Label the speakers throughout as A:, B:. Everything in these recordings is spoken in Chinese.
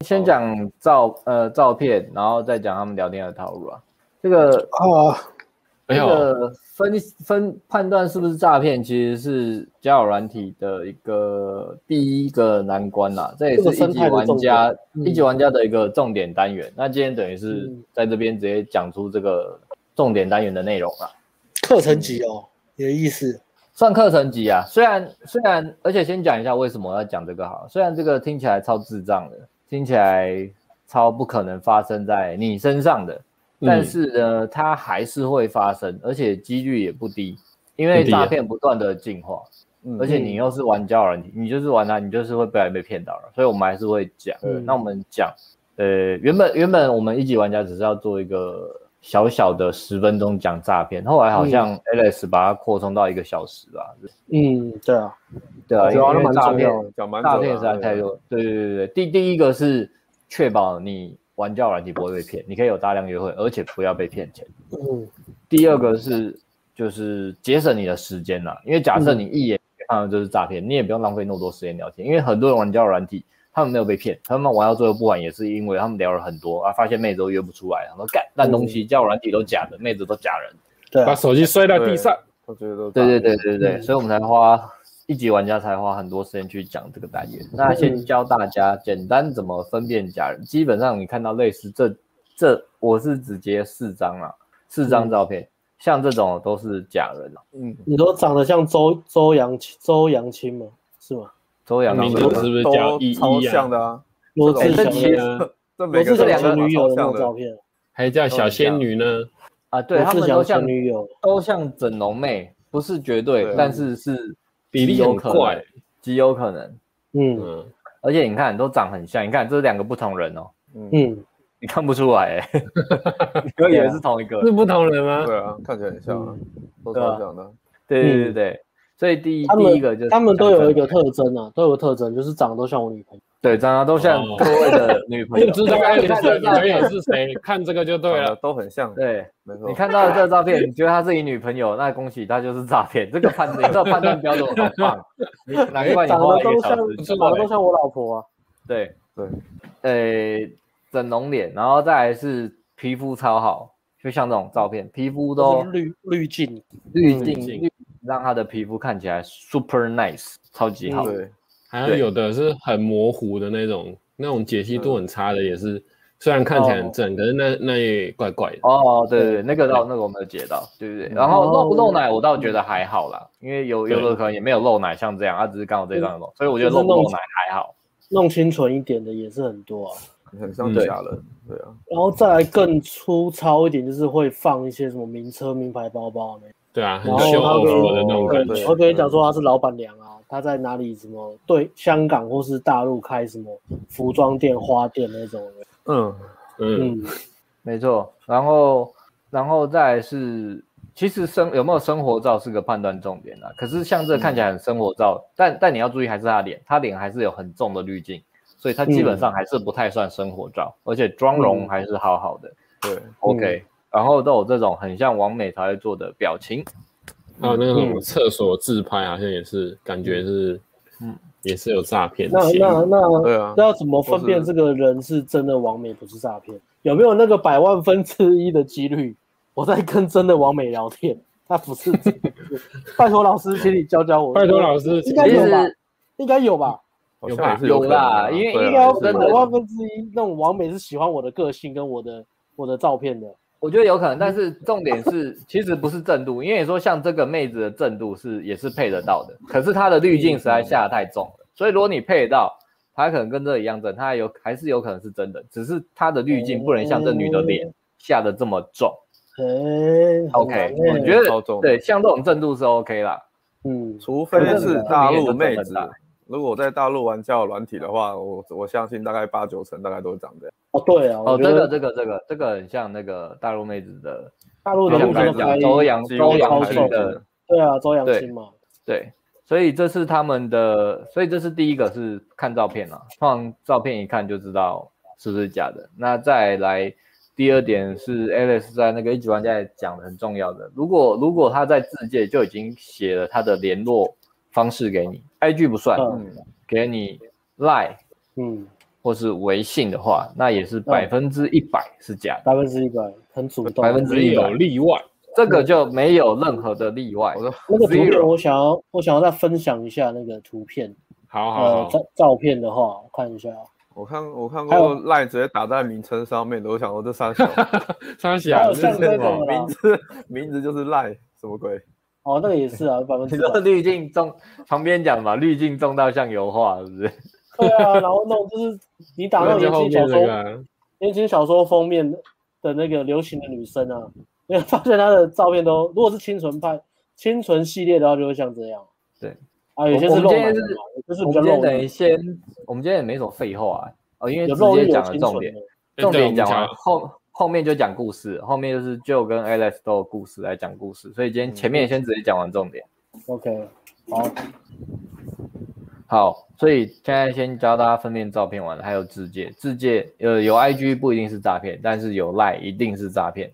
A: 先讲照呃照片，然后再讲他们聊天的套路啊。这个
B: 啊，
A: 这
C: 哎呦，
A: 个分分判断是不是诈骗，其实是交友软体的一个第一个难关啦。这也是
B: 这个
A: 一
B: 生
A: 级
B: 态的
A: 玩
B: 重
A: 家、
B: 点嗯
A: 一级玩家的一个重点单元。那今天等于是
B: 嗯
A: 在这边直接讲出这个重点单元的内容啦。
B: 课程级哦，
D: 嗯
B: 有意思。
A: 算课程级啊，虽然虽然，而且先讲一下为什么要讲这个好了。虽然这个听起来超智障的，听起来超不可能发生在你身上的，但
C: 嗯
A: 是呢，它还是会发生，而且几率也不低，因为
C: 不低啊
A: 诈骗不断的进化，
D: 嗯
A: 而且你又是玩交友软体，你就是玩它，你就是会不小心被骗到了，所以我们还是会讲。
D: 嗯
A: 那我们讲，呃，原本原本我们一级玩家只是要做一个小小的十分钟讲诈骗，后来
D: 嗯
A: 好像 Alex 把它扩充到一个小时吧，
B: 嗯，对啊，
A: 对啊，因
D: 主要
A: 为
D: 蛮
A: 诈
D: 重
A: 骗
D: 要的，讲蛮久
A: 诈
D: 了
A: 骗实在太。多。对对对对，第第一个是确保你玩交友软体不会被骗，你可以有大量约会，而且不要被骗钱。
D: 啊
B: 嗯，
A: 第二个是就是节省你的时间啦，因为假设你一眼看到就是诈骗，你也不用浪费那么多时间聊天，因为很多人玩交友软体。他们没有被骗，他们玩到最后不玩也是因为他们聊了很多啊，发现妹子都约不出来，他们说干烂东西，交友软体都假的，妹子都假人，
B: 对
C: 把
B: 啊，
C: 手机摔到地上，
D: 我觉得都
A: 对对对对对，
B: 嗯
A: 所以我们才花一级玩家才花很多时间去讲这个单元。那先教大家简单怎么分辨假人。基本上你看到类似这这，我是只截四张啦，四张照片，像这种都是假人啊。
D: 嗯，
B: 你都长得像周周扬青周扬青嘛，是吗？
A: 周扬
C: 明
A: 青是
C: 明就
A: 不
C: 是
A: 是
C: 不是叫
D: 都
C: 一
D: 超
C: 一啊
D: 像？的啊，
B: 罗
D: 哎
B: 志
A: 这
B: 祥
A: 其实
B: 的，
C: 啊
D: 这
B: 罗
D: 每个
B: 志
D: 都
B: 祥前
D: 超
B: 女友的那
D: 像
B: 种照
D: 的，
B: 片啊，
C: 还叫小仙女呢？
A: 啊？对他
B: 罗
A: 们
B: 志
A: 都
B: 祥
A: 像
B: 前女友，
A: 都像整容妹，不是绝对
D: 对，
A: 但是是
C: 比例
A: 极有
C: 很
A: 可能
C: 怪，，
A: 极有可能。
B: 嗯
C: 嗯，
A: 而且你看都长很像，你看这是两个不同人哦，
D: 嗯，
B: 嗯，
A: 你看不出来、欸， 你会以为是同一 个。
C: 是不同人吗？
D: 对啊，看起来很像啊，都
A: 对啊
D: 超像的。
A: 对对对
B: 嗯
A: 对，所以第一
B: 他们
A: 第一个就是
B: 他们都有一
A: 讲
B: 个
A: 真的
B: 特征啊，都有特征，就是长得都像我女朋友。
A: 对，长得都像
C: 哦
A: 各位的女朋友
C: 不。知道哎
A: 你
C: 你
A: 看
C: 的
A: 这
C: 女
A: 照
C: 朋友
A: 片，
C: 是谁，看这个就对啊
D: 长得
C: 了。
D: 都很像，
A: 对
D: 没错。
A: 你，看到这照片，你觉得她是你女朋友，那恭喜她就是诈骗。这个判断，你这个判断标准好 棒，你难怪你
B: 长
A: 花了
B: 得
A: 一
B: 都
A: 个
B: 像
A: 小时，去
B: 长得都像我老婆啊。
A: 对
D: 对，
A: 对，呃，整容脸，然后再来是皮肤超好，就像这种照片，皮肤
B: 都
A: 都
B: 是滤滤镜，
A: 滤
C: 滤镜
A: 镜，滤让她的皮肤看起来 super nice，超级好。
D: 对，
C: 还有有的是很模糊的那种，那种解析度很差的也是，虽然看起来很正，可是那那也怪怪的。
A: 哦，对对对，嗯哦那个到那个我没有解到，对不对？然后露不露奶，我倒觉得还好啦，因为有有的可能也没有露奶，像这样，他啊只是刚好这张露，所以我觉得露不嗯露奶还好。
B: 弄清纯一点的也是很多啊。
D: 很像
C: 嗯对
D: 假人，对啊，
B: 然后再来更粗糙一点，就是会放一些什么名车、名牌包包那种
C: 对啊，很
B: 然后
C: 秀
B: 他
C: 偶
B: 跟
C: 的那种感
D: 对
C: 觉
B: 我。跟你讲说她是老板娘啊，她在哪里什么对香港或是大陆开什么服装店、花店那种的。
D: 嗯，
C: 嗯，
B: 嗯，
A: 没错，然后然后再来是，其实生有没有生活照是个判断重点啦。可是像这看起来很生活照，但但你要注意还是他脸，他脸还是有很重的滤镜，所以他基本上还是不太算生活照，而且妆容还是好好的。
D: 对，
A: OK，然后都有这种很像完美才会做的表情。
C: 还有那个什么厕所自拍，好像也是感觉是，
A: 嗯
C: 也是有诈骗的
B: 那
C: 嫌疑。
B: 那那
D: 对啊
B: 那，要怎么分辨
D: 或
B: 这
D: 是
B: 个人是真的完美不是诈骗？有没有那个百万分之一的几率，我在跟真的完美聊天，他不是真 的？拜托老师，请你教教我。
C: 拜托老师，
B: 应该
A: 其
B: 有吧
A: 实
B: 应该有吧？
D: 好
C: 有
D: 像也
C: 吧
D: 是有
A: 有
D: 可能
A: 啦
D: 啊
A: 因为
D: 对啊
B: 应该
D: 也是有
B: 百
D: 可能
B: 万分之一那种网美是喜欢我的个性跟我的我的照片的。
A: 我觉得有可能，但
B: 嗯
A: 是重点是，其实不是正度，因为你说像这个妹子的正度是也是配得到的，可是她的滤镜实在下得太重了，所以如果你配得到，她可能跟这一样正，她还有还是有可能是真的，只是她的滤镜不能像这女的
B: 哦
A: 脸下的这么重。
B: 哎、
A: OK，
B: 很难欸
A: 我觉得
D: 超重
A: 对，像这种正度是 OK 啦。
B: 嗯，
D: 除非
A: 真的
D: 是大
A: 那边
D: 陆
A: 也都
D: 妹
A: 这么
D: 子
A: 大。
D: 如果我在大陆玩交友软体的话，我我相信大概八九成大概都是长这样。
B: 哦对啊，
A: 哦，
B: 我觉
A: 这个
B: 得
A: 这个这个这个很像那个大陆妹子的，
B: 大陆的
A: 就
B: 路
A: 像
B: 真
A: 刚才
B: 的拍
A: 讲，周扬
D: 几
A: 周
D: 乎
A: 扬
B: 超
A: 青
B: 重
A: 的，
B: 对啊，周扬青嘛，
A: 对，所以这是他们的，所以这是第一个是看照片啦，通常照片一看就知道是不是假的。那再来第二点是 Alice 在那个一级玩家也讲的很重要的，如果如果他在自介就已经写了他的联络方式给你，IG 不算，
B: 嗯
A: 给你 Line。
B: 嗯，
A: 或是微信的话，那也是百分之一百是假的，
B: 百分之一百，很主动。
A: 百分之
C: 只
A: 一百
C: 有例外。
A: 这个就没有任何的例外
D: 我。说
B: 那个图片
D: zero
B: 我想要，我想要再分享一下那个图片，
C: 好好
A: 哦
B: 呃，
C: 好，
B: 照照片的话，我看一下，啊
D: 我看我看
B: 还有
D: 过赖直接打在名称上面的，我想说这三小
C: 沙
B: 还
C: 霞
B: 有
C: 这
B: 像
C: 是
B: 那
C: 什
B: 种
C: 么？
D: 名字名字就是赖，什么鬼？
B: 哦，那个也是啊，百分
A: 你
B: 之
A: 说
B: 百。
A: 滤镜重，旁边讲嘛，滤镜重到像油画，是不是？
B: 对啊，然后那种就是你打那
C: 那
B: 种
C: 就后
B: 言情小
C: 面那
B: 说，
C: 个啊
B: 言情小说封面的那个流行的女生啊， 你会发现她的照片都，如果是清纯派、清纯系列的话，就会像这样。
A: 对，
B: 啊，有些
A: 我
B: 是
A: 们
B: 露
A: 今
B: 奶
A: 天
B: 的
A: 是
B: 嘛，有些是
A: 我
B: 比
A: 们今
B: 较
A: 天
B: 露
A: 等
B: 的
A: 于先，我们今天也没什么废话啊，哦，因为
B: 有
A: 直
B: 露
A: 接
B: 力有
A: 讲了
B: 清
A: 重
B: 纯
A: 点
B: 的，。
C: 哎
A: 重
C: 对我
A: 点
C: 们
A: 讲完
C: 讲
A: 后后面就讲故事，后面就是 Joe 跟 Alex 都有故事来讲故事，所以今天前面先直接讲完重点。
B: OK，好，
A: 好，所以现在先教大家分辨照片完了，还有自介，自介呃有 IG 不一定是诈骗，但是有 Line 一定是诈骗。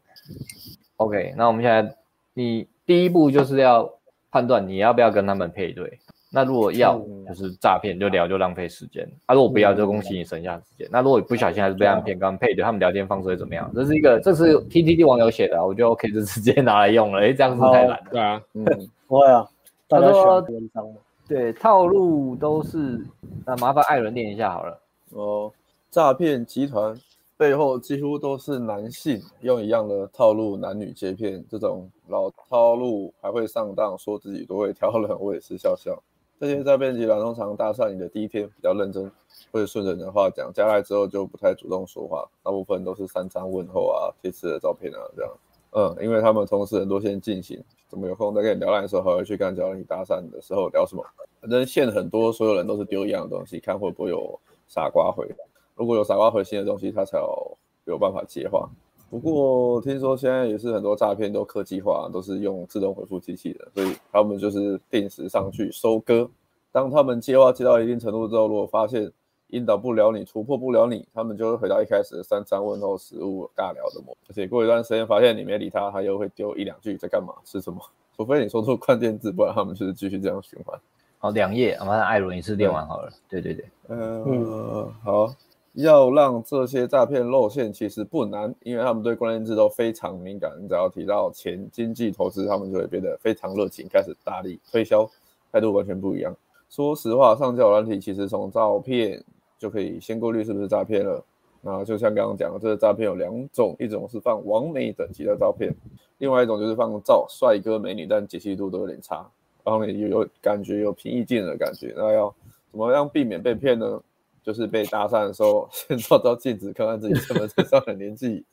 A: OK，那我们现在你第一步就是要判断你要不要跟他们配对。那如果要
D: 嗯
A: 就是诈骗，就聊就浪费时间；啊，如果不要就恭喜你省下时间。那如果你不小心还是被他们骗，跟他们配对，他们聊天方式会怎么样？这是一个，这是 T T T 网友写的、啊，我觉得 OK 就直接拿来用了，哎，这样是太懒了。
C: 对啊，
D: 嗯，
B: 不会啊，大家
A: 他
B: 喜
A: 说
B: 欢文章嘛。
A: 对，套路都是，那麻烦艾伦念一下好了。
D: 哦，诈骗集团背后几乎都是男性，用一样的套路男女接骗，这种老套路还会上当，说自己都会挑人，我也是笑笑。这些诈骗集团通常搭讪你的第一天比较认真，会顺着你的话讲，加来之后就不太主动说话，大部分都是三张问候啊、贴纸的照片啊这样。嗯，因为他们同时很多先进行，怎么有空再跟你聊来的时候，还会去干找你搭讪的时候聊什么？反正线很多，所有人都是丢一样的东西，看会不会有傻瓜回。如果有傻瓜回新的东西，他才有有办法接话。不过听说现在也是很多诈骗都科技化，都是用自动回复机器人，所以他们就是定时上去收割。当他们接话接到一定程度之后，如果发现引导不了你，突破不了你，他们就会回到一开始的三餐问候、食物、尬聊的模式。而且过一段时间发现你没理他，他又会丢一两句在干嘛、吃什么，除非你说出关键字，不然他们就是继续这样循环。
A: 好，哦两页，麻烦艾伦一次练完好了。对对对，
D: 呃，好，要让这些诈骗露馅其实不难，因为他们对关键字都非常敏感，你只要提到钱、经济、投资，他们就会变得非常热情，开始大力推销，态度完全不一样。说实话，上交友软体其实从照片就可以先过滤是不是诈骗了。那就像刚刚讲的，这个诈骗有两种，一种是放完美等级的照片，另外一种就是放照帅哥美女，但解析度都有点差，然后有有感觉有平易近人的感觉。那要怎么样避免被骗呢？就是被搭讪的时候， 先照照镜子，看看自己身份证上的年纪。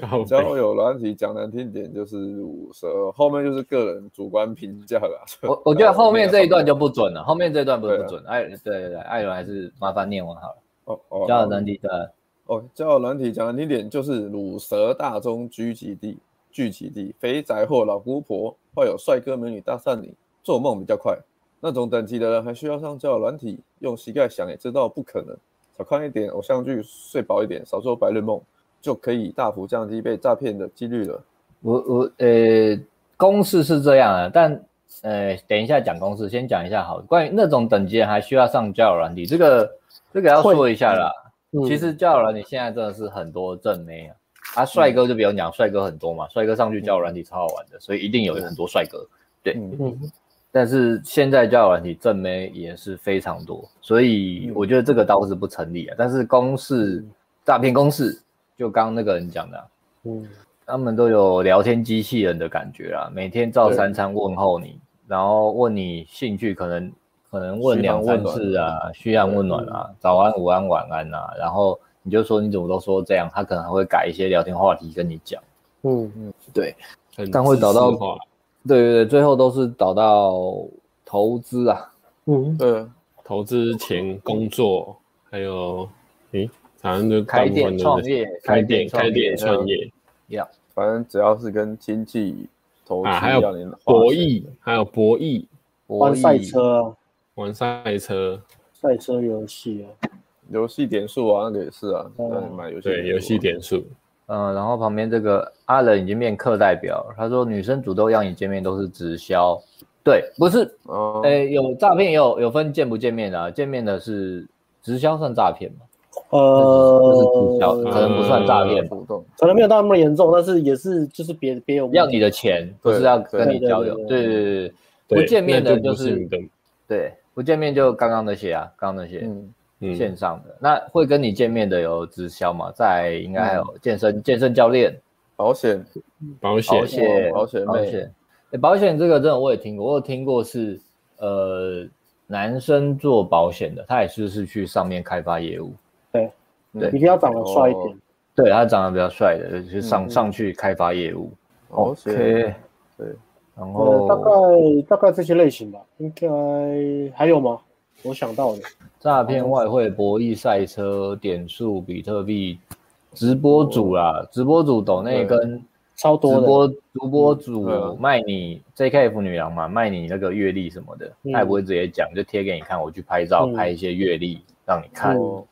C: 靠背
D: 交友软体讲难听点就是五十二，后面就是个人主观评价了。
A: 我我觉得后面这一段就不准了，后面这一段不是
D: 对
A: 不
D: 啊
A: 准。艾，对对对，艾伦还是麻烦念完好了。
D: 哦哦，
A: 交友能力的，
D: 哦，交友软体讲难听点就是乳蛇大中聚集地，聚集地，肥宅或老姑婆会有帅哥美女搭讪你，做梦比较快。那种等级的人还需要上交友软体，用膝盖想也知道不可能。少看一点偶像剧，睡饱一点，少做白日梦，就可以大幅降低被诈骗的几率了。
A: 我我呃，公式是这样的，但呃，等一下讲公式，先讲一下好了。关于那种等级人还需要上交友软体，这个这个要
B: 会
A: 说一下啦。
B: 嗯
A: 其实交友软体现在真的是很多正妹啊，啊，帅哥就不用讲，帅哥很多嘛，帅哥上去交友软体超好玩的，所以一定有很多帅哥。
D: 嗯，
B: 嗯，
A: 但是现在交友软体正妹也是非常多，所以
D: 嗯
A: 我觉得这个倒是不成立啊。但是公式诈骗公式，就刚刚那个人讲的啊、
B: 嗯，
A: 他们都有聊天机器人的感觉啦，每天照三餐问候你，然后问你兴趣，可能可能问两问四啊，嘘寒问暖啊，早安、午安、晚安啊，然后你就说你怎么都说这样，他可能还会改一些聊天话题跟你讲。
B: 嗯，
C: 很
A: 但会找到
C: 知识化
A: 对对对，最后都是导到投资啊，
B: 嗯，
D: 对，
C: 投资前工作，还有诶，好像就大
A: 开
C: 部分
A: 店
C: 都是
A: 创业，
C: 开店、
A: 创
C: 开
A: 业嗯
C: 店创业、
D: 反正只要是跟经济投资
C: 啊还有
D: 要你花
C: 博
D: 钱
C: 弈，还有博弈、
A: 博
B: 玩
A: 弈
B: 赛车啊，
C: 玩赛车，
B: 赛车游戏啊，
D: 游戏点数啊，那个也是啊，
B: 哦
D: 让你买游戏
C: 对，游戏
D: 数啊
C: 点数，
A: 嗯，然后旁边这个阿冷已经变课代表了，他说女生主动要你见面都是直销，对，不是，
D: 哦，
A: 哎诶，有诈骗也有有分见不见面的、啊，见面的是直销算诈骗吗？这是嗯直销，
B: 呃，
A: 可能不算诈骗，
D: 主动，
B: 可能没有到那么严重，但是也是就是别别有
A: 要你的钱，不是要跟你交流。对
B: 对
A: 对对对，
C: 对
A: 不见面的
C: 那就
A: 就
C: 不是
A: 是
C: 你的，
A: 对，不见面就刚刚那些啊，刚刚那些
D: 嗯，
C: 嗯，
A: 线上的。那会跟你见面的有直销嘛？再应该还有健身健身教练、
D: 保险
C: 保
A: 保
C: 险，
A: 险、
D: 保险妹
A: 保险。诶保险这个真的我也听过，我有听过是呃男生做保险的，他也是是去上面开发业务。
B: 一定要长得帅一
A: 哦
B: 点。
A: 对他长得比较帅的，就是上、
B: 嗯嗯
A: 上去开发业务。
D: 保险，
A: OK，
D: 对，
A: 然
B: 呃，大
A: 后
B: 概大概这些类型吧，应该还有吗？我想到的，
A: 诈骗、外汇、博弈、赛车、点数、比特币、直播主啦，直播主抖内
D: 对
A: 跟
B: 超
A: 直
B: 多的。嗯
A: 播主播
D: 对啊
A: 主卖你 JKF 女郎嘛，卖你那个阅历什么的，
B: 嗯
A: 他也不会直接讲，就贴给你看，我去拍照
B: 嗯
A: 拍一些阅历让你看。
B: 嗯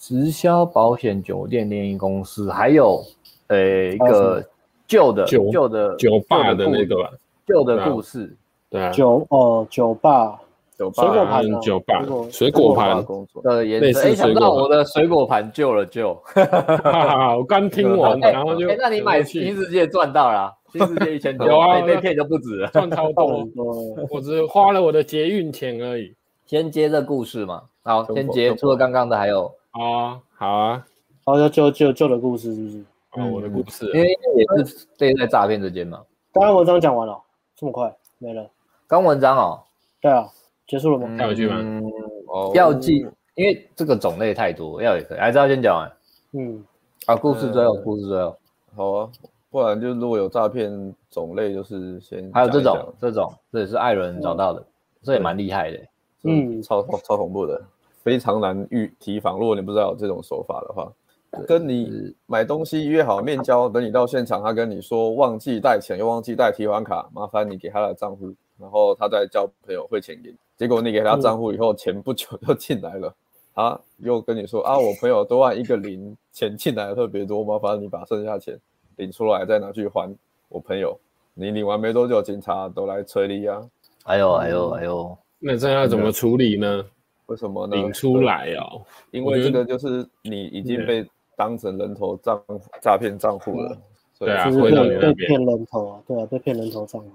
A: 直销、保险、酒店、联营公司，还有呃一
B: 还有什么
A: 个旧的
C: 酒
A: 旧的
C: 酒吧的那
A: 旧故
C: 个吧，
A: 旧
C: 对
A: 的
C: 啊
A: 故事，
C: 对啊，
B: 酒哦，酒吧，
D: 酒
B: 水果
D: 吧
B: 盘
C: 嗯
B: 啊
C: 酒吧
B: 水果
C: 水果盘，
D: 工作，
A: 的颜
C: 啊类
A: 色。
C: 似
A: 哎、想
C: 水
A: 不
C: 果
A: 到
C: 盘
A: 我的水果盘救了救。
C: 哈哈哈，我刚听完，
A: 哎
C: 然后就
A: 哎、，那你买
C: 然后去
A: 新世界赚到啦，新世界一千多，
C: 有啊
A: 被
C: 那
A: 被骗就不止了。
C: 赚超
B: 到
C: 多
B: 很，多了。
C: 我只花了我的捷运钱而已
A: 先接这故事嘛，好，
D: 中
A: 先
D: 国
A: 接。
D: 中
A: 除了刚刚的，还有
C: 啊，好啊，
B: 然后要救救旧的故事是不是？
C: 啊，我的故事
A: 因为也是类在诈骗之间嘛。
B: 刚刚文章讲完了，这么快没了？
A: 刚文章哦，
B: 对啊，结束了吗？
A: 嗯
C: 跳下去吗
D: 哦
A: 要记，因为这个种类太多，要也可以，还是要先讲完
B: 嗯，
A: 啊。故事最后，
D: 嗯
A: 故事最后，
D: 好啊，不然就如果有诈骗种类，就是先
A: 还有这
D: 讲嗯一
A: 种，这种，这也是艾伦找到的，这也蛮厉害的。
D: 讲
B: 嗯
D: 超超超恐怖的，非常难预提防。如果你不知道有这种手法的话，跟你买东西约好面交，等你到现场，他跟你说忘记带钱，又忘记带提款卡，麻烦你给他的账户，然后他再叫朋友汇钱给你。结果你给他
C: 嗯
D: 账户以后，钱不久就进来了。啊，又跟你说啊，我朋友多按一个零，钱进来特别多，麻烦你把剩下钱领出来，再拿去还我朋友。你领完没多久，警察都来催你啊，
A: 哎呦哎呦哎呦，
C: 那这要怎么处理呢？
D: 为什么呢？
C: 领出来哦，
D: 因
C: 我
D: 为
C: 觉
D: 这
C: 得
D: 个就是你已经
C: 对
D: 被当成人头账户诈骗账户了，所以
C: 对啊
B: 就是
C: 回到你
B: 被
C: 那边
B: 被骗人头啊，对啊，被骗人头账户。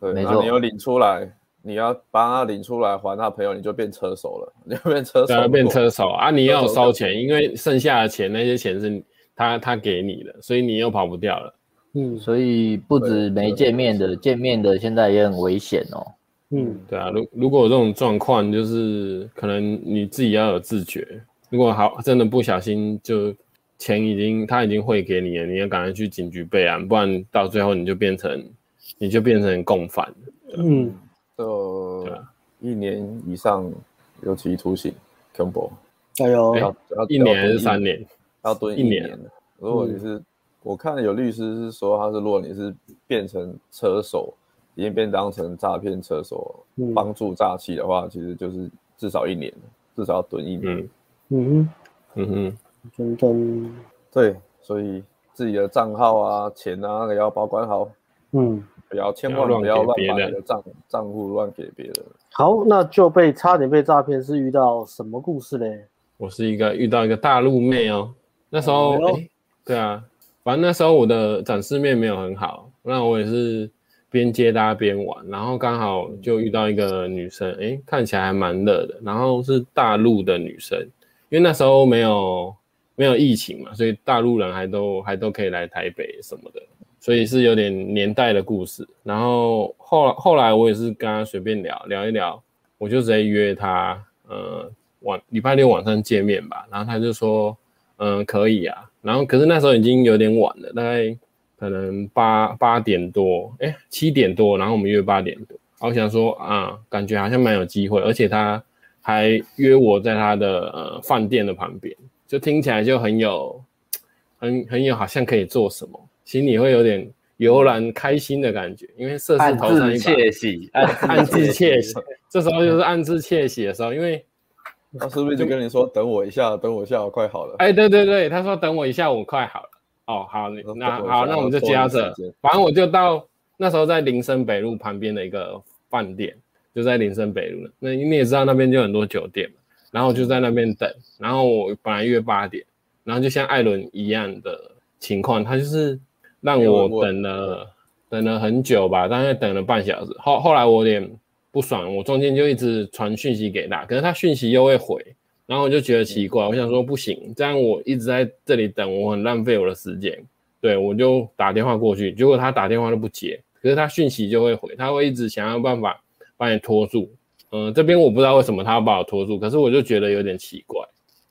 D: 对，
A: 没
D: 然后
A: 错
D: 你又领出来，你要帮他领出来还他朋友，你就变车手了，你就变车手
C: 对啊，
D: 了，
C: 变车手啊，你要收钱，因为剩下的钱那些钱是他他给你的，所以你又跑不掉了。
B: 嗯
A: 所以不止没见面的，见面的现在也很危险哦。
B: 嗯，
C: 对啊，如如果有这种状况，就是可能你自己要有自觉。如果好真的不小心就钱已经他已经汇给你了，你要赶快去警局备案，不然到最后你就变成你就变成共犯了。
B: 嗯，
D: 就
C: 对啊
D: 一年以上有期徒刑，combo
B: 哎呦，
C: 哎
D: 要要
C: 一年还是三，年？
D: 要蹲
C: 一
D: 一
C: 年嗯
D: 年的。如果你是，我看有律师是说，他是如果你是变成车手，已经被当成诈骗车手
B: 嗯
D: 帮助诈欺的话，其实就是至少一年，至少要蹲一年。
C: 嗯
B: 嗯
C: 嗯哼，
B: 哼，真真，
D: 对，所以自己的账号啊、钱啊也要保管好，
B: 嗯，
D: 不要千
C: 不要
D: 万
C: 乱
D: 不要
C: 给
D: 乱
C: 别
D: 把
C: 人
D: 你的账账户乱给 别人。
B: 好，那就被差点被诈骗是遇到什么故事嘞？
C: 我是一个遇到一个大陆妹哦，那时候、
B: 哎呦
C: 诶对啊，反正那时候我的展示面没有很好，那我也是边接搭边玩，然后刚好就遇到一个女生，诶，看起来还蛮热的，然后是大陆的女生，因为那时候没有没有疫情嘛，所以大陆人还都还都可以来台北什么的，所以是有点年代的故事。然后后后来我也是跟她随便聊聊一聊，我就直接约她，呃，晚礼拜六晚上见面吧。然后她就说，嗯、可以啊。然后可是那时候已经有点晚了，大概可能八八点多，哎，七点多，然后我们约八点多。然后我想说啊，感觉好像蛮有机会，而且她还约我在她的呃饭店的旁边。就听起来就很有，很很有好像可以做什么，心里会有点油然开心的感觉，因为色是
A: 暗
C: 头上
A: 自
C: 一把，
A: 窃喜，啊
C: 暗自窃喜。这时候就是暗自窃喜的时候，因为
D: 他是不是就跟你说等我一下，等我一下，我快好了？
C: 哎，对对对，他说等我一下，我快好了。哦，好，你
D: 等
C: 那
D: 我一下
C: 好，那我们就接到
D: 拖
C: 这
D: 你时间。
C: 反正我就到那时候在林森北路旁边的一个饭店，就在林森北路了。那你也知道那边就很多酒店嘛。然后我就在那边等，然后我本来约八点，然后就像艾伦一样的情况，他就是让我等了等了很久吧，大概等了半小时。后后来我有点不爽，我中间就一直传讯息给他，可是他讯息又会回，然后我就觉得奇怪，我想说不行，这样我一直在这里等，我很浪费我的时间。对我就打电话过去，结果他打电话都不接，可是他讯息就会回，他会一直想要办法把你拖住。嗯、这边我不知道为什么他要把我拖住，可是我就觉得有点奇怪。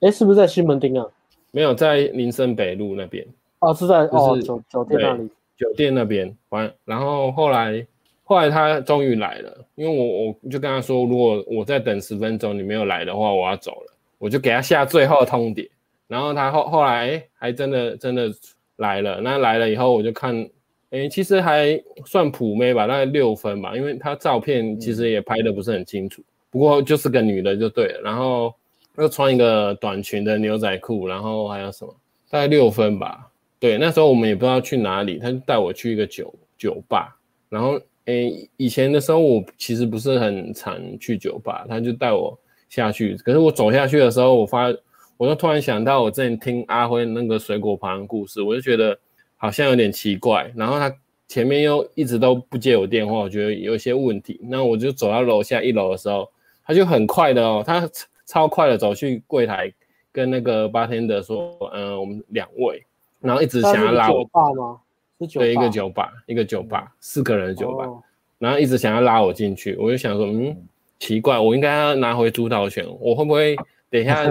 B: 哎，是不是在西门町啊？
C: 没有在林森北路那边
B: 哦，是在哦
C: 就是
B: 酒酒店那里。
C: 酒店那边，完，然后后来后来他终于来了，因为我我就跟他说，如果我再等十分钟你没有来的话，我要走了，我就给他下最后通牒。然后他后后来诶还真的真的来了，那来了以后我就看，诶，其实还算普妹吧，大概六分吧，因为他照片哎其实也拍的不是很清楚，不过就是个女的就对了，然后又穿一个短裙的牛仔裤，然后还有什么，大概六分吧，对，那时候我们也不知道去哪里，他就带我去一个酒酒吧，然后诶、以前的时候我其实不是很常去酒吧，他就带我下去。可是我走下去的时候，我发，我就突然想到我之前听阿辉那个水果盘的故事，我就觉得好像有点奇怪。然后他前面又一直都不接我电话，我觉得有一些问题。那我就走到楼下一楼的时候，他就很快的哦，他超快的走去柜台跟那个八天的说，嗯、我们两位。然后一直
B: 它
C: 想
B: 是
C: 要
B: 个
C: 拉我
B: 酒吧吗？是酒吧，
C: 对，一个酒吧，一个酒吧，四个人的酒吧，
B: 哦
C: 然后一直想要拉我进去，我就想说，嗯，奇怪，我应该要拿回主导权，我会不会等一 下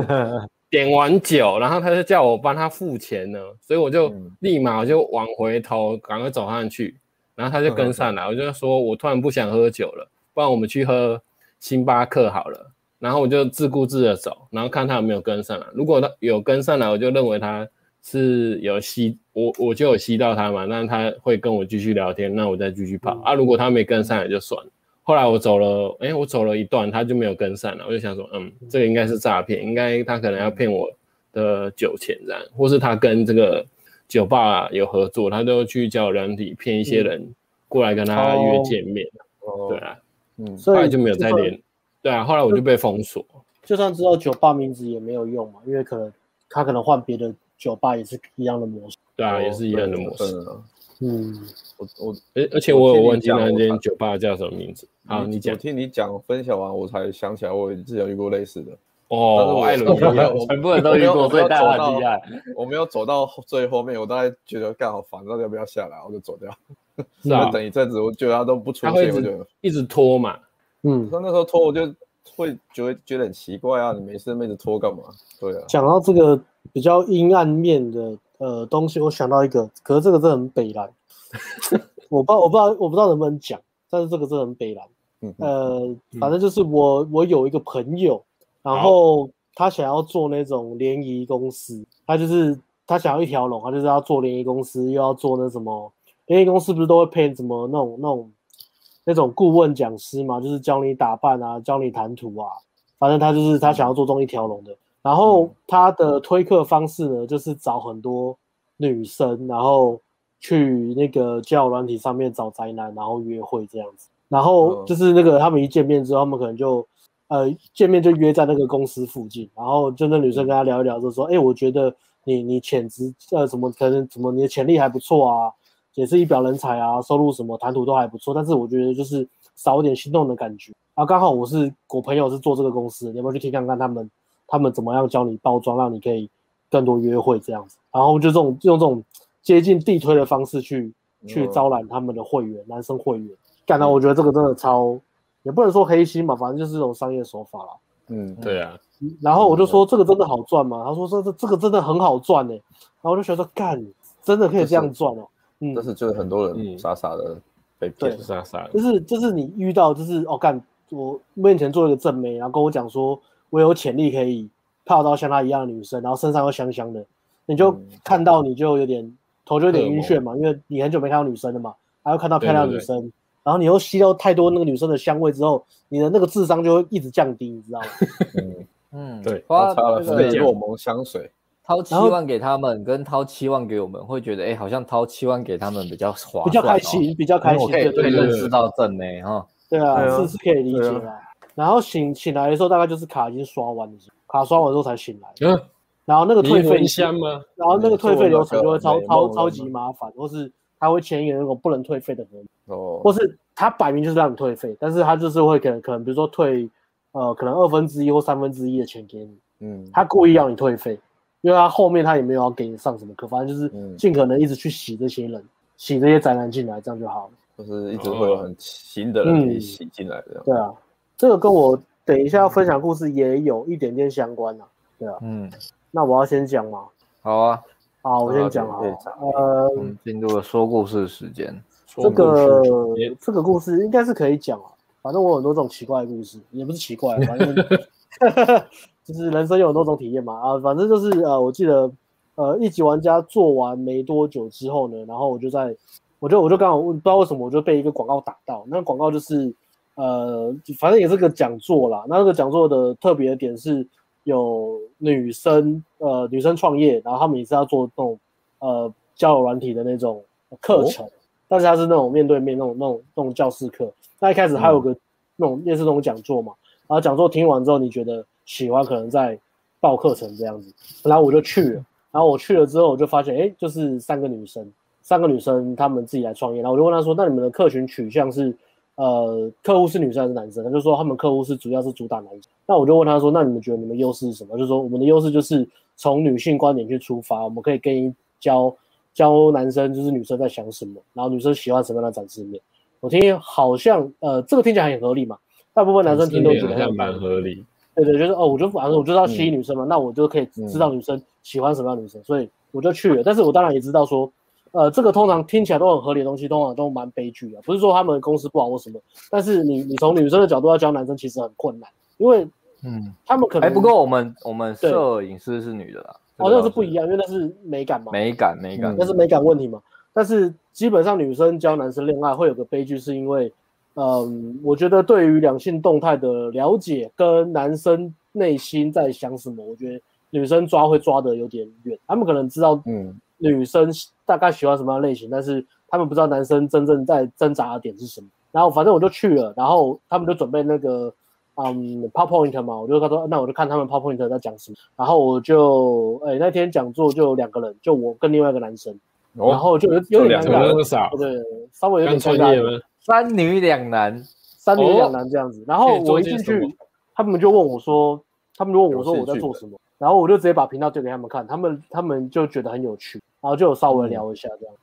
C: 点完酒，然后他就叫我帮他付钱呢？所以我就
D: 嗯
C: 立马我就往回头，赶快走上去，然后他就跟上来，我就说我突然不想喝酒了，不然我们去喝星巴克好了。然后我就自顾自的走，然后看他有没有跟上来。如果他有跟上来，我就认为他是有吸我，我就有吸到他嘛，那他会跟我继续聊天，那我再继续跑、
B: 嗯
C: 啊。如果他没跟上来就算了。后来我走了，哎，我走了一段，他就没有跟上来，我就想说，嗯，这个应该是诈骗，应该他可能要骗我的酒钱这样，或是他跟这个酒吧有合作，他都去交友软体骗一些人过来跟他约
B: 哦
C: 见面，
D: 嗯哦
C: 对，啊，
D: 嗯，
C: 后
B: 所
C: 来
B: 以
C: 就没有再
B: 算
C: 联，对啊，后来我就被封锁。
B: 就算知道酒吧名字也没有用嘛，因为可能他可能换别的酒吧也是一样的模式。
C: 对啊，
D: 哦
C: 也是一样的模。
D: 对
C: 式。
D: 真的
B: 嗯，
D: 我我
C: 而而且我有忘记
D: 我
C: 那
D: 听你讲
C: 间
D: 我嗯
C: 酒吧叫什么名字。好，你讲
D: 我。听你讲分享完，我才想起来，我之前有遇过类似的。但是
C: 哦，
D: 我
C: 艾伦也有。
D: 我
A: 全部人都遇过，
D: 我
A: 所
D: 没
A: 以
D: 有
A: 大家很厉害。
D: 我没有走到最后面，我大概觉得干好烦，到底要不要下来，我就走掉。
C: 是啊
D: 那等一阵子，我觉得他都不出
C: 他会一
D: 现，我就
C: 直一直拖嘛。
B: 嗯，
D: 他那时候拖，我就会觉得觉得很奇怪啊，你没事一直拖干嘛？对啊，
B: 讲到这个比较阴暗面的呃东西，我想到一个，可是这个真的很北蓝， 我不知道我不知道我不知道能不能讲，但是这个真的很北蓝。
D: 嗯，
B: 呃，反正就是我我有一个朋友，然后他想要做那种联谊公司，他就是他想要一条龙，他就是要做联谊公司，又要做那什么联谊公司不是都会配什么那种那种那种顾问讲师嘛，就是教你打扮啊，教你谈吐啊，反正他就是他想要做中一条龙的。然后他的推客方式呢，就是找很多女生，然后去那个交友软体上面找宅男，然后约会这样子。然后
D: 嗯
B: 就是那个他们一见面之后，他们可能就呃见面就约在那个公司附近，然后就那女生跟他聊一聊，就说：“哎、我觉得你你潜质呃什么可能怎么你的潜力还不错啊，也是一表人才啊，收入什么谈吐都还不错，但是我觉得就是少一点心动的感觉啊。刚好我是我朋友是做这个公司的，你要不要去听看看他们他们怎么样教你包装，让你可以更多约会这样子。然后就这种用这种接近地推的方式去去
D: 嗯
B: 招揽他们的会员，男生会员。干到我觉得这个真的超，也不能说黑心吧，反正就是这种商业手法啦。
D: 嗯，对，
C: 对啊，
B: 然后我就说这个真的好赚吗？他说这这这个真的很好赚呢、欸然后我就觉得干，真的可以这样赚哦、嗯，
D: 但是就是很多
C: 嗯
D: 人傻傻的被
B: 对
D: 骗
C: 是。啊，是啊。
B: 就是就是你遇到就是哦干，我面前做一个正妹，然后跟我讲说我有潜力可以泡到像她一样的女生，然后身上又香香的，你就
D: 嗯
B: 看到你就有点头就有点
C: 荷尔蒙
B: 晕眩嘛，因为你很久没看到女生了嘛，还有看到漂亮的女
C: 对对
B: 生，然后你又吸到太多那个女生的香味之后，你的那个智商就会一直降低，你知道吗？
D: 嗯，
A: 嗯，
C: 对
A: 花
D: 他擦了
A: 这个
D: 费洛蒙香水，
A: 掏七
B: 然后
A: 万给他们，跟掏七万给我们，会觉得哎、诶好像掏七万给他们比较划算、哦，
B: 比较开心，比较开
A: 因为
B: 心，
A: 我可以
B: 对
A: 可
B: 对
A: 以
B: 对
A: 认识到正妹哈。
B: 对
D: 对啊
B: 啊，是是可以理解
D: 对
B: 啦。然后醒醒来的时候，大概就是卡已经刷完了，卡刷完之后才醒来，
C: 嗯，
B: 然后那个退
C: 离
B: 费
C: 婚，香吗？
B: 然后那个退费流程就会超
D: 没错
B: 超
D: 没
B: 超级麻烦，或是他会签一个那种不能退费的合同，
D: 哦，
B: 或是他摆明就是让你退费，但是他就是会可能可能比如说退呃可能二分之一或三分之一的钱给你，
D: 嗯，
B: 他故意要你退费，因为他后面他也没有要给你上什么课，反正就是
D: 嗯
B: 尽可能一直去洗这些人，洗这些宅男进来，这样就好了。
D: 就是一直会有很新的人可以洗进来这样。
B: 嗯对啊，这个跟我等一下要分享故事也有一点点相关啊。
A: 嗯，
B: 那我要先讲嘛，
A: 好啊，
B: 好，我先
D: 啊
B: 讲好
D: 对
B: 了
D: 讲
B: 呃，
A: 我们进入了说故事时间。
B: 这个
C: 也
B: 这个故事应该是可以讲啊，反正我有很多这种奇怪的故事，也不是奇 怪啊，反正就是人生有很多种体验嘛啊，反正就是呃，我记得呃，一级玩家做完没多久之后呢，然后我就在，我就我就刚好我不知道为什么我就被一个广告打到，那广告就是呃，反正也是个讲座啦，那这个讲座的特别的点是有女生呃女生创业，然后他们也是要做那种呃交友软体的那种课程。但是它是那种面对面那种那种那种教室课。那一开始还有个那种类似那种讲座嘛，然后讲座听完之后，你觉得喜欢，可能再报课程这样子。然后我就去了，然后我去了之后，我就发现，哎，就是三个女生，三个女生她们自己来创业。然后我就问她说，那你们的客群取向是，呃，客户是女生还是男生？她就说他们客户是主要是主打男生。那我就问她说，那你们觉得你们优势是什么？她就说我们的优势就是从女性观点去出发，我们可以跟你教教男生就是女生在想什么，然后女生喜欢什么样的展示面。我听好像呃，这个听起来很合理嘛，大部分男生听都觉
C: 好
B: 得
C: 像
B: 很
C: 蛮合理。
B: 对对，就是哦，我就反正我就知道
A: 嗯
B: 吸引女生嘛，那我就可以知道女生喜欢什么样的女生，所以我就去了。但是我当然也知道说，呃，这个通常听起来都很合理的东西，通常都蛮悲剧的。不是说他们公司不好或什么，但是你你从女生的角度要教男生，其实很困难，因为
A: 嗯，
B: 他们可能
A: 哎，不过我们我们
B: 对
A: 摄影师是女的啦，
B: 好
A: 这
B: 像
A: 个
B: 是
A: 倒
B: 不一，样，因为嗯那是美感嘛，
A: 美感美感
B: 那。是美感问题嘛。但是基本上女生教男生恋爱会有个悲剧，是因为，嗯，我觉得对于两性动态的了解跟男生内心在想什么，我觉得女生抓会抓的有点远。他们可能知道
D: 嗯，
B: 女生大概喜欢什么样的类型，但是他们不知道男生真正在挣扎的点是什么。然后反正我就去了，然后他们就准备那个嗯 PowerPoint 嘛，我就他说那我就看他们 PowerPoint 在讲什么。然后我就哎那天讲座就有两个人，就我跟另外一个男生，然
D: 哦，
B: 后就有有点尴
C: 怎么那
B: 尬，
C: 么少？
B: 对，稍微有
C: 刚
B: 点尴
C: 创业
B: 尬，
C: 吗？
A: 三女两男，
B: 三女两男这样子。然后我一进
C: 可以做些什么
B: 去，他们就问我说，他们就问我说
D: 有兴
B: 我
D: 趣
B: 在做什么，然后我就直接把频道丢给他们看，他们他们就觉得很有趣，然后就有稍微聊一下这样。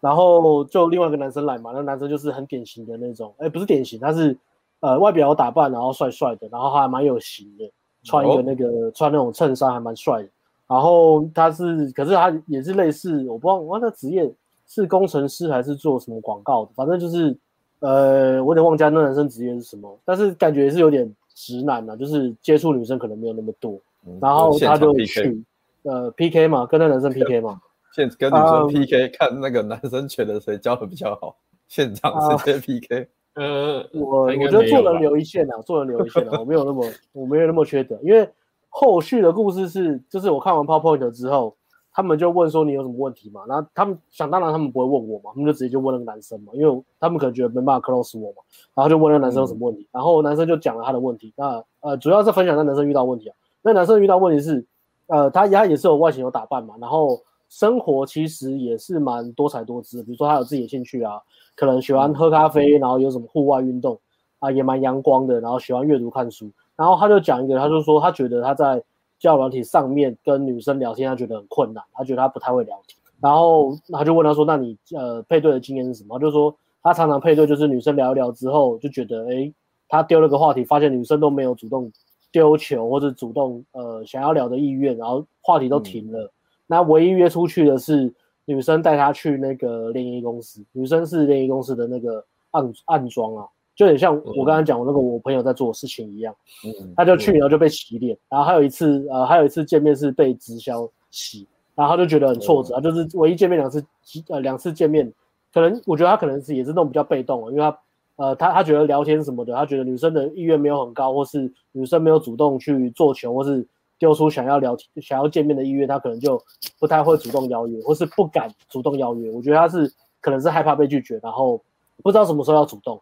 B: 然后就另外一个男生来嘛，那男生就是很典型的那种，哎，不是典型，他是呃外表有打扮，然后帅帅的，然后还蛮有型的，穿一个
D: 哦
B: 那个、穿那种衬衫还蛮帅的。然后他是，可是他也是类似，我不知道我忘了他职业是工程师还是做什么广告的，反正就是呃，我有点忘记他那男生职业是什么，但是感觉也是有点直男啊，就是接触女生可能没有那么多。
D: 嗯
B: 然后
D: 现
B: 他
D: 场
B: 就
D: PK，
B: 去呃 PK 嘛，跟那男 生 PK 嘛，
D: 现跟女生
B: 嗯
D: PK，看那个男生觉得谁教的比较好，现
B: 啊
D: 场直接 PK。
C: 呃，
B: 我
C: 他
B: 我
C: 应该
B: 觉得
C: 没有
B: 做
C: 吧
B: 人留一线啊，做人留一线啊，我没有那么我没有那么缺德，因为后续的故事是，就是我看完 PowerPoint 之后，他们就问说你有什么问题嘛，然后他们想当然他们不会问我嘛，他们就直接就问那个男生嘛，因为我他们可能觉得没办法 close 我嘛，然后就问那个男生有
C: 嗯
B: 什么问题，然后男生就讲了他的问题，那呃主要是分享那男生遇到问题啊，那男生遇到问题是，呃他他也是有外形有打扮嘛，然后生活其实也是蛮多彩多姿的，比如说他有自己的兴趣啊，可能喜欢喝咖啡，然后有什么户外运动啊，也蛮阳光的，然后喜欢阅读看书。然后他就讲一个，他就说他觉得他在交友软体上面跟女生聊天，他觉得很困难，他觉得他不太会聊天。然后他就问他说：“那你呃配对的经验是什么？”他就说他常常配对就是女生聊一聊之后就觉得，诶，他丢了个话题，发现女生都没有主动丢球或者主动呃想要聊的意愿，然后话题都停了。那唯一约出去的是女生带他去那个联谊公司，女生是联谊公司的那个暗暗装啊，就很像我刚才讲我那个我朋友在做的事情一样。
D: 嗯，
B: 他就去，然后就被洗脸，然后还有一次，呃，还有一次见面是被直销洗，然后他就觉得很挫折，他就是唯一见面两次，呃，两次见面，可能我觉得他可能是也是那种比较被动的，因为他，呃，他他觉得聊天什么的，他觉得女生的意愿没有很高，或是女生没有主动去做球，或是丢出想要聊天想要见面的意愿，他可能就不太会主动邀约，或是不敢主动邀约。我觉得他是可能是害怕被拒绝，然后不知道什么时候要主
D: 嗯
B: 动。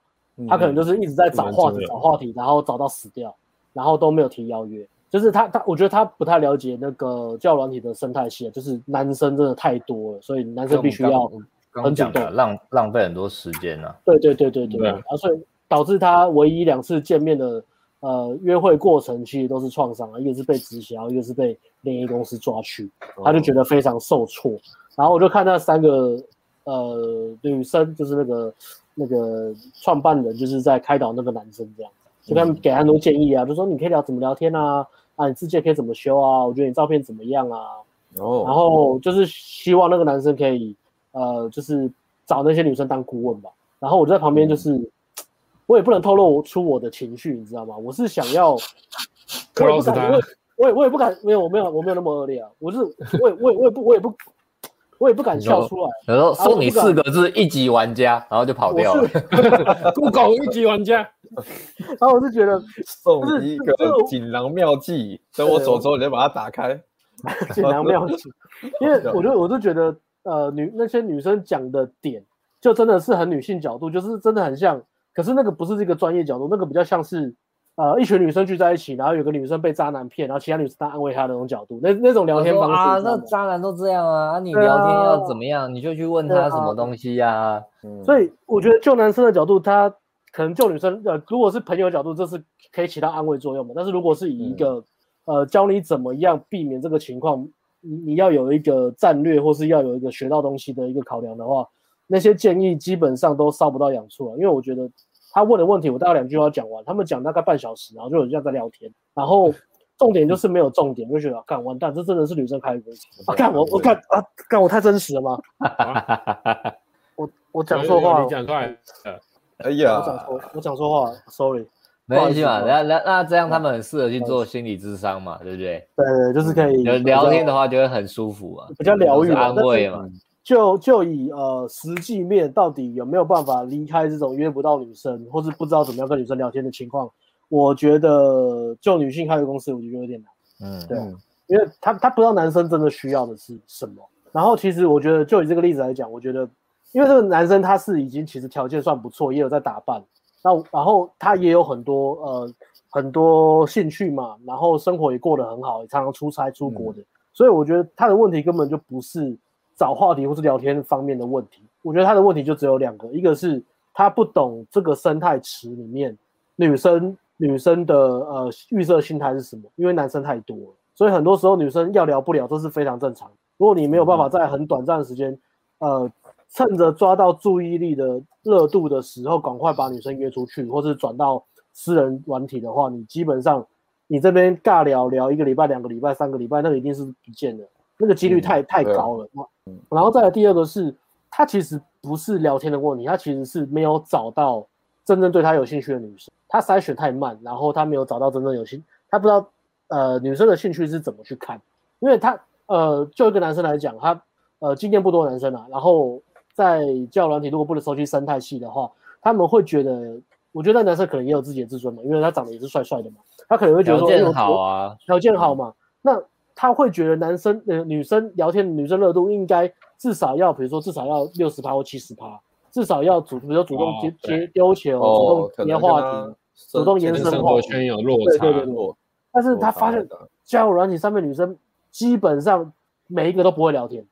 B: 他可能就是一直在找话
C: 蛮重
B: 题，
C: 要
B: 找话题，然后找到死掉，然后都没有提邀约。就是他他，我觉得他不太了解那个教软体的生态系，啊就是男生真的太多了，所以男生必须要
A: 刚刚讲的浪浪费很多时间啊。
B: 对对对对对，
C: 对
B: 然后所以导致他唯一两次见面的呃约会过程其实都是创伤啊，一个是被直销，一个是被联谊公司抓去，他就觉得非常受挫。然后我就看那三个呃女生，就是那个那个创办人，就是在开导那个男生这样，就他们给他很多建议啊，就说你可以聊怎么聊天啊，啊你字界可以怎么修啊，我觉得你照片怎么样啊，
D: 哦，
B: 然后就是希望那个男生可以，呃，就是找那些女生当顾问吧。然后我就在旁边，就是、我也不能透露出我的情绪，你知道吗？我是想要，我也不
C: Close
B: 敢，我也我也我也不敢，没有，我没有，我没有那么恶劣啊。我是，我也我也我也不我也不我也不敢笑出来。
A: 有时候
B: 啊我
A: 送你
B: 不敢
A: 四个字“一级玩家”，然后就跑
B: 我
A: 掉了。
B: 是，
C: Google 一级玩家，
B: 然后我是觉得，
D: 送
B: 不是
D: 你一
B: 这
D: 个
B: 这我
D: 锦囊妙计，等我走之后你就把它打开。
B: 锦 囊妙计，因为我就我就觉得，呃，女那些女生讲的点，就真的是很女性角度，就是真的很像，可是那个不是这个专业角度，那个比较像是，呃，一群女生聚在一起，然后有个女生被渣男骗，然后其他女生在安慰她的那种角度，那那种聊天
A: 说
B: 方式
A: 啊，
B: 你知道
A: 那
B: 吗
A: 渣男都这样啊，啊你
B: 对啊
A: 聊天要怎么样，你就去问
B: 对啊
A: 他什么东西呀、啊。
D: 嗯
B: 所以我觉得就男生的角度，他可能就女生，呃，如果是朋友的角度，这是可以起到安慰作用嘛。但是如果是以一个、呃教你怎么样避免这个情况，你你要有一个战略，或是要有一个学到东西的一个考量的话，那些建议基本上都烧不到痒处了。啊因为我觉得他问的问题，我大概两句话讲完，他们讲大概半小时，然后就很像在聊天，然后。重点就是没有重点，就觉得啊干完蛋，这真的是女生开的啊！干我我干啊干我太真实了吗？ 我我 讲错话了
C: 你，讲出来，
D: 哎
B: 我讲
D: 呀，
B: 错，我讲错话了，sorry。
A: 没关系嘛，
B: 不好
A: 那那那这样他们很适合去做心理智商嘛，对不对？
B: 对对，就是可以
A: 聊聊天的话就会很舒服嘛，
B: 比较疗愈啊
A: 都是安
B: 嘛
A: 慰嘛。
B: 就就以呃实际面到底有没有办法离开这种约不到女生，或是不知道怎么样跟女生聊天的情况，我觉得就女性开的公司，我觉得有点难，
A: 嗯，
B: 对
D: 嗯
B: 因为他他不知道男生真的需要的是什么。然后其实我觉得就以这个例子来讲，我觉得因为这个男生他是已经其实条件算不错，也有在打扮，那然后他也有很多呃很多兴趣嘛，然后生活也过得很好，也常常出差出国的，所以我觉得他的问题根本就不是找话题或是聊天方面的问题，我觉得他的问题就只有两个，一个是他不懂这个生态池里面女生女生的呃预设心态是什么，因为男生太多了，所以很多时候女生要聊不了，这是非常正常的。如果你没有办法在很短暂的时间，呃，趁着抓到注意力的热度的时候，赶快把女生约出去，或是转到私人软体的话，你基本上你这边尬聊聊一个礼拜、两个礼拜、三个礼拜，那个一定是不见的，那个几率太、太
D: 对啊
B: 高了。
A: 嗯
B: 然后再来第二个是，他其实不是聊天的问题，他其实是没有找到真正对他有兴趣的女生，他筛选太慢，然后他没有找到真正有兴，他不知道呃女生的兴趣是怎么去看，因为他呃就一个男生来讲，他呃经验不多的男生啊，然后在教软体如果不能熟悉生态系的话，他们会觉得，我觉得那男生可能也有自己的自尊嘛，因为他长得也是帅帅的嘛，他可能会觉得
A: 条
B: 说
A: 件
B: 哎我
A: 好啊，
B: 条件好嘛，那他会觉得男生呃女生聊天女生热度应该至少要，比如说至少要六十趴或七十趴，至少要主，比如说主动
C: 哦
B: 接
C: 对
B: 接丢球，
D: 哦
B: 主，动接话题。，主动延
C: 跟
B: 伸
C: 生活圈有落差，
B: 对对对
D: 落，
B: 但是他发现
D: 落差很大
B: 交友软体上面女生基本上每一个都不会聊天，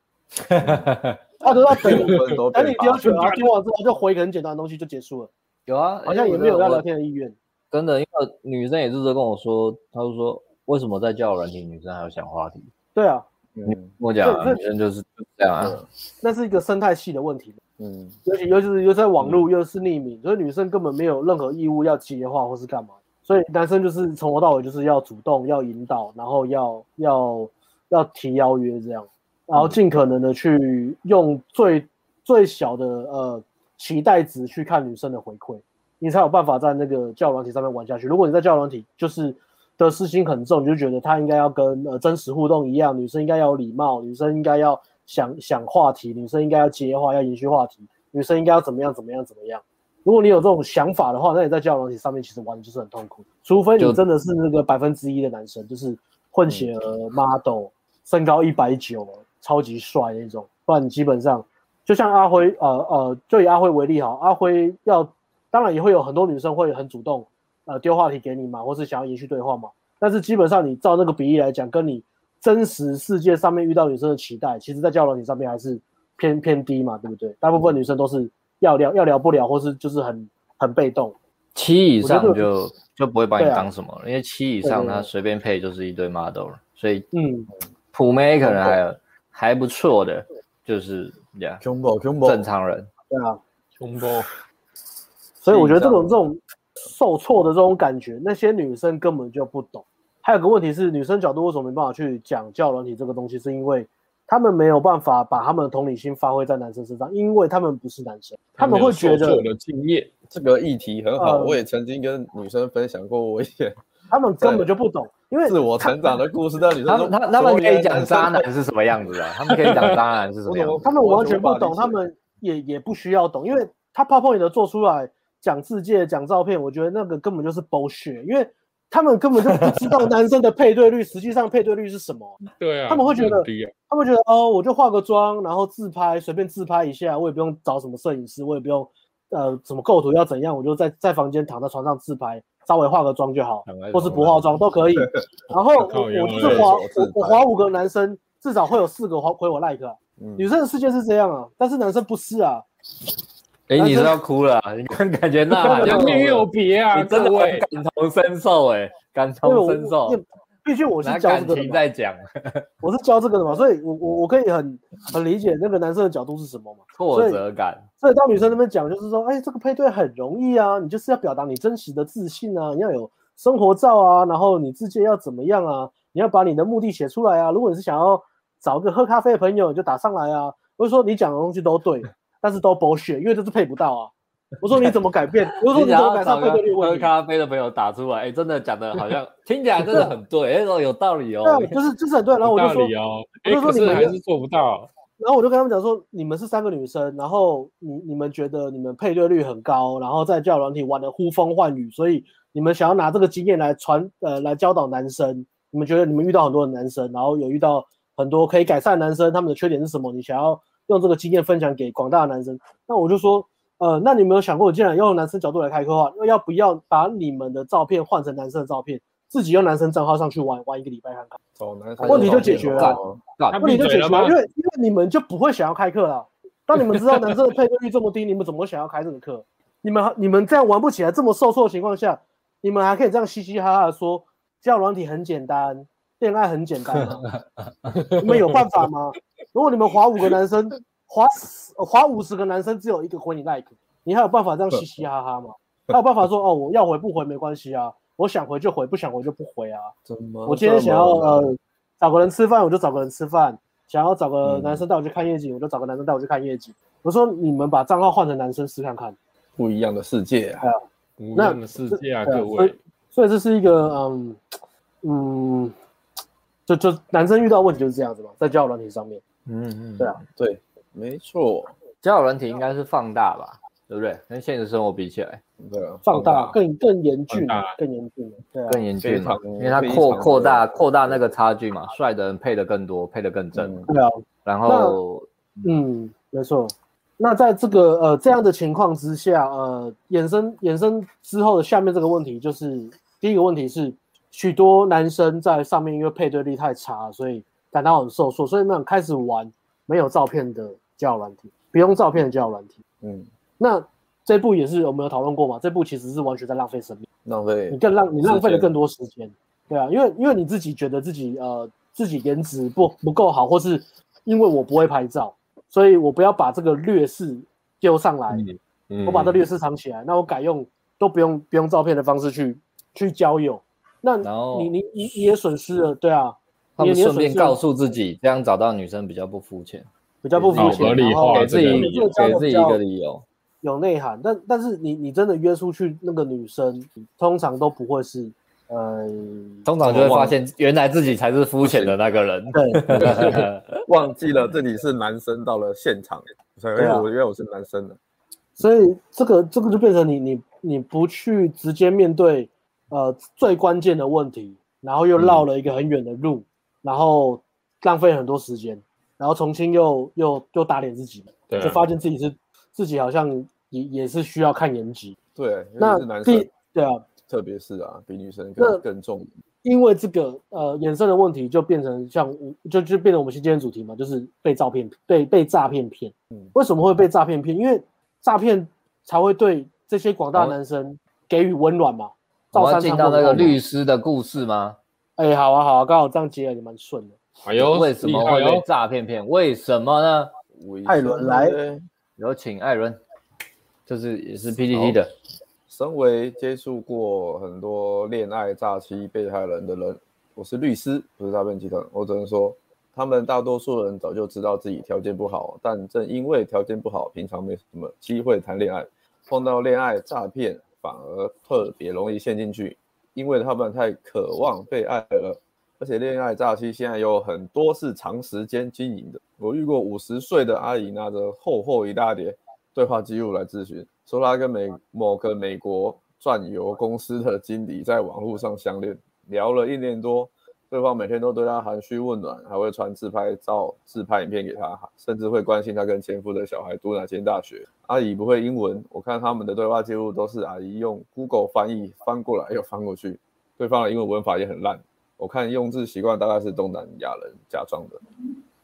B: 他都要等你
D: 部 分都
B: 嗯等你
D: 被
B: 丢
D: 发
B: 球，
D: 现
B: 然后丢完之后就回个很简单的东西就结束了，
A: 有啊，
B: 好像也没有要聊天的意愿。
A: 真的，因为女生也是在跟我说，她就说为什么在交友软体女生还要想话题？
B: 对啊，
D: 嗯
A: 我讲、啊、
B: 对
A: 女生就是这样啊，
B: 那是一个生态系的问题。
D: 嗯，
B: 尤其尤其是又在网络又是匿名，所以女生根本没有任何义务要接话或是干嘛，所以男生就是从头到尾就是要主动、要引导，然后要要要提邀约这样，然后尽可能的去用最最小的呃期待值去看女生的回馈，你才有办法在那个教软体上面玩下去。如果你在教软体就是得失心很重，你就觉得他应该要跟呃真实互动一样，女生应该要有礼貌，女生应该要想想话题，女生应该要接话，要延续话题。女生应该要怎么样怎么样怎么样。如果你有这种想法的话，那你在交友软体上面其实玩的就是很痛苦，除非你
A: 就
B: 真的是那个百分之一的男生，就是混血儿 model，、身高一百九，超级帅那种，不然你基本上就像阿辉，呃呃，就以阿辉为例哈，阿辉要当然也会有很多女生会很主动，呃，丢话题给你嘛，或是想要延续对话嘛。但是基本上你照那个比例来讲，跟你真实世界上面遇到女生的期待，其实在交友软件上面还是偏偏低嘛，对不对？大部分女生都是要聊要聊不聊，或是就是很很被动。
A: 七以
B: 我觉得
A: 上就就不会把你
B: 对啊
A: 当什么了，因为七以
B: 对
A: 上
B: 对对
A: 他随便配就是一堆 model 了，所以
B: 嗯，
A: 普妹可能还有还不错的，就是呀
D: combo combo
A: 正常人。
B: 对啊，
C: 胸部
B: 所以我觉得这种
A: 是
B: 这
A: 这
B: 种受挫的这种感觉，那些女生根本就不懂。还有个问题是，女生角度为什么没办法去讲教软体这个东西，是因为他们没有办法把他们的同理心发挥在男生身上，因为他们不是男生，他们会觉
C: 有受挫
B: 得
C: 的敬业，
D: 这个议题很好，
B: 嗯
D: 我也曾经跟女生分享过我一些
B: 他们根本就不懂，因为
D: 自我成长的故事，但女生
A: 他
D: 说
A: 们他他们可以讲渣，
D: 什么原来男生
A: 男是什么样子的，他们可以讲渣男是什么 样子。
B: 他们完全
D: 我
B: 不
D: 无法理
B: 懂，
D: 解
B: 他们也也不需要懂，因为他 PowerPoint 的做出来讲世界、讲照片，我觉得那个根本就是 bullshit，因为他们根本就不知 道男生的配对率，实际上配对率是什么，
D: 嗯
C: 对啊，
B: 他们会觉得
C: 很低啊，
B: 他们觉得哦，我就化个妆，然后自拍，随便自拍一下，我也不用找什么摄影师，我也不用呃什么构图要怎样，我就在在房间躺在床上自拍，稍微化个妆就好
D: 躺在，
B: 或是不
D: 床上
B: 化妆都 可以。然后
C: 靠
B: 我我
C: 腰
B: 就是
C: 嘞
B: 划
D: 手
B: 我
D: 自
B: 我
D: 拍
B: 划五个男生，至少会有四个划回我 like 啊。
D: 嗯
B: 女生的世界是这样啊，但是男生不是啊。
A: 哎，你是要哭了啊？你 看感觉呐喊，
C: 良
A: 你
C: 女有别啊，
A: 真的
C: 各位
A: 很感同身受哎，感
B: 因为
A: 同
B: 我
A: 身受
B: 因，为毕竟我是
A: 拿
B: 教这
A: 感
B: 个的
A: 情
B: 嘛，
A: 在讲，
B: 我是教这个的嘛，所以我我我可以很很理解那个男生的角度是什么嘛。
A: 挫折感。
B: 所以当女生那边讲，就是说，哎，这个配对很容易啊，你就是要表达你真实的自信啊，你要有生活照啊，然后你自己要怎么样啊，你要把你的目的写出来啊。如果你是想要找个喝咖啡的朋友，你就打上来啊。我就说你讲的东西都对，但是都 bullshit，因为就是配不到啊。我说你怎么改变？我说
A: 你
B: 你怎
A: 想
B: 么
A: 要
B: 改
A: 找
B: 善配
A: 个
B: 对率问
A: 喝
B: 题？
A: 咖啡的朋友打出来，哎，真的讲的好 像听起来真的很对，哎，哦有道理哦
B: 对。啊，就是就是很对。然后我就
C: 有
A: 啊
C: 道
B: 说
C: 理，哦，
B: 我
C: 哎，
B: 就说
C: 可
B: 你
C: 是
B: 们
C: 还
B: 要
C: 是做不到，
B: 然后我就跟他们讲说，你们是三个女生，然后你你们觉得你们配对率很高，然后在教软体玩的呼风唤雨，所以你们想要拿这个经验来传呃来教导男生，你们觉得你们遇到很多的男生，然后有遇到很多可以改善的男生，他们的缺点是什么？你想要用这个经验分享给广大的男生，那我就说，呃，那你们有想过，既然要用男生角度来开课的话，要不要把你们的照片换成男生的照片，自己用男生账号上去玩玩一个礼拜看看？
D: 找男生
B: 问题就解决了
D: 哦
C: 他
B: 问题
C: 闭
B: 就
C: 嘴
B: 解
C: 了
B: 决了，
C: 吗
B: 因？为因为你们就不会想要开课了。当你们知道男生的配对率这么低，你们怎么会想要开这个课？你们你们这样玩不起来，这么受挫的情况下，你们还可以这样嘻嘻哈哈的说，交友软体很简单，恋爱很简单 吗，你们有办法吗？如果你们划五个男生，划十划五十个男生，只有一个回你 like，你还有办法这样嘻嘻哈哈吗？还有办法说哦，我要回不回没关系啊，我想回就回，不想回就不回啊。
D: 怎么
B: 我今天想要
D: 这么难
B: 呃找个人吃饭，我就找个人吃饭；想要找个
D: 嗯
B: 男生带我去看夜景，我就找个男生带我去看夜景。我说你们把账号换成男生试看看，
D: 不一样的世界啊，
C: 无
B: 那
C: 样的世界啊，
B: 对啊
C: 各位，
B: 所以这是一个嗯嗯，就就男生遇到问题就是这样子嘛，在交友软体上面，
A: 嗯嗯
B: 对啊，
D: 对，没错，
A: 交友软体应该是放大吧，对不对？跟现实生活比起来
D: 对啊，
B: 放大更更严峻
C: 放大，
B: 更严峻，对啊，
A: 更严峻嘛
D: 非，常
A: 因为它
D: 非常
A: 扩
D: 的
A: 扩大扩大那个差距嘛，帅的人配的更多，配的更正，
D: 嗯
B: 对啊，
A: 然后
B: 嗯，没错。那在这个呃这样的情况之下，呃，衍生衍生之后的下面这个问题就是，第一个问题是，许多男生在上面因为配对率太差，所以感到很受挫，所以那种开始玩没有照片的交友软体，不用照片的交友软体。
D: 嗯，
B: 那这步也是我们有讨论过嘛？这步其实是完全在浪费生命。
D: 浪费
B: 你更浪，你浪费了
D: 时间
B: 更多时间，对啊，因为因为你自己觉得自己呃自己颜值不不够好，或是因为我不会拍照，所以我不要把这个劣势丢上来，
C: 嗯
B: 我把这劣势藏起来，那我改用都不用不用照片的方式去去交友，那
A: 然后
B: 你你你你也损失了，对啊，
A: 他
B: 你
A: 们
B: 你也
A: 顺便
B: 损失了
A: 告诉自己，这样找到女生比较不肤浅，
B: 比较不肤
A: 好
B: 浅，
C: 合理
B: 然后
C: 化
A: 给自己
C: 这个
B: 理由
A: 给自己一个理由。
B: 有内涵，但但是你你真的约出去那个女生，通常都不会是呃，
A: 通常就会发现，原来自己才是肤浅的那个人。
B: 对。
C: 啊
D: 忘记了这里是男生到了现场，所以
B: 对啊
D: 我因为我是男生的，
B: 所以这个这个就变成你你你不去直接面对呃最关键的问题，然后又绕了一个很远的路，然后浪费很多时间，然后重新又又又打脸自己，
C: 对啊
B: 就发现自己是自己好像也也是需要看颜值。
D: 对，因为
B: 那
D: 是男
B: 第
D: 生，
B: 对啊，
D: 特别是啊，比女生
B: 那
D: 更更重，
B: 因为这个呃衍生的问题，就变成像我就就变成我们今天的主题嘛，就是被诈骗被被诈骗骗。
D: 嗯
B: 为什么会被诈骗骗？因为诈骗才会对这些广大
A: 好
B: 男生给予温暖嘛。
A: 我们
B: 赵
A: 要
B: 三
A: 进
B: 藏
A: 到那个
B: 问我
A: 律师的故事吗？
B: 哎，好啊好啊，刚好这样接了也蛮顺的。
C: 哎呦，
A: 为什么
C: 厉害
A: 会被
C: 哦？
A: 诈骗骗？为什么呢？
D: 艾
B: 艾伦来
A: 有请艾伦，这是也是 PPT 的，
D: 身为接触过很多恋爱诈欺被害人的人，我是律师，不是诈骗集团。我只能说，他们大多数人早就知道自己条件不好，但正因为条件不好，平常没什么机会谈恋爱，碰到恋爱诈骗反而特别容易陷进去，因为他们太渴望被爱了。而且恋爱诈欺现在有很多是长时间经营的，我遇过五十岁的阿姨拿着厚厚一大叠对话记录来咨询，说他跟美某个美国转油公司的经理在网络上相恋，聊了一年多，对方每天都对他含蓄问暖，还会传自拍照、自拍影片给他，甚至会关心他跟前夫的小孩读哪间大学。阿姨不会英文，我看他们的对话记录都是阿姨用 Google 翻译翻过来又翻过去，对方的英文文法也很烂，我看用字习惯大概是东南亚人假装的。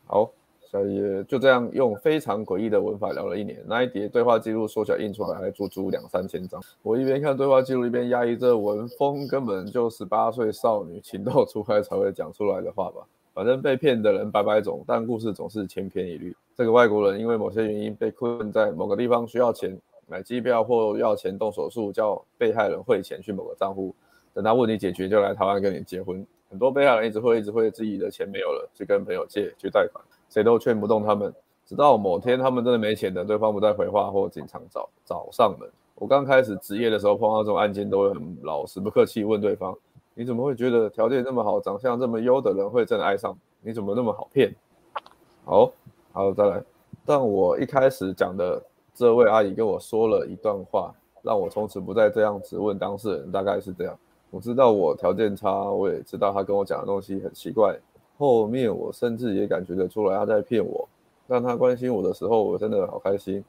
D: 好，小野就这样用非常诡异的文法聊了一年，那一叠对话记录缩小印出来还足足两三千张。我一边看对话记录，一边压抑这文风，根本就十八岁少女情窦初开才会讲出来的话吧。反正被骗的人百百种，但故事总是千篇一律。这个外国人因为某些原因被困在某个地方，需要钱买机票或要钱动手术，叫被害人汇钱去某个账户，等他问题解决就来台湾跟你结婚。很多被害人一直会一直会自己的钱没有了，去跟朋友借去贷款，谁都劝不动他们。直到某天他们真的没钱了，对方不再回话或经常找找上门。我刚开始职业的时候碰到这种案件，都会很老实不客气问对方：“你怎么会觉得条件那么好、长相这么优的人会真的爱上你？你怎么那么好骗？”好，好，再来。但我一开始讲的这位阿姨跟我说了一段话，让我从此不再这样质问当事人，大概是这样。我知道我条件差，我也知道他跟我讲的东西很奇怪。后面我甚至也感觉得出来他在骗我。让他关心我的时候，我真的好开心。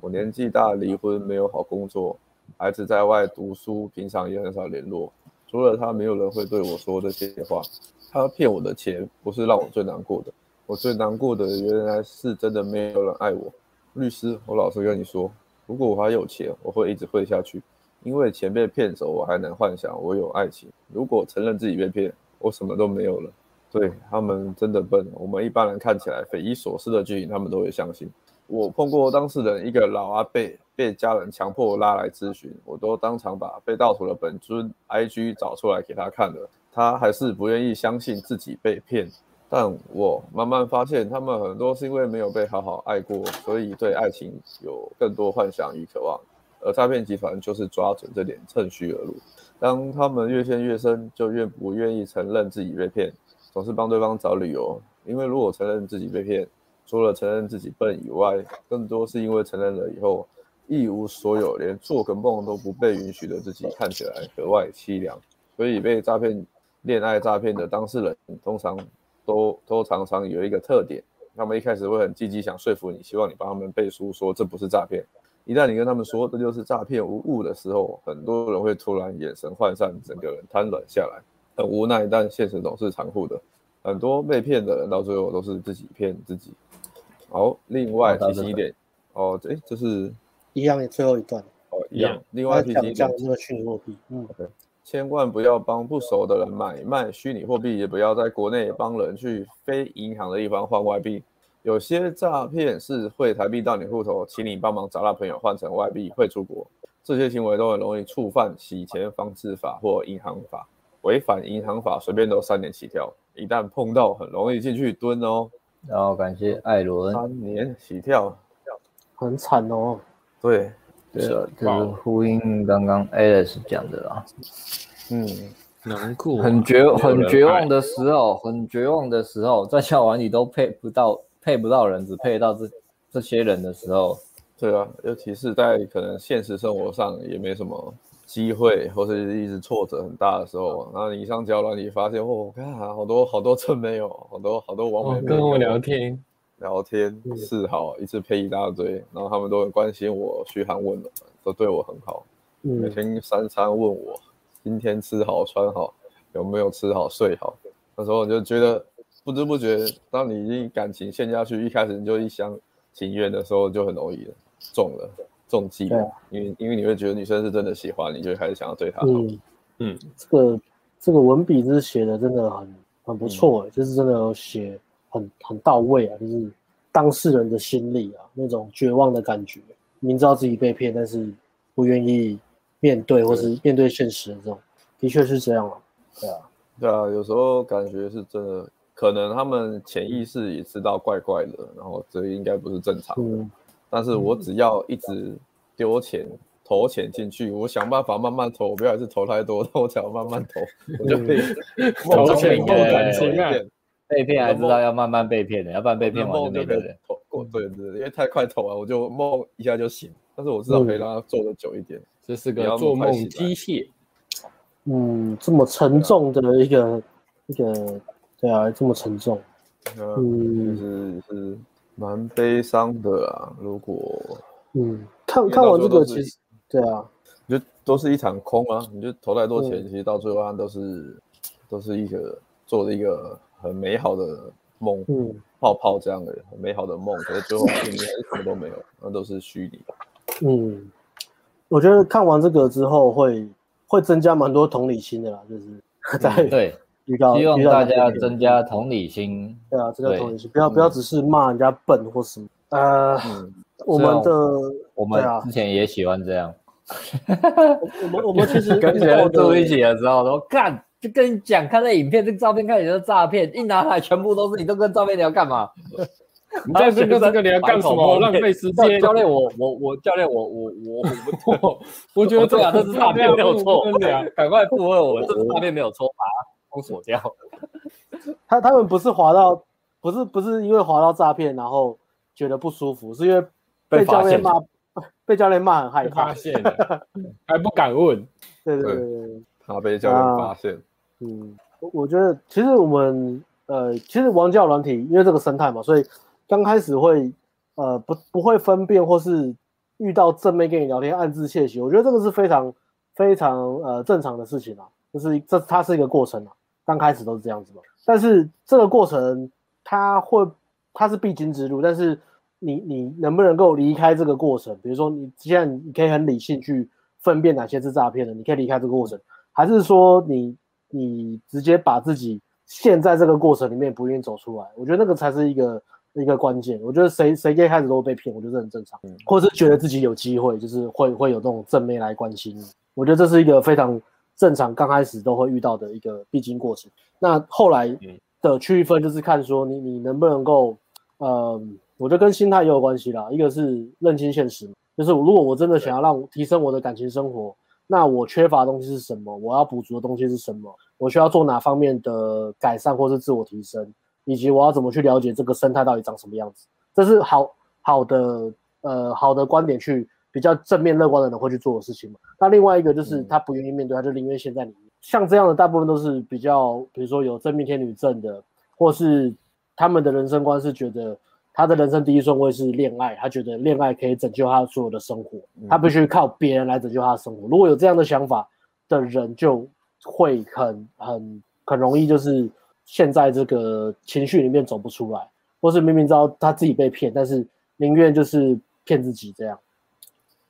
D: 我年纪大，离婚，没有好工作，孩子在外读书，平常也很少联络。除了他，没有人会对我说这些话。他骗我的钱不是让我最难过的，我最难过的原来是真的没有人爱我。律师，我老实跟你说，如果我还有钱，我会一直混下去。因为钱被骗走，我还能幻想我有爱情。如果承认自己被骗，我什么都没有了。对他们真的笨，我们一般人看起来匪夷所思的剧情，他们都会相信。我碰过当事人一个老阿伯被家人强迫拉来咨询，我都当场把被盗图的本尊 IG 找出来给他看了，他还是不愿意相信自己被骗。但我慢慢发现，他们很多是因为没有被好好爱过，所以对爱情有更多幻想与渴望。而诈骗集团就是抓准这点，趁虚而入。当他们越陷越深，就越不愿意承认自己被骗，总是帮对方找理由。因为如果承认自己被骗，除了承认自己笨以外，更多是因为承认了以后一无所有，连做个梦都不被允许的自己，看起来格外凄凉。所以被诈骗、恋爱诈骗的当事人，通常都都常常有一个特点，他们一开始会很积极想说服你，希望你帮他们背书，说这不是诈骗。一旦你跟他们说这就是诈骗无误的时候，很多人会突然眼神涣散，整个人瘫软下来，很无奈。但现实总是残酷的，很多被骗的人到最后都是自己骗自己。好，另外
A: 好
D: 提醒一点，哦，诶，这是
B: 一样，最后一段，
D: 哦一
C: 一
D: 样
C: 样。
D: 另
B: 他
D: 外提
B: 讲
D: 醒一点
B: 讲，这个虚拟货币，嗯，
D: 千万不要帮不熟的人买卖虚拟货币，也不要在国内帮人去非银行的地方换外币。有些诈骗是汇台币到你户头，请你帮忙找到朋友换成外币汇出国，这些行为都很容易触犯洗钱防治法或银行法，违反银行法随便都三年起跳，一旦碰到很容易进去蹲哦，
A: 然后感谢艾伦，
D: 三年起跳。
B: 很惨哦。
D: 对，
A: 对啊，这
C: 哇
A: 是
C: 哦
A: 呼应刚刚 Alice 讲的啦。
D: 嗯，
C: 难过啊，
A: 很绝很绝望
C: 的
A: 的时候，很绝望的时候，在校园里都配不到配不到人，只配到这这些人的时候，
D: 对啊，尤其是在可能现实生活上也没什么机会，或是一直挫折很大的时候啊，然后你上交了，你发现哦，看好多好多真没有，好多好多网
C: 哦
D: 美、没
C: 跟我
D: 有
C: 聊天，
D: 聊天
B: 嗯
D: 示好，一次配一大堆，然后他们都很关心我，嘘寒问暖，都对我很好，每
B: 嗯，
D: 天三餐问我今天吃好穿好，有没有吃好睡好。那时候我就觉得不知不觉，当你已经感情陷下去，一开始你就一厢情愿的时候，就很容易了中了中计
B: 对啊
D: 了，因为因为你会觉得女生是真的喜欢你，就会开始想要对她好。
B: 嗯
C: 嗯，
B: 这个这个文笔就是写的真的很很不错、欸，就是真的有写很很到位啊，就是当事人的心理啊，那种绝望的感觉，明知道自己被骗，但是不愿意面对或是面对现实的这种，的确是这样啊，对啊，
D: 对啊，有时候感觉是真的，可能他们潜意识也知道怪怪的，然后这应该不是正常的。
B: 嗯，
D: 但是我只要一直丢钱投钱进去，我想办法慢慢投，我不要一次投太多，但我只要慢慢投，我就可以
C: 投
D: 梦中
A: 钱
D: 梦
A: 投
D: 中
A: 感
C: 情啊
D: 有一点
A: 被骗还知道要慢慢被骗的，要不然被骗完就
D: 梦
A: 没
D: 就
A: 了
D: 可以
A: 人。
D: 投过，对对，对因为太快投完，我就梦一下就醒，但是我至少可以让它做的久一点。
C: 这是
D: 你
C: 个
D: 要
C: 做
D: 快
C: 梦
D: 醒
C: 机械。
B: 嗯，这么沉重的一个一个，对啊，这么沉重，
D: 嗯，就是是蛮悲伤的啊。如果
B: 嗯，看看完这个其实，对啊，
D: 就都是一场空啊！你就投太多钱，
B: 嗯
D: 其实到最后它都是都是一个做了一个很美好的梦，
B: 嗯。
D: 泡泡这样的很美好的梦，可是最后里面什么都没有，那都是虚
B: 啊
D: 拟。
B: 嗯，我觉得看完这个之后会会增加蛮多同理心的啦，就是 在
A: 嗯对，
B: 遇到、
A: 希望
B: 遇到
A: 大
B: 哪
A: 家
B: 个人
A: 增加同理心。
B: 对啊，增加
A: 对嗯
B: 同理心，不要不要只是骂人家笨或什么。呃，
D: 嗯，
B: 我们的
A: 我们
B: 对啊
A: 之前也喜欢这样，
B: 我们我们其 实
A: 跟
B: 遇
A: 别
B: 到
A: 人住
B: 的
A: 一起的时候，都干就跟你讲，看那影片，这个照片看起来是诈骗，一拿来全部都是，你都跟照片聊干嘛？
C: 你在这个这个你要干什么？浪费时 间。
A: 教练，我我我教练，我我我我
C: 我我觉得
A: 对啊，这是诈骗没有错
C: 真的啊，
A: 赶快附和我，这是诈骗没有错，把它封锁掉。
B: 他他们不是滑到，不是不是因为滑到诈骗然后觉得不舒服，是因为
A: 被
B: 被
A: 发
B: 教练
A: 现
B: 骂，被教练骂很害
C: 被
B: 怕
C: 发。现了， 还不敢问。
B: 对对对
D: 对
B: 对对。
D: 他被教练发现，
B: 嗯，我我觉得其实我们呃，其实王教软体因为这个生态嘛，所以刚开始会呃不不会分辨，或是遇到正面跟你聊天暗自窃喜，我觉得这个是非常非常呃正常的事情啊，就是这它是一个过程啊，刚开始都是这样子嘛。但是这个过程它会它是必经之路，但是你你能不能够离开这个过程？比如说你现在你可以很理性去分辨哪些是诈骗的，你可以离开这个过程，还是说你你直接把自己陷在这个过程里面，不愿意走出来？我觉得那个才是一个一个关键。我觉得谁谁一开始都会被骗，我觉得这很正常，或者是觉得自己有机会，就是会会有这种正面来关心你。我觉得这是一个非常正常，刚开始都会遇到的一个必经过程。那后来的区分就是看说你你能不能够，呃，我觉得跟心态也有关系啦。一个是认清现实，就是如果我真的想要让提升我的感情生活，那我缺乏的东西是什么？我要补足的东西是什么？我需要做哪方面的改善或是自我提升，以及我要怎么去了解这个生态到底长什么样子？这是好好的呃好的观点去比较正面乐观的人会去做的事情嘛。那另外一个就是他不愿意面对，他就宁愿陷在里面。像这样的大部分都是比较，比如说有真命天女症的，或是他们的人生观是觉得他的人生第一顺位是恋爱，他觉得恋爱可以拯救他所有的生活，他必须靠别人来拯救他的生活。如果有这样的想法的人，就会很很很容易就是陷在这个情绪里面走不出来，或是明明知道他自己被骗，但是宁愿就是骗自己这样。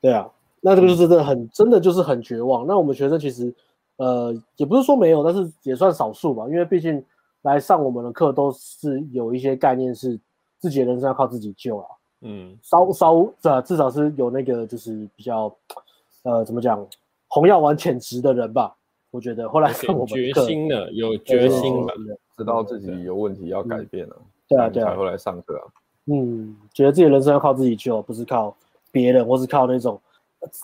B: 对啊，那这个就是真的很真的就是很绝望。那我们学生其实呃也不是说没有，但是也算少数吧，因为毕竟来上我们的课都是有一些概念是自己的人生要靠自己救啊，
C: 嗯，
B: 稍稍呃至少是有那个就是比较呃怎么讲红药丸潜质的人吧，我觉得后来上我
C: 有
B: 们
C: 决
B: 的课
C: 心了，有
B: 对啊
C: 决
B: 对
C: 心了。
B: 对
D: 知道自己有问题要改变了，
B: 对啊
D: 所以
B: 对
D: 你
B: 啊
D: 才会来上课啊。
B: 嗯，觉得自己的人生要靠自己救，不是靠别人，或是靠那种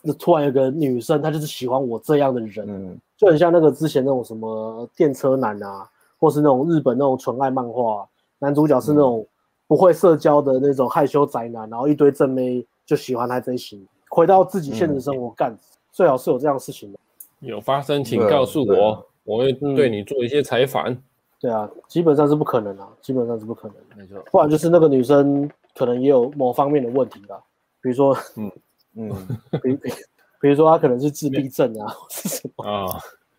B: 呃突然有个女生她就是喜欢我这样的人，
D: 嗯，
B: 就很像那个之前那种什么电车男啊，或是那种日本那种纯爱漫画啊、男主角是那种不会社交的那种害羞宅男，然后一堆正妹就喜欢他这一型。回到自己现实生活干，最好是有这样的事情的。
C: 有发生请
D: 对啊
C: 告诉
D: 对啊
C: 我，我会对你做一些采访。
B: 对啊，基本上是不可能啊，基本上是不可能的。
A: 没错，
B: 不然就是那个女生可能也有某方面的问题啦，比如说，
D: 嗯，
B: 比比比如说她可能是自闭症啊，或是什么。
C: 啊，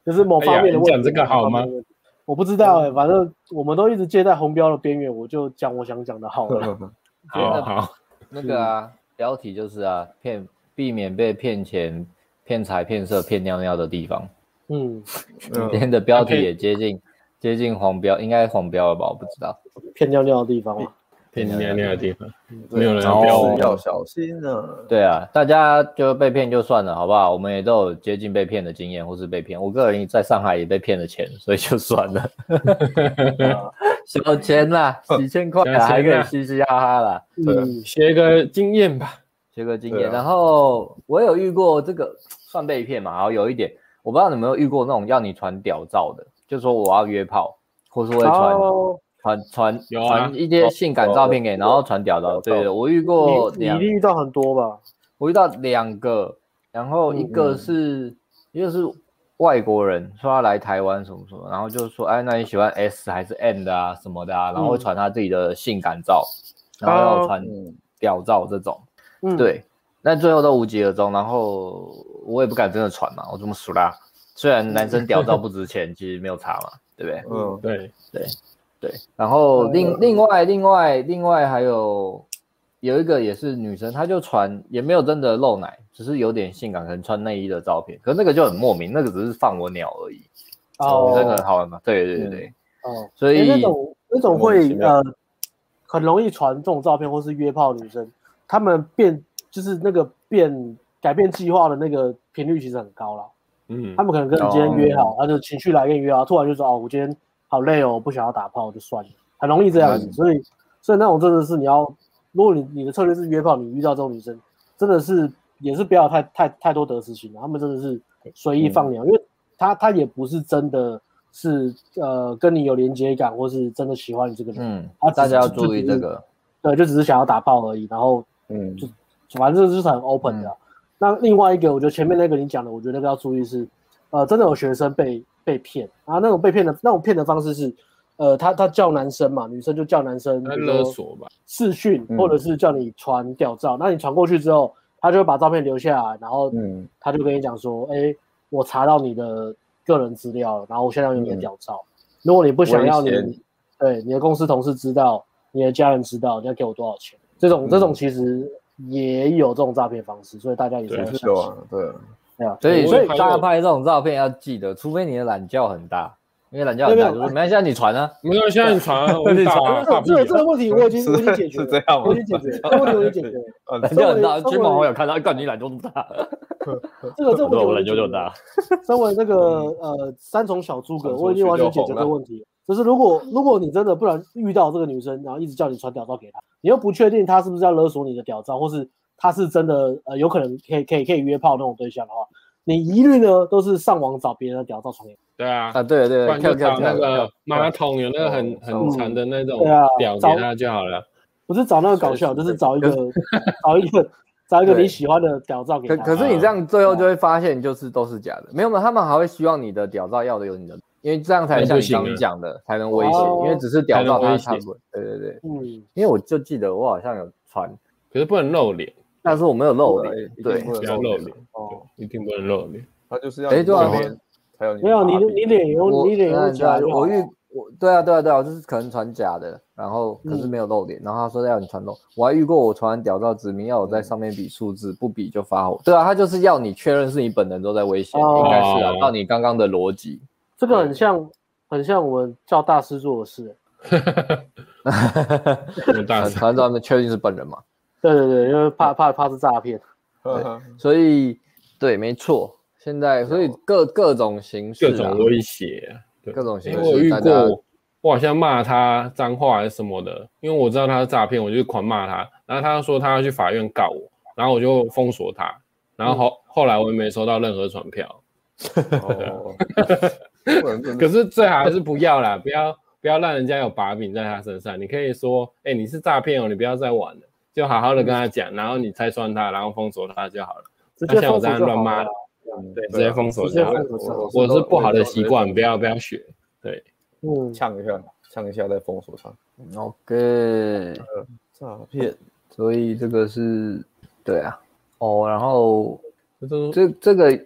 B: 就是某方面的问题。
C: 哎呀你讲这个好吗？嗯
B: 我不知道哎、反正我们都一直借在红标的边缘，我就讲我想讲的好 了。
D: 嗯
A: 觉
C: 好
A: 得
C: 好，
A: 那个啊，标题就是啊，骗避免被骗钱、骗财、骗色、骗尿尿的地方。
B: 嗯，
A: 今
C: 嗯，
A: 天的标题
C: OK
A: 也接近接近黄标，应该是黄标了吧？我不知道。
B: 骗尿尿的地方嘛，
C: 骗尿尿的地方，
D: 对
C: 没有人
D: 表
B: 哦
A: 要
D: 示要小心啊。
A: 对啊，大家就被骗就算了，好不好？我们也都有接近被骗的经验，或是被骗。我个人在上海也被骗了钱，所以就算 了。小钱啦，几千块啦，
C: 哦小
A: 还
C: 钱啊
A: 可
C: 啦
A: 以嘻嘻哈哈啦。
C: 哎啊
B: 嗯，
C: 学个经验吧。
A: 学个经
D: 对
A: 验。
D: 啊
A: 然后我有遇过这个算被骗嘛，然后有一点，我不知道你有没有遇过那种要你传屌照的，就说我要约炮，或是会传、
B: 哦
A: 传传
C: 有啊
A: 传一些性感照片给你，然后传屌照。对对，我遇过
B: 你你一
A: 两
B: 定，遇到很多吧？
A: 我遇到两个，然后一个是、一个是。外国人说他来台湾什么什么，然后就说，哎，那你喜欢 S 还是 M 的啊什么的啊，然后会传他自己的性感照，然后要
B: 哦
A: 传
D: 嗯，
A: 屌照这种，
B: 嗯，，
A: 对，但最后都无疾而终。然后我也不敢真的传嘛，我这么俗啦。虽然男生屌照不值钱，其实没有差嘛，对不对？
D: 嗯，
C: 对，
A: 对。然
B: 哦
A: 后另、
D: 嗯
A: 另外另外另外还有有一个也是女生，她就传也没有真的露奶，只是有点性感，可能穿内衣的照片。可是那个就很莫名，那个只是放我鸟而已。
B: 哦，
A: 真的很好玩嘛？对对对对，
B: 哦，
A: 所以
B: 诶那种那种
D: 莫名
B: 会
D: 其妙
B: 呃很容易传这种照片或是约炮的女生，她们变就是那个变改变计划的那个频率其实很高啦。
C: 嗯
B: 她，们可能跟你今天约好，她就情绪来跟你约好，突然就说哦，我今天好累哦，我不想要打炮，就算了，很容易这样子。
D: 嗯
B: 所以所以那种真的是你要，如果你你的策略是约炮，你遇到这种女生，真的是也是不要太太太多得失心了，她们真的是随意放鸟，因为她她也不是真的是呃跟你有连接感，或是真的喜欢你这个人，
A: 嗯
B: 啊，
A: 大
B: 只
A: 家要
B: 是
A: 注意
B: 只
A: 这
B: 是
A: 个，
B: 对，就只是想要打炮而已，然后
D: 嗯，
B: 反正就是很 open 的啊、那另外一个，我觉得前面那个你讲的，我觉得那个要注意是，呃，真的有学生被被骗啊，那种被骗的那种骗的方式是，呃，他他叫男生嘛，女生就叫男生，
C: 那
B: 比如
C: 勒
B: 说
C: 索吧，
B: 视讯，
D: 嗯
B: 或者是叫你传屌照，那你传过去之后，他就会把照片留下来，然后
D: 嗯
B: 他就跟你讲说，哎、我查到你的个人资料了，然后我现在有
D: 嗯
B: 你的屌照，如果你不想要你
D: 威胁，
B: 对你的公司同事知道，你的家人知道，你要给我多少钱？这
D: 嗯
B: 种这种其实也有这种诈骗方式，所以大家也是要小
C: 对
D: 是
B: 心
D: 有。啊，对啊，
B: 对啊，
A: 所以，
C: 我
A: 所以
C: 还有
A: 大家拍这种照片要记得，除非你的懒觉很大，因为懒觉很大，
B: 没有没
A: 就
B: 有
A: 是没关系，你传 啊。
C: 没有，现在你传啊，我
A: 你
C: 大
A: 传
C: 啊
B: 这
C: 大
B: 个
C: 屁
B: 这个这
C: 啊
B: 个问题我已经我已经解决
D: 是这
B: 了，
D: 样啊吗
B: 我已经解决了，这个问题我已经解决了。
D: 啊
A: 懒觉很大，
B: 身为
A: 亲朋好友看到，啊干你懒觉这么大，我懒觉就很
B: 这个这个问题已经解决了
A: 大。。
B: 身为那个
A: 嗯
B: 呃三重小诸葛，
D: 传出
B: 我已经完全解决
D: 去
B: 这
D: 就红了
B: 个问题了。就是如果如果你真的不然遇到这个女生，然后一直叫你传屌照给她，你又不确定她是不是要勒索你的屌照，或是她是真的呃有可能可以可以可以约炮那种对象的话，你一律呢都是上网找别人的屌照传给她。
C: 对啊，
A: 啊，对对对，
C: 不然
A: 跳
C: 就
A: 跳
C: 找那
A: 跳
C: 个
A: 跳哦
C: 马桶有那个很
D: 嗯
C: 很长的那种
B: 对啊
C: 屌给
B: 找
C: 他就好了。
B: 不是找那个搞笑，就是找一个 找一个找一个你喜欢的屌照给
A: 可
B: 她。
A: 可是你这样最后就会发现，就是都是假的，没有嘛？他们还会希望你的屌照要的有你的，因为这样才
C: 那
A: 像
C: 不
A: 你刚
C: 行
A: 刚
C: 啊
A: 讲的，才能威胁
B: 哦，
A: 因为只是屌照
C: 才能
A: 他
C: 威胁
A: 看不。对对对，
B: 嗯，
A: 因为我就记得我好像有传，
C: 可是不能露脸，
A: 但是我没有露
D: 对
A: 脸
D: 一。定
A: 对
D: 不，能
C: 不要露
D: 露
C: 脸
D: 脸，
B: 哦，
C: 一定不能露脸。
D: 他就是要
A: 哎
D: 你
A: 对啊
D: 露
A: 没
D: 脸才有
B: 没有你
D: 把柄
B: 你脸
A: 我
B: 用你脸
A: 对啊对啊
B: 用假就好
A: 我
B: 了
A: 遇我对啊对啊对啊，我就是可能传假的，然后可是
B: 嗯
A: 没有露脸，然后他说要你传露，我还遇过我传完屌照指明要我
B: 嗯
A: 在上面比数字，不比就发火。对啊，他就是要你确认是你本人都在威胁，
B: 哦
A: 应该是啊，照你刚刚的逻辑，
B: 这个很像很像我们叫大师做的事。
C: 有大
A: 传
C: 声
A: 传照们确定是本人嘛？
B: 对对对，因为怕怕怕是诈骗。
D: 呵呵
A: 所以对，没错，现在所以各各种形式
C: 各
A: 啊
C: 种，威胁啊。对
A: 各种形
C: 因为我
A: 式，
C: 遇
A: 大家
C: 过，我好像骂他脏话还是什么的，因为我知道他是诈骗，我就狂骂他。然后他说他要去法院告我，然后我就封锁他。然后
B: 嗯
C: 后后来我也没收到任何传票，
D: 哦， 不能真的
C: 可是最好还是不要啦，不 要不要让人家有把柄在他身上。你可以说，哎、你是诈骗哦，你不要再玩了，就好好的跟他讲，然后你拆穿他，然后封锁他就好了。
B: 直
C: 那
B: 接
C: 像我
B: 封锁
C: 这样
B: 就
C: 乱
B: 好
C: 骂
B: 了。，
C: 对，直
D: 对啊
C: 接封锁
B: 直接
C: 就好
B: 封
C: 了。
B: 锁
D: 我
C: 我是不好的
D: 我
C: 习惯，不要不要学。
B: 嗯，
D: 呛一下，呛一下再封锁他。
A: OK，
D: 诈骗，
A: 所以这个是对啊，哦，然后
C: 这都
A: 这这个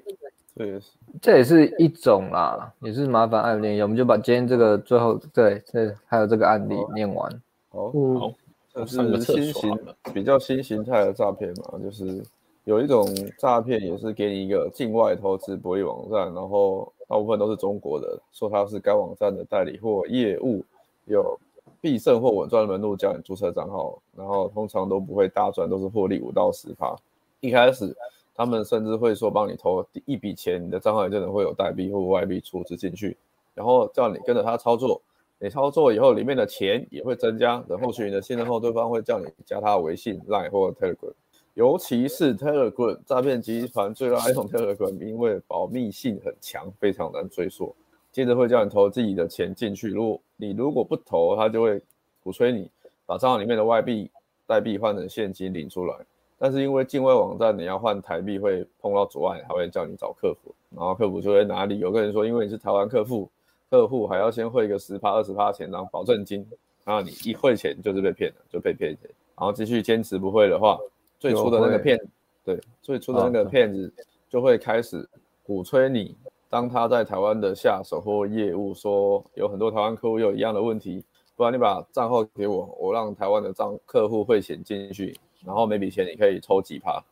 D: 这也是
A: 这也是一种啦，也是麻烦案例。我们就把今天这个最后对这还有这个案例
C: 啊
A: 念完。
D: 哦，
B: 嗯，
C: 好
D: 这
C: 上个
D: 是
C: 厕
D: 新
C: 所好
D: 型
C: 了
D: 比较新形态的诈骗嘛，就是有一种诈骗也是给你一个境外投资博弈网站，然后大部分都是中国的，说他是该网站的代理或业务，有必胜或稳赚门路教你注册账号，然后通常都不会大赚，都是获利五到十趴。一开始他们甚至会说帮你投第一笔钱，你的账号里真的会有代币或外币储值进去，然后叫你跟着他操作。你操作以后，里面的钱也会增加，等后续你的信任后，对方会叫你加他微信、Line 或 Telegram，尤其是 Telegram 诈骗集团最爱用 Telegram，因为保密性很强，非常难追溯。接着会叫你投自己的钱进去，如果你如果不投，他就会鼓吹你把账号里面的外币、代币换成现金领出来。但是因为境外网站你要换台币会碰到阻碍，还会叫你找客服，然后客服就会拿理由跟人说，因为你是台湾客户，客户还要先汇个十趴二十趴钱当保证金，然后你一汇钱就是被骗了，就被骗钱。然后继续坚持不会的话，最初的那
A: 就
D: 个
A: 会
D: 骗，对，最初的那个骗子就会开始鼓吹你，当他在台湾的下手或业务说有很多台湾客户有一样的问题，不然你把账号给我，我让台湾的账客户汇钱进去，然后每笔钱你可以抽几趴。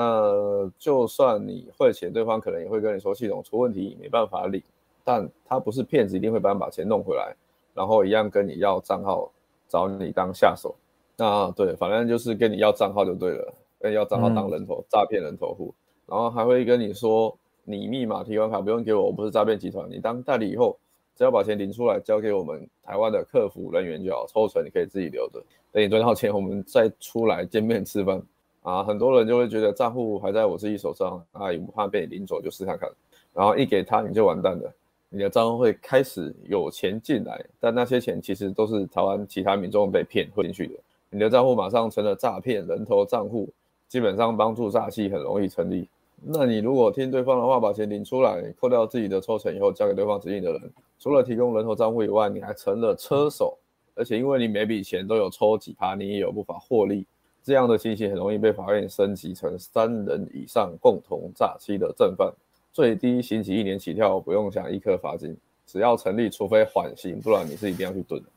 D: 那就算你汇钱，对方可能也会跟你说系统出问题，没办法领。但他不是骗子，一定会帮你把钱弄回来，然后一样跟你要账号，找你当下手。那对，反正就是跟你要账号就对了，跟你要账号当人头，诈骗人头户，然后还会跟你说你密码、提款卡不用给我，我不是诈骗集团，你当代理以后，只要把钱领出来交给我们台湾的客服人员就好，抽成你可以自己留着，等你赚到钱我们再出来见面吃饭。啊，很多人就会觉得账户还在我自己手上，啊，也不怕被你领走，就试看看。然后一给他你就完蛋了，你的账户会开始有钱进来，但那些钱其实都是台湾其他民众被骗汇进去的。你的账户马上成了诈骗人头账户，基本上帮助诈欺很容易成立。那你如果听对方的话，把钱领出来，扣掉自己的抽成以后，交给对方指定的人，除了提供人头账户以外，你还成了车手，而且因为你每笔钱都有抽几趴，你也有不法获利，这样的情形很容易被法院升级成三人以上共同诈欺的正犯，最低刑期一年起跳，不用想一颗罚金，只要成立，除非缓刑，不然你是一定要去蹲的。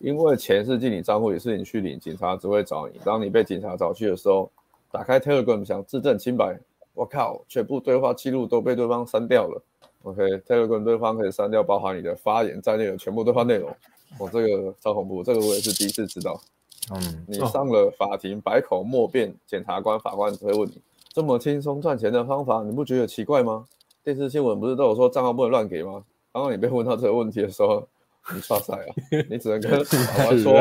D: 因为钱是进你账户，也是你去领，警察只会找你。当你被警察找去的时候，打开 Telegram 想自证清白，我靠，全部对话记录都被对方删掉了。OK，Telegram、对方可以删掉包含你的发言在内的全部对话内容。我、这个超恐怖，这个我也是第一次知道。
A: 嗯，
C: 哦
D: 你上了法庭，百口莫辩，检察官、法官只会问你：这么轻松赚钱的方法，你不觉得奇怪吗？电视新闻不是都有说账号不能乱给吗？刚刚你被问到这个问题的时候，你 刷塞啊，你只能跟法官说。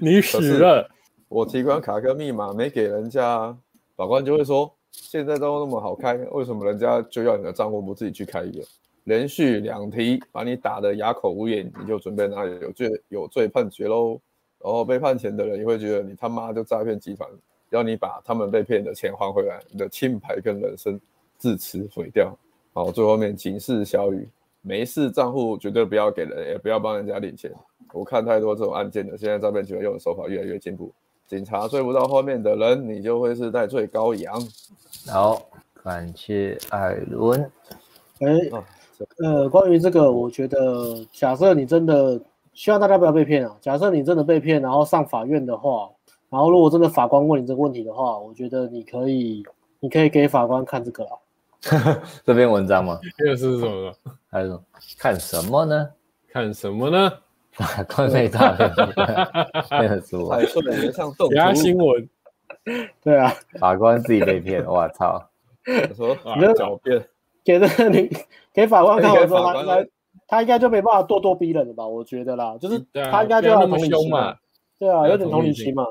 C: 你死了，
D: 我提款卡跟密码没给人家、啊，法官就会说，现在都那么好开，为什么人家就要你的账户不自己去开一个？连续两题把你打得哑口无言，你就准备拿有罪有罪判决喽。然后被判钱的人也会觉得你他妈就诈骗集团，要你把他们被骗的钱还回来，你的清白跟人生自此毁掉。好，最后面警示小雨，没事账户绝对不要给人，也不要帮人家领钱。我看太多这种案件了，现在诈骗集团用的手法越来越进步，警察追不到后面的人，你就会是戴罪羔羊。
A: 好，感谢艾伦。
B: 哎、
C: 哦
D: 啊，这
B: 呃，关于这个，我觉得假设你真的希望大家不要被骗啊，假设你真的被骗，然后上法院的话，然后如果真的法官问你这个问题的话，我觉得你可以，你可以给法官看这个 啦。
A: 这篇文章吗？
C: 又是什么？
A: 还有什么看什么呢？
C: 看什么呢？
A: 法官被诈 骗，骗得死我
D: 太！顺了，连 上动
C: 其他新
D: 图，
C: 闻
B: 对啊，
A: 法官自己被骗，我操！
D: 我说
C: 啊
B: 你，要
C: 找
D: 狡辩，
B: 给这个你给法官看完 之后，他
D: 法官
B: 应该他应该就没办法咄咄逼人了吧？我觉得啦，就是
C: 对啊
B: 他应该
C: 不
B: 就
C: 要
B: 要
C: 那
B: 有
C: 么
B: 同理
C: 凶
B: 心
C: 嘛
B: 嘛，。对啊，
C: 要
B: 有点
C: 同
B: 同
C: 理
B: 理
C: 心
B: 心嘛。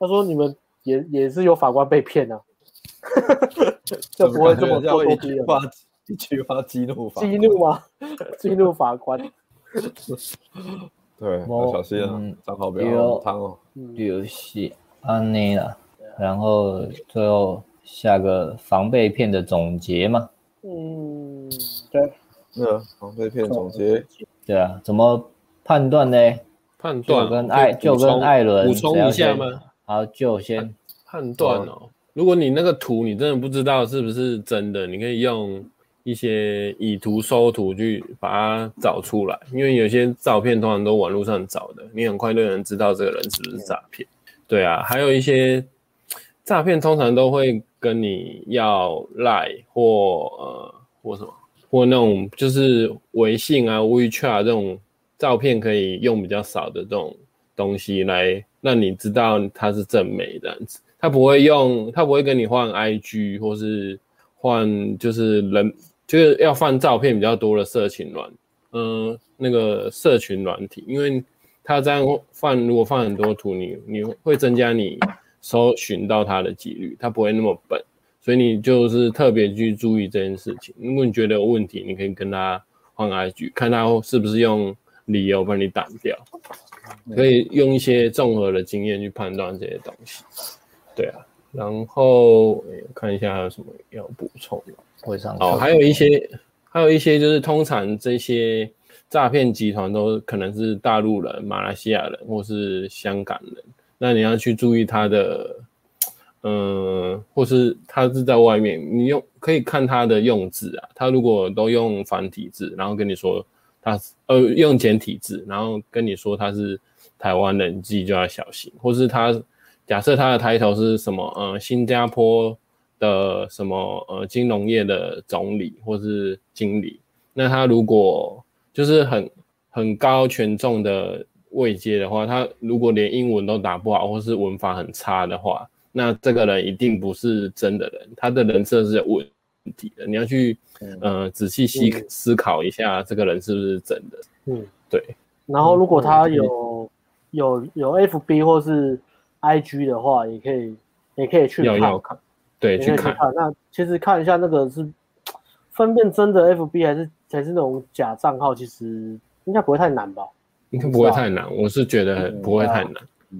B: 他说你们也也是有法官被骗 啊，就不会这么
D: 叫
B: 咄
D: 一
B: 咄逼
D: 句
B: 人。
D: 话， 一句话激怒法。
B: 激怒吗？ 激怒法官。
D: 对，
A: 某
B: 哦
D: 要小心啊
A: 嗯，
D: 账号不
A: 有
D: 要贪哦。
B: 嗯
A: 游戏安妮啦，然后最后下个防被骗的总结嘛？
B: 嗯，对，
D: 那防被骗总结，
A: 对啊，怎么判断呢？
C: 判断
A: 就
C: 哦
A: 跟艾
C: 可以
A: 就
C: 补
A: 跟
C: 充
A: 艾伦
C: 补充一下吗？？
A: 好，就先
C: 判断哦，如果你那个图你真的不知道是不是真的，你可以用一些以图搜图去把它找出来，因为有些照片通常都网络上找的，你很快就能知道这个人是不是诈骗。对啊，还有一些诈骗通常都会跟你要赖或呃或什么或那种就是微信啊、WeChat 这种照片可以用比较少的这种东西来让你知道他是正美这样子。他不会用，他不会跟你换 IG 或是换就是人就是要放照片比较多的社群软，嗯、那个社群软体，因为他这样放如果放很多图，你你会增加你搜寻到他的几率，他不会那么笨，所以你就是特别去注意这件事情。如果你觉得有问题，你可以跟他换 IG，看他是不是用理由把你挡掉，可以用一些综合的经验去判断这些东西。对啊，然后、诶我看一下还有什么要补充的。
A: 会上
C: 哦，
A: 课
C: 还有一些，还有一些就是通常这些诈骗集团都可能是大陆人、马来西亚人或是香港人，那你要去注意他的，嗯，或是他是在外面，你用可以看他的用字啊，他如果都用繁体字，然后跟你说他是呃用简体字，然后跟你说他是台湾人，你自己就要小心，或是他假设他的抬头是什么，呃，新加坡的什么呃金融业的总理或是经理，那他如果就是很很高权重的位阶的话，他如果连英文都打不好，或是文法很差的话，那这个人一定不是真的人，他的人设是有问题的。你要去呃仔细细
B: 嗯
C: 思考一下，这个人是不是真的？
B: 嗯，
C: 对，
B: 然后如果他有有有 FB 或是 IG 的话，也可以也可以去
C: 要
B: 看，
C: 要看，
B: 也
C: 对，
B: 可
C: 去
B: 以去
C: 看。
B: 看。那其实看一下那个是分辨真的 FB 还是还是那种假账号，其实应该不会太难吧？
C: 应该不会太难，我是觉得不会太难。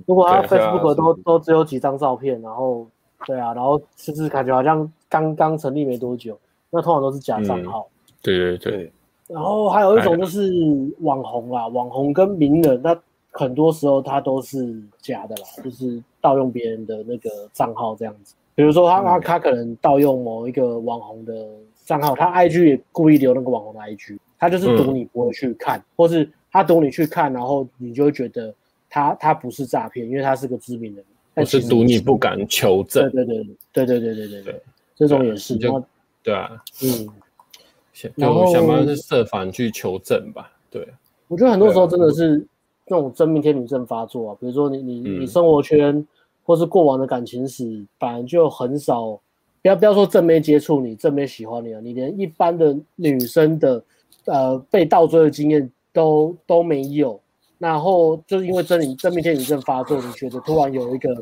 B: 如果他
D: 对啊
B: Facebook 都
D: 是
B: 都只有几张照片，然后对啊，然后就是感觉好像刚刚成立没多久，那通常都是假
D: 嗯
B: 账号。
C: 对对对，
D: 对，
B: 然后还有一种就是网红啦，网红跟名人，那很多时候他都是假的啦，就是盗用别人的那个账号这样子。比如说他他他可能盗用某一个网红的账号，他 IG 也故意留那个网红的 IG，他就是赌你不会去看，或是他赌你去看，然后你就会觉得他他不是诈骗，因为他是个知名人。
C: 我
B: 但
C: 是
B: 其实
C: 赌你不敢求
B: 对
C: 证，
B: 对对对对对对对对
C: 对
B: 对，这种也是。
C: 你就
B: 然后
C: 对啊，
B: 嗯，
C: 想
B: 然后
C: 就想办法设法去求证吧。对，
B: 我觉得很多时候
D: 对啊嗯
B: 真的是那种真命天女症发作啊，比如说你你
C: 嗯
B: 你生活圈或是过往的感情史，本来就很少，不要不要说正妹接触你，正妹喜欢你啊，你连一般的女生的呃被倒追的经验都都没有，然后就是因为真命真命天女症发作，你觉得突然有一个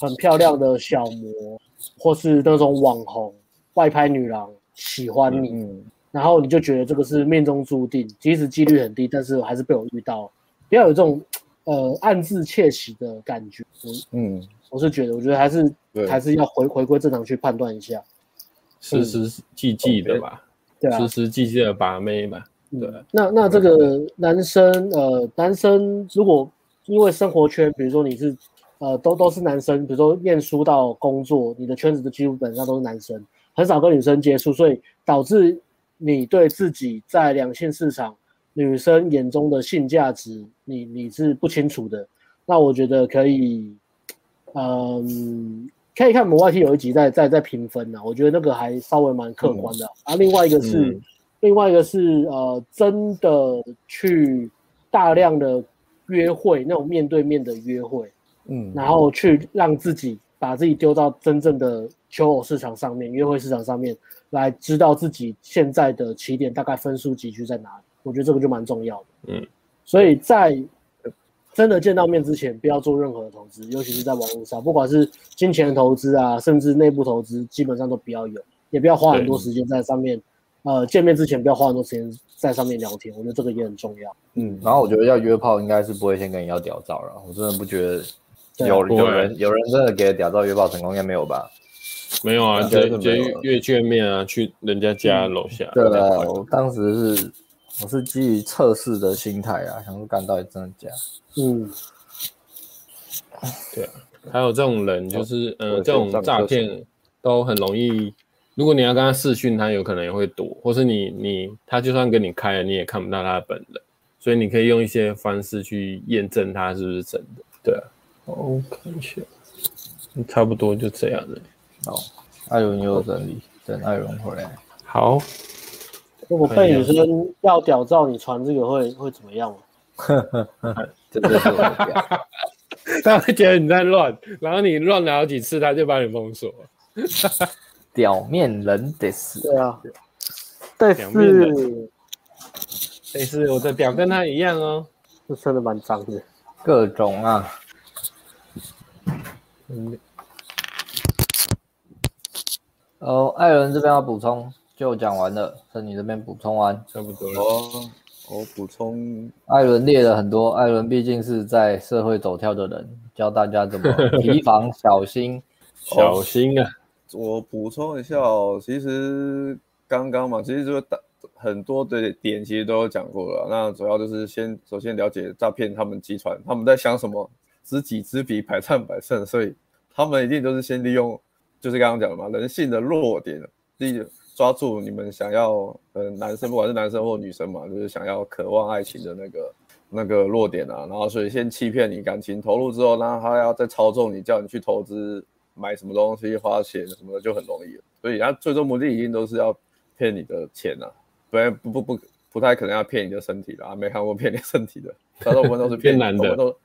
B: 很漂亮的小模，或是那种网红外拍女郎喜欢你，
D: 嗯，
B: 然后你就觉得这个是命中注定，即使几率很低，但是我还是被我遇到了。不要有这种呃暗自窃喜的感觉，我
D: 嗯，
B: 我是觉得，我觉得还是
D: 对
B: 还是要回回归正常去判断一下，
C: 时时记记的吧，
B: 对啊
C: 时，时记记的把妹吧。
B: 嗯
C: 对啊
B: 那那这个男生呃，男生如果因为生活圈，比如说你是呃都都是男生，比如说念书到工作，你的圈子的基本上都是男生，很少跟女生接触，所以导致你对自己在两性市场女生眼中的性价值，你你是不清楚的。那我觉得可以，嗯，可以看某外 T 有一集在在在评分呢、啊我觉得那个还稍微蛮客观的啊。啊另外一个是，
C: 嗯
B: 另外一个是呃，真的去大量的约会，那种面对面的约会，
D: 嗯，
B: 然后去让自己把自己丢到真正的求偶市场上面、约会市场上面，来知道自己现在的起点大概分数集聚在哪里。我觉得这个就蛮重要的。
C: 嗯，
B: 所以在真的见到面之前，不要做任何的投资，尤其是在网络上，不管是金钱投资啊，甚至内部投资，基本上都不要有，也不要花很多时间在上面。呃，见面之前不要花很多时间在上面聊天，我觉得这个也很重要。
D: 嗯，
A: 然后我觉得要约炮应该是不会先跟你要屌照了，我真的不觉得
B: 对啊
A: 有
C: 不会
A: 有人有人真的给屌照约炮成功，应该没有吧？
C: 没有啊，
D: 啊
C: 直接
D: 这个
C: 直接
D: 没有啊
C: 越见面啊，去人家家楼下。
A: 对
C: 比较
A: 啊，
C: 快
A: 我当时是我是基于测试的心态啊，想说干到底真的假的。
B: 嗯，
C: 啊还有这种人，就是
D: 我
C: 呃，
D: 有
C: 这种
D: 哦上
C: 诈
D: 厕所
C: 骗都很容易如果你要跟他视讯，他有可能也会躲，或是你你他就算跟你开了，你也看不到他的本人，所以你可以用一些方式去验证他是不是真的。对啊，哦，看一下，差不多就这样了。
A: 好，哦艾伦也有整理，等艾伦回来。
C: 好，
B: 如果被女生要屌照你传这个会会怎么样吗？啊
A: 这就是我的表。
C: 他会觉得你在乱，然后你乱了好几次，他就把你封锁。
A: 表面人得死。
B: 对啊，但
C: 两面的
B: 是
C: 类似我的表跟他一样哦。
B: 这真的蛮脏的。
A: 各种啊，
C: 嗯，
A: 哦，艾伦这边要补充就讲完了，是你这边补充完。
C: 差不多了。
D: 哦，我补充，
A: 艾伦列了很多，艾伦毕竟是在社会走跳的人，教大家怎么提防、小心。
C: 小心啊！
D: 我补充一下哦，其实刚刚嘛，其实就是大很多的点其实都有讲过了啊。那主要就是先首先了解诈骗他们集团他们在想什么，知己知彼，百战百胜，所以他们一定都是先利用，就是刚刚讲的嘛，人性的弱点，利用抓住你们想要，呃，男生不管是男生或女生嘛，就是想要渴望爱情的那个那个弱点啊，然后所以先欺骗你感情投入之后，然后他要再操纵你，叫你去投资买什么东西、花钱什么的，就很容易了。所以他最终目的一定都是要骗你的钱啊，不然不不不不太可能要骗你的身体的啊，没看过骗你的身体的，大部分都是
C: 骗
D: 骗你
C: 男的
D: 大部分都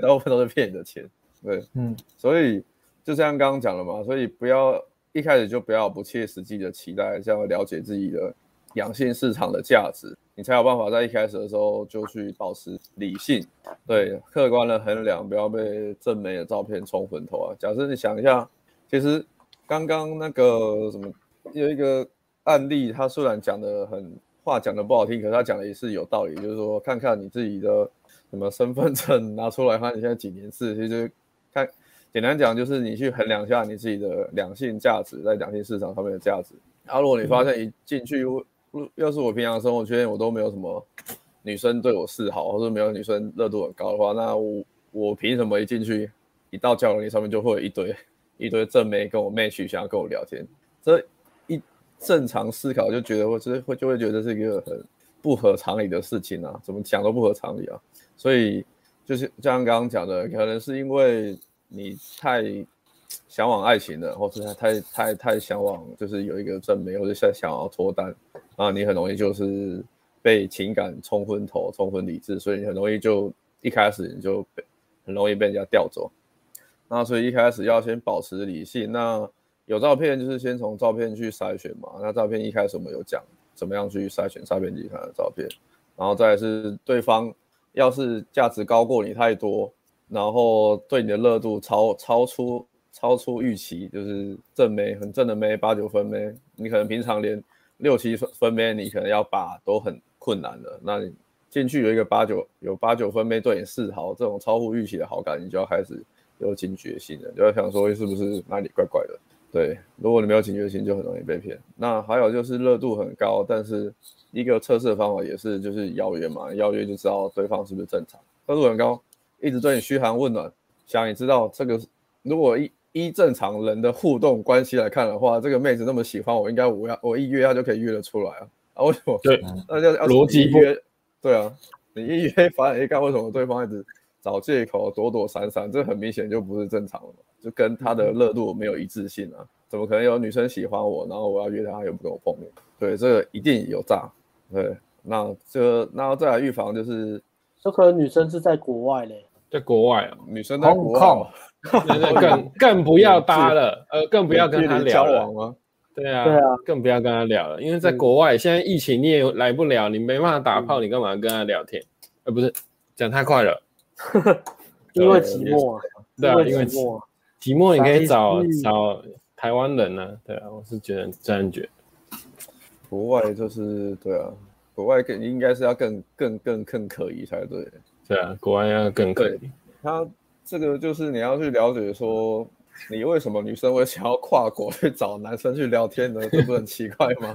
D: 大部分都是骗你的钱，对。
A: 嗯，
D: 所以就像刚刚讲了嘛，所以不要一开始就不要不切实际的期待，这样了解自己的阳性市场的价值，你才有办法在一开始的时候就去保持理性，对，客观的衡量，不要被正美的照片冲昏头啊。假设你想一下，其实刚刚那个什么有一个案例，他虽然讲的很话讲的不好听，可是他讲的也是有道理，就是说看看你自己的什么身份证拿出来，看你现在几年次，其实看简单讲就是你去衡量一下你自己的两性价值，在两性市场上面的价值。啊，如果你发现一进去，我要是我平常生活圈我都没有什么女生对我示好，或者没有女生热度很高的话，那我我凭什么一进去，一到交友链上面就会有一堆一堆正妹跟我 match 想要跟我聊天？这一正常思考就觉得会就是会就会觉得是一个很不合常理的事情啊，怎么讲都不合常理啊。所以就是像刚刚讲的，可能是因为你太向往爱情了，或是太太太太向往，就是有一个正妹，或者想想要脱单，然后你很容易就是被情感冲昏头、冲昏理智，所以你很容易就一开始你就被很容易被人家调走。那所以一开始要先保持理性。那有照片就是先从照片去筛选嘛。那照片一开始我们有讲怎么样去筛选诈骗集团的照片，然后再来是对方要是价值高过你太多，然后对你的热度超超出超出预期，就是正妹很正的妹八九分妹，你可能平常连六七分分妹你可能要把都很困难了，那你进去有一个八九有八九分妹对你示好，这种超乎预期的好感，你就要开始有警觉性了，就要想说是不是哪里怪怪的。对，如果你没有警觉性，就很容易被骗。那还有就是热度很高，但是一个测试的方法也是就是邀约嘛，邀约就知道对方是不是正常。热度很高，一直对你嘘寒问暖，想也知道这个，如果依依正常人的互动关系来看的话，这个妹子那么喜欢我，应该我要我一约她就可以约得出来啊。啊，为什么？
C: 对，
D: 那就要
C: 逻辑
D: 你一
C: 不
D: 约，对啊，你一约反而一干，为什么对方一直找借口躲躲闪闪？这很明显就不是正常了嘛，就跟他的热度没有一致性啊。怎么可能有女生喜欢我，然后我要约她，她又不跟我碰面？对，这个一定有诈。对，那这那再来预防就是
B: 有可能女生是在国外嘞，
C: 在国外哦，
D: 女生在国外嘛
C: 那那更 更不要搭了，呃，更不要跟他
D: 远距离
C: 聊
D: 交
C: 了
D: 往。吗？
C: 对啊，
B: 对啊，
C: 更不要跟他聊了，因为在国外现在疫情你也来不了，你没办法打
B: 嗯
C: 炮，你干嘛跟他聊天？呃，不是，讲太快了。
B: 因为寂寞啊，
C: 对啊，因为
B: 寂寞啊，
C: 寂寞你可以找
B: 啥意思
C: 找台湾人呢、对啊，我是觉得这样觉得。
D: 国外就是对啊，国外更应该是要更更更更可疑才对。
C: 对啊，国外要更可以。
D: 他这个就是你要去了解说，你为什么女生会想要跨国去找男生去聊天呢？这不是很奇怪吗？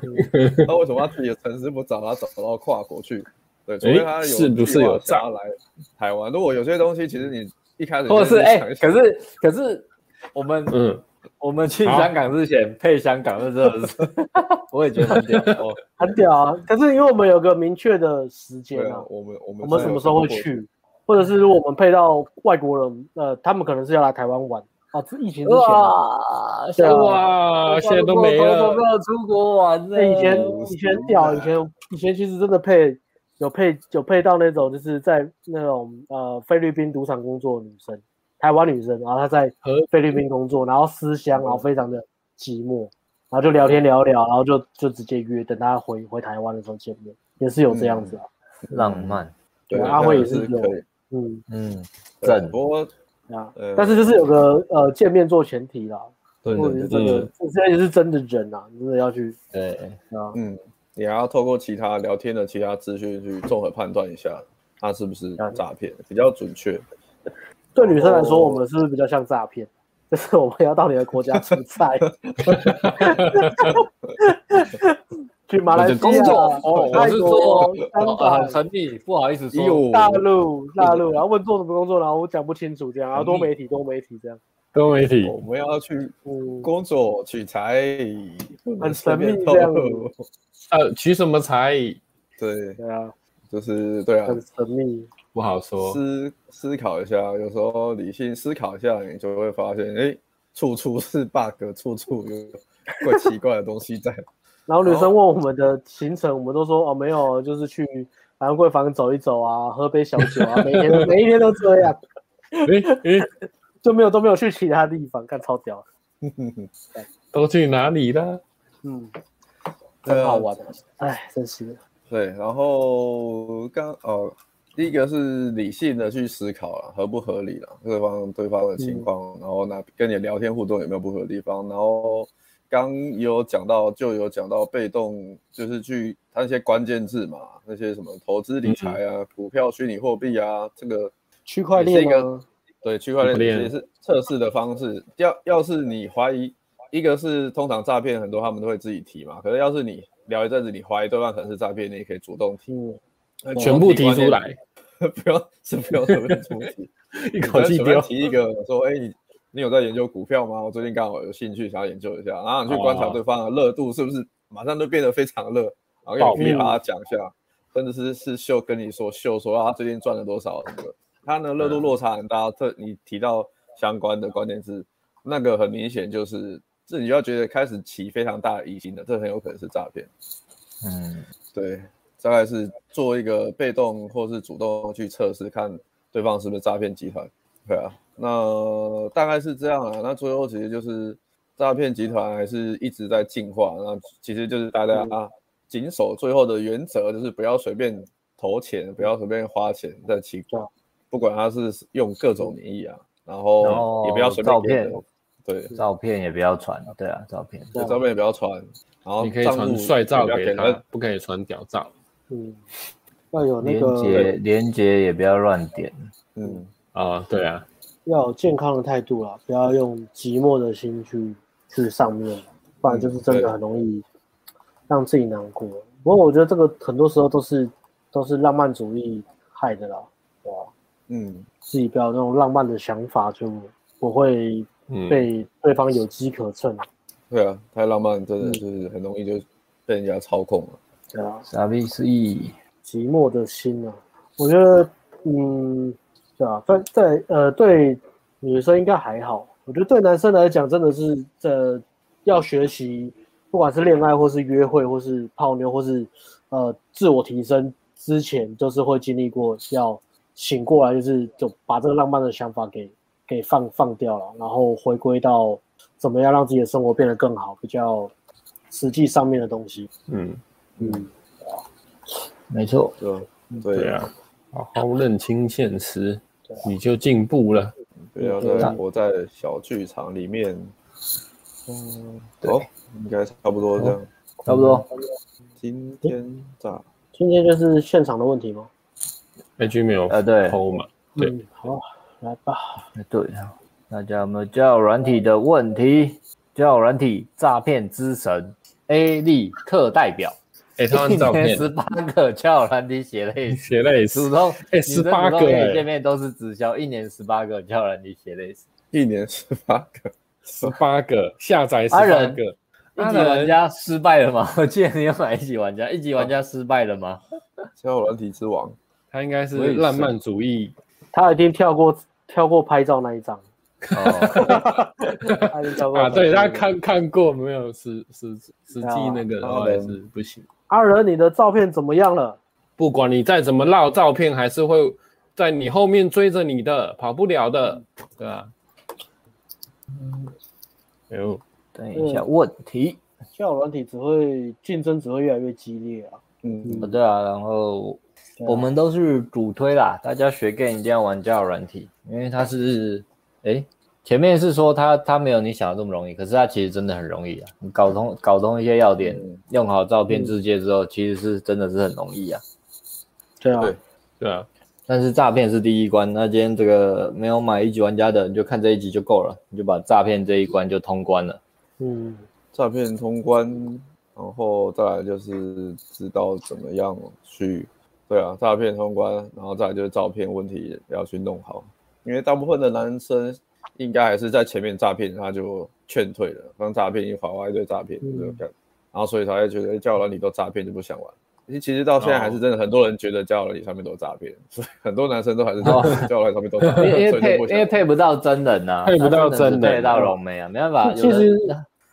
D: 那为什么他自己的城市不找他，找到跨国去？对，除非他有
C: 是不是有
D: 计划想要来台湾？如果有些东西，其实你一开始
A: 或者是哎、
D: 想一想
A: 可是可是我们
C: 嗯，
A: 我们去香港之前配香港的真的是， 我也觉得很屌。
D: 哦，
B: 很屌啊！可是因为我们有个明确的时间
D: 对
B: 啊
D: 啊，，我们我们
B: 我们什么时候会？去，或者是如果我们配到外国人，呃，他们可能是要来台湾玩啊，这疫情之前啊，
A: 哇，
B: 对啊
C: 哇，现在都没了
A: 都。要出国玩呢。
B: 那以前
D: 不
B: 以
D: 是
B: 前屌，
D: 的
B: 以前以前其实真的配有配有配到那种就是在那种呃菲律宾赌场工作的女生，台湾女生，然后她在
C: 和
B: 菲律宾工作，然后思乡，然后非常的寂寞，然后就聊天聊一聊，然后就就直接约，等她回回台湾的时候见面，也是有这样子啊，
A: 浪漫，
D: 对，
B: 阿辉也
D: 这样
B: 是有
D: 可以
B: 嗯
A: 嗯，
D: 对
A: 正
D: 不过
B: 啊
D: 呃，
B: 但是就是有个呃见面做前提啦，
D: 对
B: 如果你是
D: 对对，
B: 真的
C: 嗯，
B: 现在也是真的人啊，你真的要去
A: 对，
B: 啊，
D: 嗯，你还要透过其他聊天的其他资讯去综合判断一下，它是不是诈骗，比较准确。
B: 对女生来说，
D: 哦
B: 我们是不是比较像诈骗？就是我们要到你的国家出差，去马来西
A: 工
B: 亚、
A: 作哦我
B: 泰
A: 是
B: 国
A: 说、
B: 香
A: 哦很
B: 港、
A: 神秘，不好意思说。
D: 哟，
B: 大陆、大陆，然后问做什么工作，然后我讲不清楚这样，然后
A: 嗯
B: 多媒体、多媒体这样，
C: 多媒体，
D: 我们要去
B: 嗯，
D: 工作取材，不能随便透
B: 很神秘
D: 露。
C: 呃，取什么才
D: 对，
B: 对啊，
D: 就是对啊，
A: 嗯
B: 很神秘，
C: 不好说。
D: 思思考一下，有时候理性思考一下，你就会发现，哎，处处是 bug，处处有 怪奇怪的东西在。
B: 然后女生
A: 哦
B: 问我们的行程，我们都说哦没有，就是去兰桂坊走一走啊，喝杯小酒啊，每天每一天都这样，
C: 诶诶，
B: 就没有都没有去其他地方，干超屌，
C: 都去哪里了？
B: 嗯，
D: 对
B: 很
D: 啊
B: 好玩，哎，真是的，
D: 对，然后刚哦，第一个是理性的去思考了，合不合理了，对方对方
C: 嗯
D: 的情况，然后那跟你聊天互动有没有不合的地方，然后刚也有讲到，就有讲到被动，就是去他那些关键字嘛，那些什么投资
C: 嗯
D: 理财啊、股票、虚拟货币啊，这个
B: 区块
D: 也是
B: 链
D: 一
B: 吗
D: 个？对，区块
C: 区块
D: 链
C: 链
D: 也是测试的方式。要要是你怀疑，一个是通常诈骗很多他们都会自己提嘛，可是要是你聊一阵子，你怀疑对方可能是诈骗，你也可以主动提，
B: 嗯，
D: 那
C: 全部提出来，
D: 你 不要是不要随便出题，
C: 一口气
D: 你可能随便
C: 丢。
D: 提一个说，哎、你你有在研究股票吗？我最近刚好有兴趣，想要研究一下，然后你去观察
C: 哦
D: 对方的热度是不是马上就变得非常热，然后
C: 爆
D: 你可以
C: 命
D: 把它讲一下，甚至是是秀跟你说秀说他最近赚了多少什么的，他呢
C: 嗯
D: 热度落差很大，特你提到相关的关键字，那个很明显就是这你就要觉得开始起非常大的疑心了，这很有可能是诈骗。
A: 嗯，
D: 对，大概是做一个被动或是主动去测试，看对方是不是诈骗集团。对啊，那大概是这样啊。那最后其实就是诈骗集团还是一直在进化，那其实就是大家
C: 嗯
D: 啊谨守最后的原则，就是不要随便投钱，不要随便花钱在其
B: 对啊，
D: 不管他是用各种名义啊，然
C: 哦
D: 后也不要随
A: 然后
D: 便
A: 照
D: 给人
A: 片，
D: 对，
A: 照片也不要传，对啊，照片。
B: 对啊
D: 照片也不要传，然后
C: 你可以
D: 哦账户
C: 传帅照
D: 也不要
C: 给
D: 他
C: 他，不可以传屌照。
B: 嗯，要有那
A: 连
B: 个
A: 接连接也不要乱点，
D: 嗯，
C: 啊，对啊，
B: 要有健康的态度啦，不要用寂寞的心去去上面，不然就是真的很容易让自己难过。不过我觉得这个很多时候都是都是浪漫主义害的啦，对吧？
D: 嗯，
B: 自己不要有那种浪漫的想法，就不会
C: 嗯，
B: 被对方有机可乘，
D: 对啊，太浪漫真
B: 嗯
D: 的就是很容易就被人家操控了。
B: 对啊。
A: 傻逼是意。
B: 寂寞的心啊，我觉得，嗯，对啊，但在呃，对女生应该还好，我觉得对男生来讲，真的是呃，要学习，不管是恋爱或是约会，或是泡妞，或是呃自我提升之前，都是会经历过要醒过来，就是就把这个浪漫的想法给给放放掉了，然后回归到怎么样让自己的生活变得更好，比较实际上面的东西，
C: 嗯，
B: 嗯，
A: 没错，
D: 对啊
C: 对
D: 对啊，
C: 啊，好好认清现实，你就进步了。
D: 不要
B: 对
D: 再活在小剧场里面。嗯，好，应该差不多这样。
A: 差不多。
D: 今天咋？
B: 今天就是现场的问题吗？
C: IG 没哎有
A: 呃对
C: 偷嘛？对
B: 嗯，好，来吧。
A: 对啊，大家有没有交友软体的问题？交友软体诈骗之神 A 利特代表，
C: 哎，他按照 片
A: 十八个交友软体血泪史，
C: 血泪史
A: 主，动
C: 哎18
A: 女生主
C: 个
A: 动约
C: 哎
A: 你见面都是直销，一年十八个交友软体血泪史，
D: 一年十八个，
C: 十八个下载十
A: 阿
C: 八
A: 仁
C: 个，
A: 一
C: 一
A: 级
C: 级
A: 玩
C: 玩
A: 家失败了吗？ 我记得你有买一级玩家，一级玩家失败了吗？
D: 交友软体之王，
C: 他应该是
A: 我也是
C: 浪漫主义
B: 他一定跳过跳过拍照那一张，
A: 哦，
B: 他一定跳过
C: 啊，对他
B: 他
C: 看看过没有实实实际那个的
D: 啊
C: 话还是不行。
B: 阿仁，你的照片怎么样了？
C: 不管你再怎么绕，照片还是会在你后面追着你的，跑不了的，
B: 嗯
C: 对啊。哎呦，
A: 等一下问题。
B: 交友软体只会竞争只会越来越激烈啊。
D: 嗯，
A: 哦对啊，然后
B: 对啊
A: 我们都是主推啦，大家学 game 一定要玩交友软体，因为它是，诶，前面是说它它没有你想的这么容易，可是它其实真的很容易啊。你搞通搞通一些要点，
D: 嗯
A: 用好照片自介之后，其实是真的是很容易啊。
B: 对啊，
D: 对
C: 对啊，
A: 但是诈骗是第一关，那今天这个没有买一级玩家的，你就看这一集就够了，你就把诈骗这一关就通关了。
B: 嗯，
D: 诈骗通关，然后再来就是知道怎么样去，对啊，诈骗通关，然后再来就是照片问题也要去弄好，因为大部分的男生应该还是在前面诈骗，他就劝退了，当诈骗一划划一堆诈骗，
B: 嗯
D: 这种感觉然后所以才会觉得哎交友软体都诈骗就不想玩。其实其实到现在还是真的很多人觉得交友软体上面都有诈骗， 所以很多男生都还是在
A: 哦
D: 交友软体上面都诈
A: 因为因 为
D: 骗，所以
A: 配
D: 就不
A: 因
D: 想
A: 为配不到
D: 玩。
A: 真人呐、
C: 配不
A: 那真
C: 到
A: 的是
C: 真人
A: 配到龙妹啊，没办法。
B: 其
A: 有的
B: 实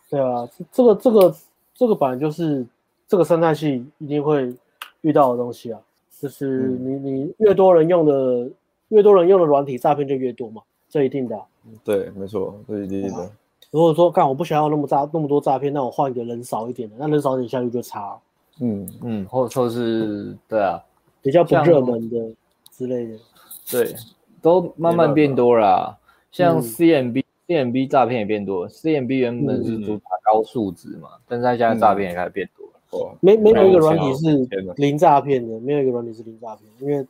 B: 对啊，这这个这个这个本来就是这个生态系一定会遇到的东西啊，就是你
C: 嗯
B: 你越多人用的越多人用的软体诈骗就越多嘛，这一定的啊、
D: 对，没错，这是第一的。
B: 如果说干我不想要那么诈那么多诈骗，那我换一个人少一点的，那人少一点效率就差啊，
D: 嗯，
A: 嗯，或或是对啊，
B: 比较不
A: 像
D: 哦
B: 热门的之类的。
A: 对，都慢慢变多了啊、像 CMB、CMB 诈骗也变多了，CMB 原本是主打高数值嘛，但是它现在诈骗也开始变多了。
D: 哇，
B: 没没有一个软
C: 没
B: 体
C: 有
B: 是
D: 啊天哪
B: 零诈骗的，没有一个软体是零诈骗，因为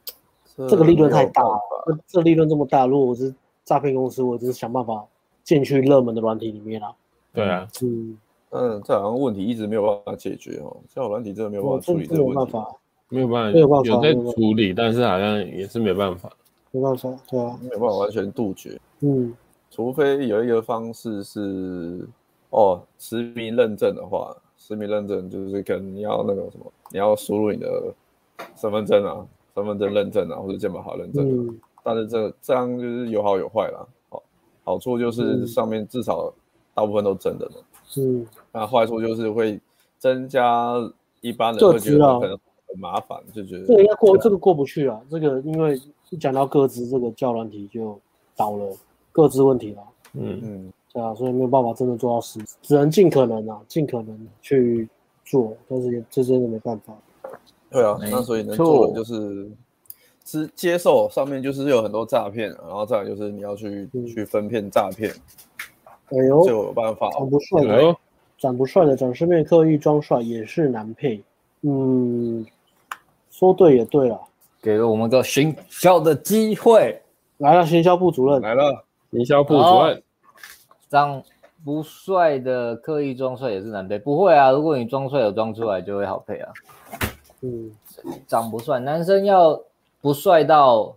B: 这个利润太大了
D: 没有办法。
B: 这这利润这么大，如果我是诈骗公司，我就是想办法进去热门的软体里面啊。
C: 对啊，
B: 嗯，
D: 嗯，这好像问题一直没有办法解决哦，交友软体真的没有办
B: 我
D: 法处
B: 真
D: 理这
B: 真没
D: 个
B: 有
D: 问
B: 办
D: 题。
B: 法，
C: 没有办法，
B: 没有办法
C: 在处理，但是好像也是没办法。
B: 没办法，对啊，
D: 没有办法完全杜绝，
B: 嗯，
D: 除非有一个方式是，哦，实名认证的话，实名认证就是可能你要那个什么，你要输入你的身份证啊，身份证认证啊，或者健保卡认证、啊。
B: 嗯，
D: 但是这这样就是有好有坏啦，好，好处就是
B: 嗯
D: 上面至少大部分都真的嘛，
B: 嗯，
D: 那坏处就是会增加一般人
B: 就
D: 会觉
B: 知
D: 得
B: 道
D: 可能很麻烦，就觉得
B: 这个应该过，这个过不去啊。这个因为一讲到各自这个教软体就倒了，各自问题了。
C: 嗯，
D: 嗯，
B: 对啊，所以没有办法真的做到实，只能尽可能啊，尽可能去做，但是也这真的没办法。
D: 对啊，
A: 没
D: 那所以能做的
A: 错
D: 就是是接受上面就是有很多诈骗，然后再来就是你要去、
B: 嗯
D: 去分辨诈骗，
B: 哎
D: 就
B: 呦，
D: 有办法。
B: 长不帅
C: 哎
B: 的，
C: 呦，
B: 长不帅的，长师面刻意装帅也是难配。嗯，说对也对啊了。
A: 给了我们个行销的机会，
B: 来了，行销部主任，
D: 来了，
C: 营销部主任，
A: 让不帅的刻意装帅也是难配。不会啊，如果你装帅有装出来，就会好配啊。
B: 嗯，
A: 长不帅，男生要不帅到，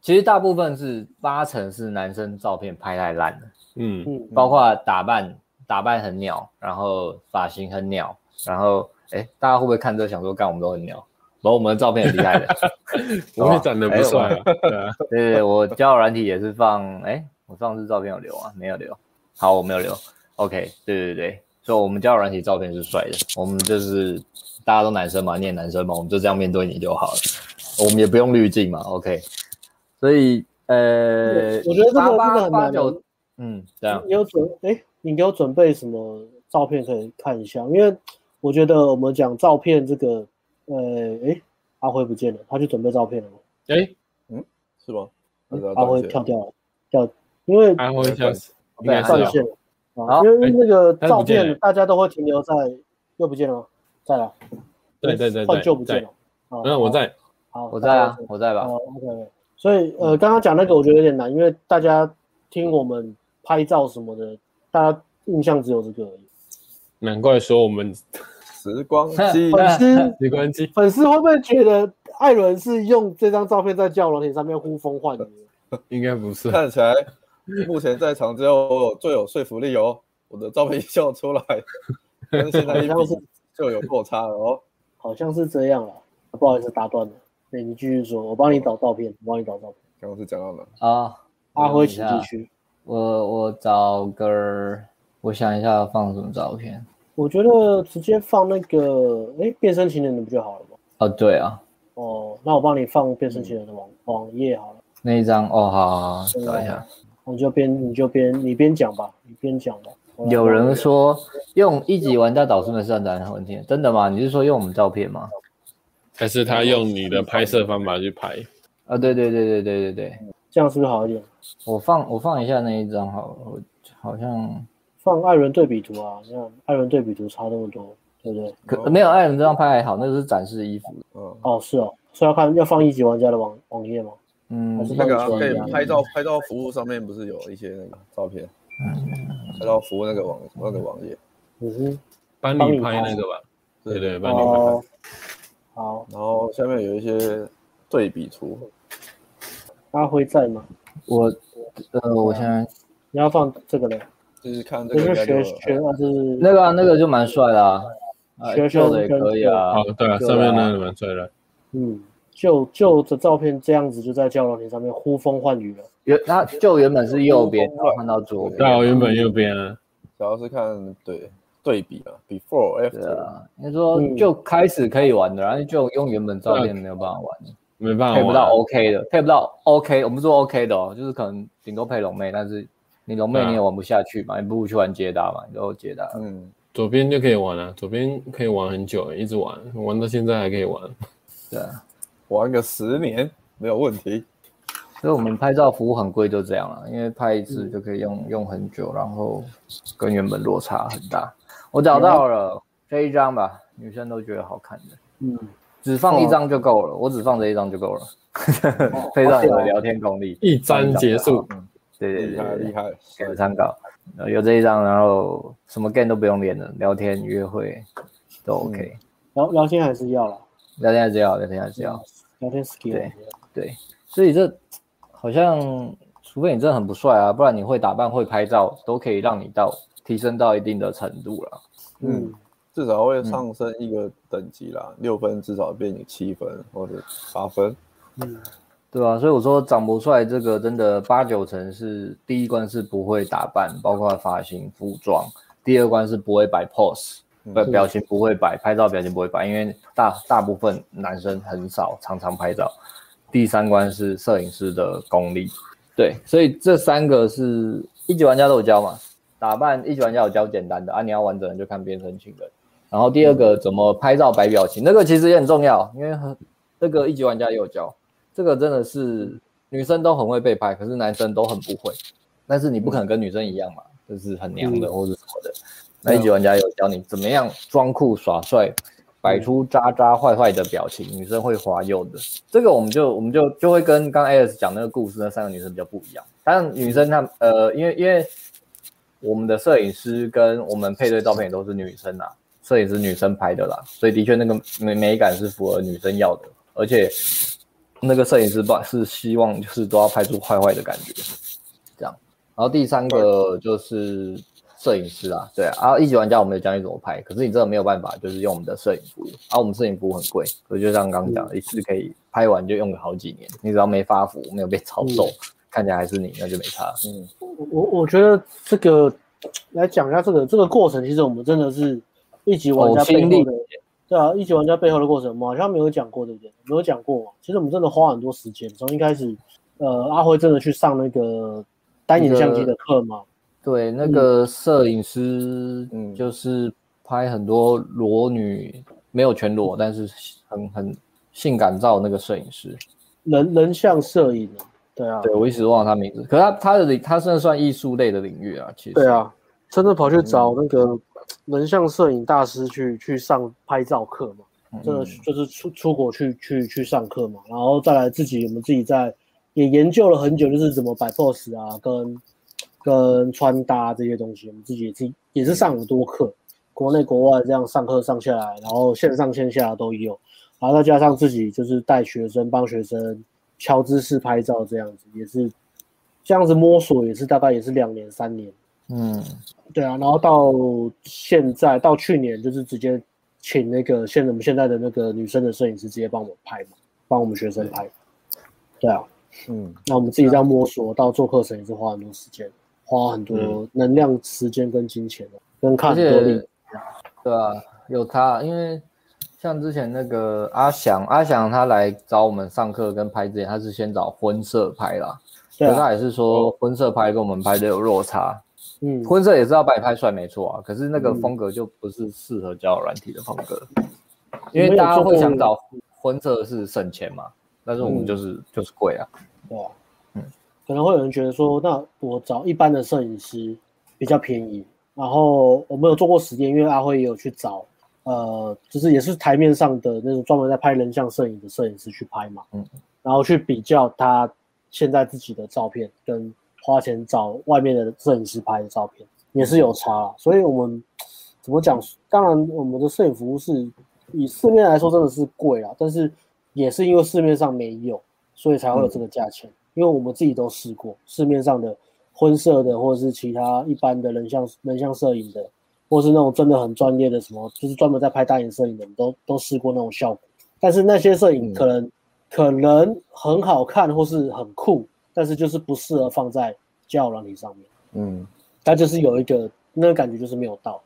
A: 其实大部分是八成是男生照片拍太烂了，
C: 嗯，
A: 包括打扮，打扮很鸟，然后发型很鸟，然后哎，大家会不会看这想说干我们都很鸟？然后我们的照片很厉害的，
C: 我也长得不帅啊，对啊，
A: 对对对，我交友软体也是放，哎，我上次照片有留啊，没有留，好，我没有留，OK，对对对，所以我们交友软体照片是帅的，我们就是大家都男生嘛，你也男生嘛，我们就这样面对你就好了，我们也不用滤镜嘛，OK，所以呃，
B: 我觉得这个
A: 八八
B: 这个很
A: 八
B: 难欸
A: 九，嗯，这样
B: 你有准哎，你给我准备什么照片可以看一下？因为我觉得我们讲照片这个，呃，哎，阿辉不见了，他去准备照片了吗？
C: 哎，
D: 是吗？还是要
B: 阿
D: 断
B: 辉嗯
D: 线
B: 跳掉了，掉，因为
C: 安徽消息应该是
B: 断
C: 啊
B: 线了。啊，
A: 好
B: 因为那个
C: 哎
B: 照
C: 他不见
B: 片
C: 了
B: 大家都会停留在又不见了吗？再来，
C: 对对对
B: 换旧不见
C: 对，对
B: 了。，啊
C: 嗯，我，在，
B: 好，
A: 我在啊，我在吧，
B: 哦，OK。所以呃，刚刚讲那个我觉得有点难，因为大家听我们拍照什么的，大家印象只有这个而已。
C: 难怪说我们
D: 时光 机
A: 对啊
B: 粉丝
C: 没关系，
B: 粉丝会不会觉得艾伦是用这张照片在交友软体上面呼风唤雨？呃
C: 应该不是，
D: 看起来目前在场只有我最有说服力哦，我的照片一秀出来，跟 现在一比就有落差了哦。
B: 好像是这样了。不好意思，打断了。对你继续说，我帮你找照片，我帮你找照片。
D: 刚刚是讲到哪？
A: 啊，
B: 阿
A: 我等一
B: 辉，请
A: 下
B: 继续。
A: 我我找个儿，我想一下放什么照片。
B: 我觉得直接放那个，哎，变身情人的不就好了吗？
A: 哦，对啊，
B: 哦，那我帮你放变身情人的
D: 嗯
B: 网、网页好了。
A: 那一张哦，好好好，
B: 对
A: 找一下。
B: 我就边你就边你边讲吧，你边讲吧。我来
A: 有人说用一级玩家导师们上传文件，真的吗？你是说用我们照片吗？
C: 还是他用你的拍摄方法去拍？
A: 啊，对对对对对对对，
B: 这样是不是好一点？
A: 我放我放一下那一张好了，我好像
B: 放艾伦对比图啊，你看艾伦对比图差那么多，对不对？
D: 哦
A: 可没有艾伦这张拍还好，那个是展示衣服。
D: 嗯，
B: 哦，是哦，所以要看要放一级玩家的网网页吗？
A: 嗯
B: 还是，
D: 那个啊
B: 放
D: 可
B: 在
D: 以
B: 家里
D: 拍照，拍照服务上面不是有一些那个照片？拍照服务那个网那个网页，
B: 嗯哼，
C: 帮你拍那个吧，对对，帮你拍。
B: 哦，好，
D: 然后下面有一些对比图，
B: 阿辉在吗？
A: 我呃，我现在
B: 你要放这个嘞，
D: 就是看这
B: 这
D: 个应
B: 是
D: 该就
B: 学
D: 有
B: 学啊，这是
A: 那个啊、那个就蛮帅的啊，啊
B: 学生
A: 旧的也可以啊。
C: 哦，对啊，上面那个蛮帅的，
B: 嗯，旧旧的照片这样子就在交友软件上面呼风唤雨了。
A: 原它就原本是右边，然后换到左
C: 对啊，
A: 边。
C: 我原本右边啊，
D: 主要是看对对比啊，before
A: 对
D: after，
A: 啊，应该说
B: 嗯
A: 就开始可以玩的，然后就用原本照片没有办法玩，
C: 没办法
A: 配不到哦
C: 玩。啊
A: OK 的，配不到 OK，我们说 OK 的哦，就是可能顶多配龙妹，但是你龙妹
C: 对啊
A: 你也玩不下去嘛，你不如去玩捷达嘛，你都捷达。
D: 嗯，
C: 左边就可以玩了，啊左边可以玩很久，一直玩，玩到现在还可以玩。
A: 对啊，
D: 玩个十年没有问题。
A: 所以我们拍照服务很贵，就这样了，因为拍一次就可以
C: 嗯
A: 用用很久，然后跟原本落差很大。我找到了这一张吧，女生都觉得好看的。
B: 嗯，
A: 只放
C: 哦
A: 一张就够了，我只放这一张就够了， 非常有聊天功力。
C: 哦一张结束，
A: 嗯对对
D: 厉害
A: 对
D: 厉
A: 对，
D: 害，
A: 给个参考。呃有这一张，然后什么 game 都不用练了，聊天、约会都 OK。
B: 聊聊天还是要啦，
A: 聊天还是要，聊天还是要。
B: 聊天 skill
A: 对
B: 还是要。
A: 对，所以这好像，除非你真的很不帅啊，不然你会打扮、会拍照，都可以让你到提升到一定的程度了。
B: 嗯，
D: 至少会上升一个等级啦，六分至少变成七分或者八分。
B: 嗯，
A: 对啊，所以我说长不帅这个真的八九成是第一关是不会打扮，包括发型、服装；第二关是不会摆 pose，
D: 嗯
A: 不、表情不会摆，拍照表情不会摆，因为大大部分男生很少常常拍照。第三关是摄影师的功力，对，所以这三个是一级玩家都有教嘛，打扮一级玩家有教简单的啊，你要完整的就看变身情人。然后第二个怎么拍照摆表情，那个其实也很重要，因为很那个一级玩家也有教。这个真的是女生都很会被拍，可是男生都很不会。但是你不可能跟女生一样嘛，就是很娘的或者什么的。那一级玩家有教你怎么样装酷耍帅，摆出渣渣坏坏的表情，女生会滑右的。这个我们就我们就就会跟刚 Alice 讲那个故事那三个女生比较不一样。当然女生她呃，因为因为我们的摄影师跟我们配对照片也都是女生啊，摄影师女生拍的啦，所以的确那个美美感是符合女生要的，而且那个摄影师吧是希望就是都要拍出坏坏的感觉，这样。然后第三个就是摄影师啊，对啊，啊一级玩家我们有教你怎么拍，可是你真的没有办法，就是用我们的摄影服务啊，我们摄影服务很贵，我就像刚刚讲的，一次可以拍完就用个好几年，你只要没发福，没有被超瘦，看起来还是你，那就没差。
D: 嗯，
B: 我我我觉得这个来讲一下这个这个过程，其实我们真的是一级玩家
A: 呕
B: 背
A: 心
B: 后
A: 沥
B: 的，对啊，一级玩家背后的过程，我们好像没有讲过，对不对？没有讲过嘛。其实我们真的花很多时间，从一开始，呃，阿辉真的去上那个单眼相机的课嘛，
A: 对，
B: 嗯
A: 那个摄影师，
D: 嗯
A: 就是拍很多裸女，没有全裸，但是很很性感照那个摄影师。
B: 人人像摄影啊，对啊，
A: 对我一直忘了他名字，可是他他的领他算算艺术类的领域啊，其实。
B: 对，啊，真的跑去找那个人像摄影大师去去上拍照课嘛，真的
A: 嗯
B: 是就是出出国去去去上课嘛，然后再来自己我们自己在也研究了很久，就是怎么摆 pose 啊，跟跟穿搭这些东西，我们自己也自己也是上很多课，国内国外这样上课上下来，然后线上线下都有，然后再加上自己就是带学生帮学生敲姿势拍照这样子，也是这样子摸索也是大概也是两年三年，
A: 嗯，
B: 对啊，然后到现在到去年就是直接请那个现我们现在的那个女生的摄影师直接帮我们拍嘛，帮我们学生拍，对啊，
D: 嗯，
B: 那我们自
A: 啊
B: 己这样摸索到做课程也是花很多时间，花很多
C: 嗯
B: 能量、时间跟金钱的，跟看
A: 而
B: 很多力
A: 且，对啊，有他，因为像之前那个阿翔，阿翔他来找我们上课跟拍之前，他是先找婚摄拍啦，
B: 对
A: 可是
B: 啊，
A: 他也是说婚摄拍跟我们拍的有落差，
B: 嗯，
A: 婚摄也是要摆拍帅没错啊，可是那个
B: 嗯
A: 风格就不是适合交友软体的风格，因
B: 你们有
A: 为大家
B: 做
A: 会
B: 过
A: 想找婚摄是省钱嘛，但是我们就是、
B: 嗯
A: 就是贵啊，
B: 对啊
A: 嗯
B: 可能会有人觉得说，那我找一般的摄影师比较便宜。然后我们有做过实验，因为阿辉也有去找，呃，就是也是台面上的那种专门在拍人像摄影的摄影师去拍嘛，
A: 嗯
B: 然后去比较他现在自己的照片跟花钱找外面的摄影师拍的照片也是有差啦。所以我们怎么讲？当然，我们的摄影服务是以市面来说真的是贵啊，但是也是因为市面上没有，所以才会有这个价钱。因为我们自己都试过，市面上的婚摄的，或者是其他一般的人像人像摄影的，或是那种真的很专业的什么，就是专门在拍大型摄影的，我们都都试过那种效果。但是那些摄影可能、可能很好看或是很酷，但是就是不适合放在交友软体上面。
D: 嗯，
B: 它就是有一个那个感觉就是没有到，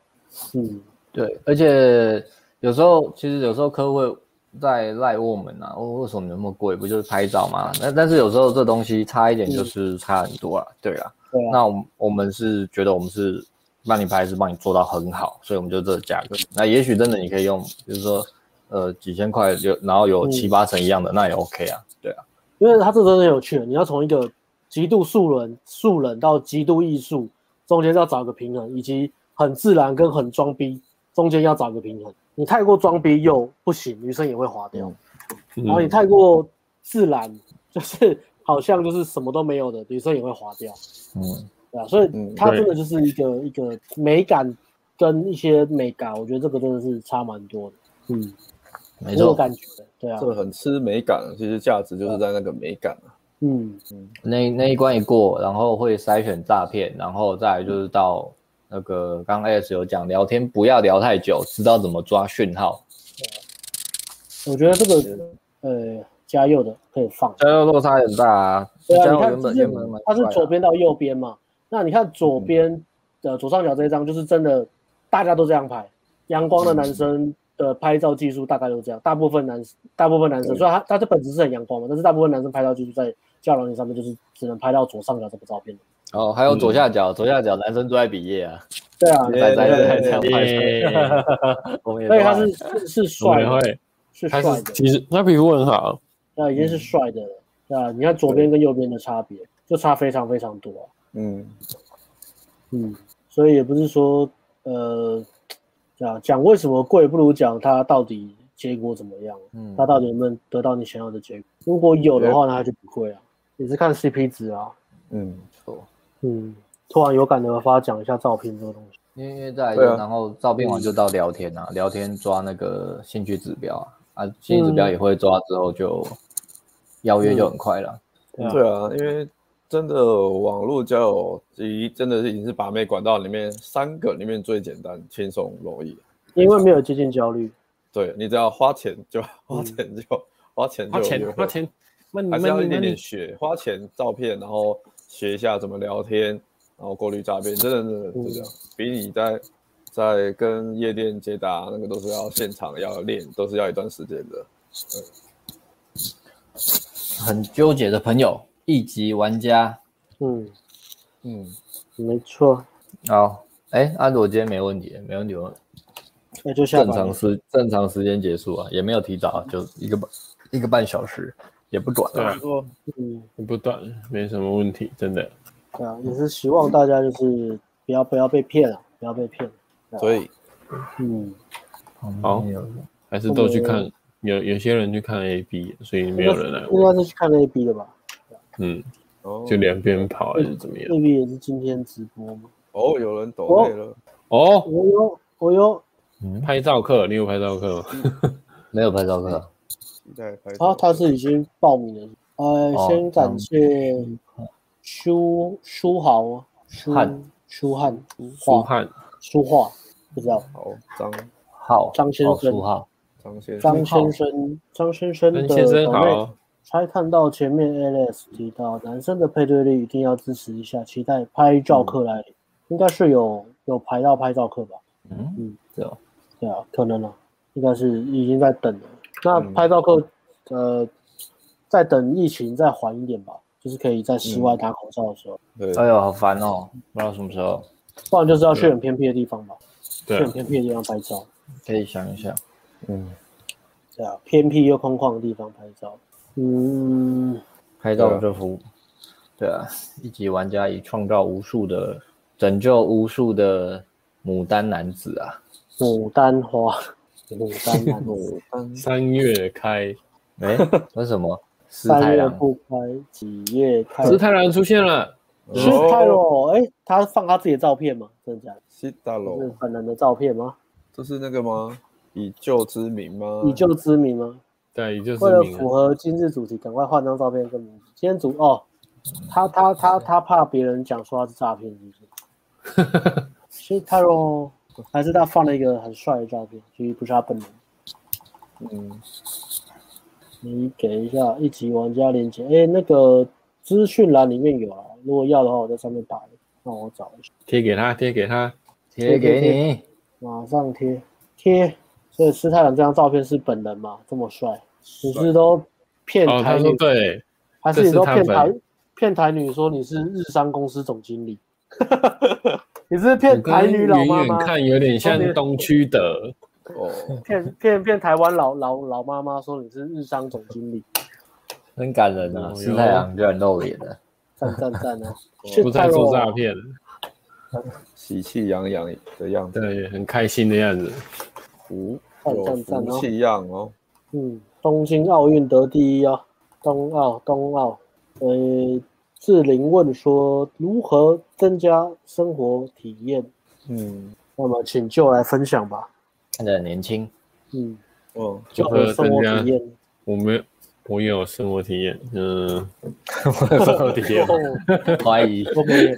B: 嗯，
A: 对，而且有时候其实有时候客户会在赖我们啊，哦，为什么那么贵？不就是拍照吗？那但是有时候这东西差一点就是差很多啊，对啊。
B: 嗯对啊，
A: 那我们我们是觉得我们是帮你拍是帮你做到很好，所以我们就这个价格。那也许真的你可以用，就是说呃几千块有，然后有
B: 嗯
A: 七八成一样的，那也 OK 啊，对啊，
B: 因为它这真的很有趣，你要从一个极度素人素人到极度艺术，中间要找一个平衡，以及很自然跟很装逼中间要找一个平衡。你太过装逼又不行，女生也会滑掉。
A: 嗯
B: 然后你太过自然，就是好像就是什么都没有的，女生也会滑掉，
A: 嗯，
B: 对啊，所以
D: 嗯
B: 它
C: 对
B: 真的就是一个一个美感跟一些美感，我觉得这个真的是差蛮多的，嗯，
A: 没
B: 很有
A: 错，
B: 感觉的，对啊
D: 这，个很吃美感，其实价值就是在那个美感啊。
B: 嗯，
A: 那那一关一过，然后会筛选诈骗，然后再来就是到那个刚刚 S 有讲聊天不要聊太久，知道怎么抓讯号。
B: 我觉得这个呃嘉佑的可以放，
A: 加油落差很大啊，
B: 对
A: 加
B: 啊，你
A: 油
B: 看
A: 原本
B: 这
A: 原
B: 是
A: 本蛮
B: 它是
A: 快的啊嗯
B: 左边到右边嘛，那你看左边的左上角这一张，就是真的大家都这样拍，阳光的男生的拍照技术大概都这样，大部分男大部分男生，虽然他他这本质是很阳光嘛，但是大部分男生拍照技术在交友软件上面就是只能拍到左上角这个照片。
A: 哦，还有
D: 嗯
A: 左下角，左下角男生最爱比耶啊，
B: 对啊，
D: 对
A: 仔仔
D: 对
A: 在这样
C: 耶
A: 拍 照，我们也
B: 所以
A: 都
B: 他
A: 爱
B: 是是是
C: 我
B: 帅
C: 也
B: 的，
C: 会，
B: 是
C: 他
B: 帅
C: 是
B: 的，
C: 其实他皮肤很好，
B: 那已经是
A: 嗯
B: 帅的了。对啊，你看左边跟右边的差别就差非常非常多啊、
D: 嗯，
B: 嗯，所以也不是说呃，讲讲为什么贵，不如讲它到底结果怎么样，
A: 嗯
B: 它到底有没有得到你想要的结果。如果有的话，那它就不贵啊，也是看 CP 值啊。
D: 嗯，
B: 嗯，突然有感而发，讲一下照片这个东西。
A: 因为因为再来就
D: 对啊
A: 然后照片完就到聊天啊，聊天抓那个兴趣指标啊，啊，兴趣
B: 嗯
A: 指标也会抓之后就邀约就很快了，
C: 嗯
B: 啊
D: 对啊，因为真的网络交友，一真的是已经是把妹管道里面三个里面最简单、轻松、容易。
B: 因为没有接近焦虑，
D: 对你只要花钱就花钱就花钱就
C: 花
D: 有
C: 钱
D: 约会
C: 花，钱，慢你
D: 还
C: 慢
D: 是要
C: 你
D: 一点
C: 慢
D: 点
C: 你，
D: 学，花钱照片，然后学一下怎么聊天，然后过滤诈骗，真的真的
C: 嗯
D: 就这样，比你在在跟夜店接打那个都是要现场要练，都是要一段时间的。
A: 很纠结的朋友，一级玩家，
B: 嗯，
D: 嗯，
B: 没错，好，
A: 哎，安朵今天没问题，没问题，我
B: 那就下
A: 正
B: 班
A: 常
B: 了。
A: 时正常时间结束啊，也没有提早，就一个半一个半小时，也不短
C: 对
A: 啊
C: 啊，
B: 嗯，
C: 不短，没什么问题，真的。
B: 对啊，也是希望大家就是不要不要被骗啊，不要被骗。
D: 所以
B: 嗯，
C: 好
A: 没有
C: 还是都去看，有有些人去看 A B，所以没有人来
B: 应该
C: 问，
B: 是去看 A B 的吧
C: 嗯，
D: 哦
C: 就两边跑还是怎么样？
B: ？A B 也是今天直播嘛。
D: 哦，有人抖累了，
C: 哦，
B: 我有我有
C: 拍照课，你有拍照课吗？
A: 没有拍照课，
C: 哦
D: 期待拍照。
B: 啊，他是已经报名了。呃，
A: 哦
B: 先感谢舒舒豪舒
A: 汉
B: 舒汉
C: 苏
B: 画
C: 汉，
B: 舒画不知道
D: 好，张
A: 好，
B: 张先
A: 好
B: 生
A: 书号，
D: 张先生
B: 张先生张先生的
C: 跟先生
B: 抖内
C: 好，
B: 才看到前面 Alex 提到男生的配对率一定要支持一下，期待拍照课来临，应该是有有排到拍照课吧？
A: 嗯，
B: 嗯，
A: 是哦，
B: 对啊，可能啊，应该是已经在等了。那
D: 嗯
B: 拍照课，呃，再等疫情再缓一点吧，就是可以在室外打口罩的时候，
D: 对，
A: 哎呦，好烦哦，不知道什么时候
B: 不然就是要去很偏僻的地方吧，去
C: 对
B: 很，偏僻的地方拍照，
A: 可以想一想。
D: 嗯，
B: 对啊，偏僻又空旷的地方拍照。嗯，
A: 拍照这幅，对啊，一级玩家已创造无数的拯救无数的牡丹男子啊，
B: 牡丹花， 牡丹兰 花。哦
D: 三
C: 三月开，
A: 哎、 为什么？四
B: 三
A: 太
B: 月
A: 郎
B: 不开，几月开？
C: 石太郎出现了，
B: 是泰罗，哎，他放他自己的照片吗？真的假的？
D: 西大
B: 是
D: 楼，
B: 本人的照片吗？
D: 这是那个吗？以旧之名吗？
B: 以旧之名吗？
C: 对，也就是
B: 为了
C: 明
B: 符
C: 了，
B: 合今日主题，赶快换张照片跟名字。今天主哦，他他他他怕别人讲说他是诈骗，是不是？ 是泰罗，还是他放了一个很帅的照片，其实不是他本人。
D: 嗯，
B: 你给一下一级玩家链接，哎，那个资讯栏里面有啊，如果要的话，我在上面打，让我找一下。
C: 贴给他，贴给他，
A: 贴给你，
B: 马上贴贴。所以斯泰朗这张照片是本人嘛？这么帅，你是都骗
C: 哦，
B: 台
C: 他
B: 女，
C: 说对，
B: 还是你都骗
C: 这是他
B: 台
C: 本
B: 骗台女说你是日商公司总经理？ 你是骗台
C: 跟
B: 女老
C: 远
B: 妈
C: 远
B: 妈，
C: 看有点
B: 后
C: 像
B: 面
C: 东区的，
D: 哦，
B: 骗骗骗台湾老老老妈妈说你是日商总经理，
A: 很感人啊！
C: 哎呦
A: 四太郎居然露脸了，
B: 赞赞赞 啊！是
C: 不再做诈骗了，
D: 喜气洋洋的样子，
C: 对，很开心的样子，
D: 福
B: 赞
D: 有
B: 赞赞
D: 福
B: 哦！
D: 气样哦，
B: 嗯，东京奥运得第一啊，冬奥冬奥。呃，志玲问说如何增加生活体验？
D: 嗯，
B: 那么请就来分享吧。
A: 看着很年 轻，
B: 嗯，
D: 哦，
B: 就的生活体验。
C: 我没，我也有生活体验，嗯，
A: 我有这种体验吗
B: 哦，
A: 怀疑。
B: 我没 有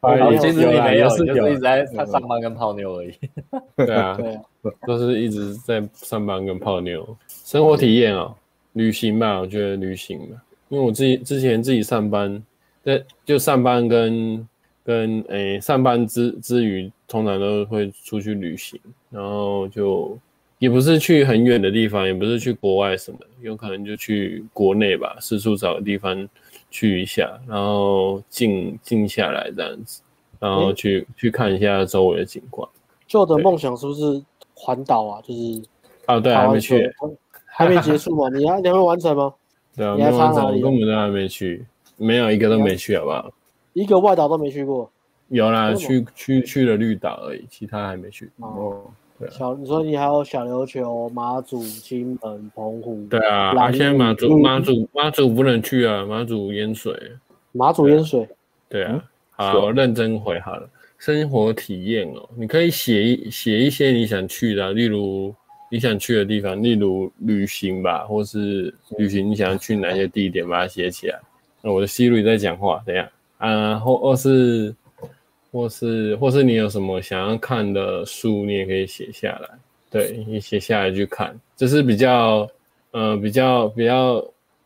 C: 怀疑
B: 有
A: 我
B: 啦
A: 其实你没有，
C: 是
A: 你就是一直
C: 有，
A: 在他上班跟泡妞而已。
C: 对啊，
B: 对啊，
C: 都是一直在上班跟泡妞，生活体验哦，旅行吧，我觉得旅行吧，因为我自己之前自己上班，在就上班跟跟诶、上班之之余，通常都会出去旅行，然后就也不是去很远的地方，也不是去国外什么的，有可能就去国内吧，四处找个地方去一下，然后静静下来这样子，然后去、去看一下周围的景观。
B: 旧的梦想是不是环岛啊？就是
C: 啊，对，
B: 台
C: 还
B: 湾
C: 没去。
B: 说， 还没结束嘛？你还你还没完成吗？
C: 对啊，
B: 你
C: 没
B: 还
C: 有完
B: 差
C: 成，
B: 哪
C: 我
B: 里
C: 根本都还没去，没有一个都没去，好不好？
B: 一个外岛都没去过。
C: 有啦，
B: 为什
C: 去去去了绿岛而已，其他还没去。
B: 哦，
D: 哦，
C: 啊
B: 小你说你还有小琉球、马祖、金门、澎湖。
C: 对啊，
B: 蓝
C: 而且马祖
B: 屿
C: 马祖马祖不能去啊，马祖淹水。
B: 马祖淹水，
C: 对啊，好啊，
D: 是哦
C: 我认真回好了。生活体验哦，你可以写一写一些你想去的啊、例如你想去的地方，例如旅行吧，或是旅行你想要去哪些地点，把它写起来。那我的思路在讲话，等一下，嗯、或或是或是或是你有什么想要看的书，你也可以写下来，对你写下来去看，这是比较呃比较比较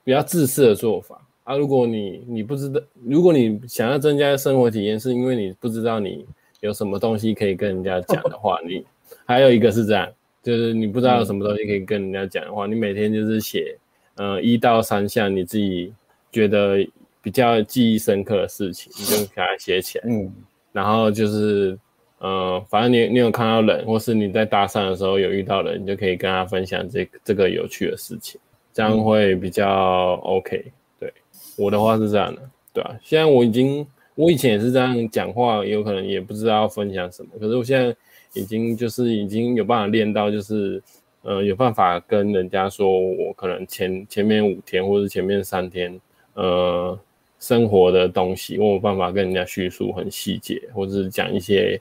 C: 比较自私的做法啊。如果你你不知道，如果你想要增加生活体验，是因为你不知道你有什么东西可以跟人家讲的话，你还有一个是这样，就是你不知道有什么东西可以跟人家讲的话，你每天就是写呃一到三项你自己觉得比较记忆深刻的事情，你就给它写起来。
D: 嗯，
C: 然后就是，呃，反正你你有看到人，或是你在搭讪的时候有遇到人，你就可以跟他分享这这个有趣的事情，这样会比较 OK、对我的话是这样的，对啊，现在我已经，我以前也是这样讲话，有可能也不知道要分享什么，可是我现在已经就是已经有办法练到，就是呃有办法跟人家说我可能前前面五天或者前面三天，呃生活的东西，我有办法跟人家叙述很细节，或者是讲一些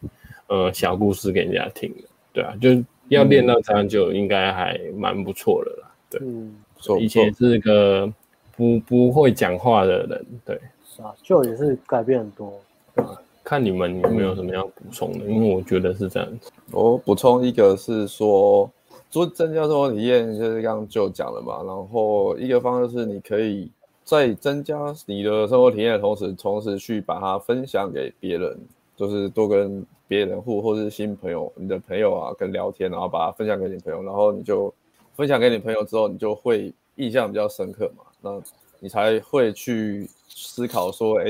C: 呃小故事给人家听的，对啊，就要练到这样就应该还蛮不错的啦。对，
B: 嗯，
D: 不错
C: 以
D: 不错
C: 前，是个不不会讲话的人，对，
B: 是啊，就也是改变很多。
C: 看你们有没有什么要补充的，因为我觉得是这样子。
D: 我补充一个是说，做增加生活体验，就是刚刚就讲了嘛。然后一个方式是你可以在增加你的生活体验的同时，同时去把它分享给别人，就是多跟别人互或是新朋友、你的朋友啊跟聊天，然后把它分享给你朋友，然后你就分享给你朋友之后，你就会印象比较深刻嘛。那你才会去思考说，哎，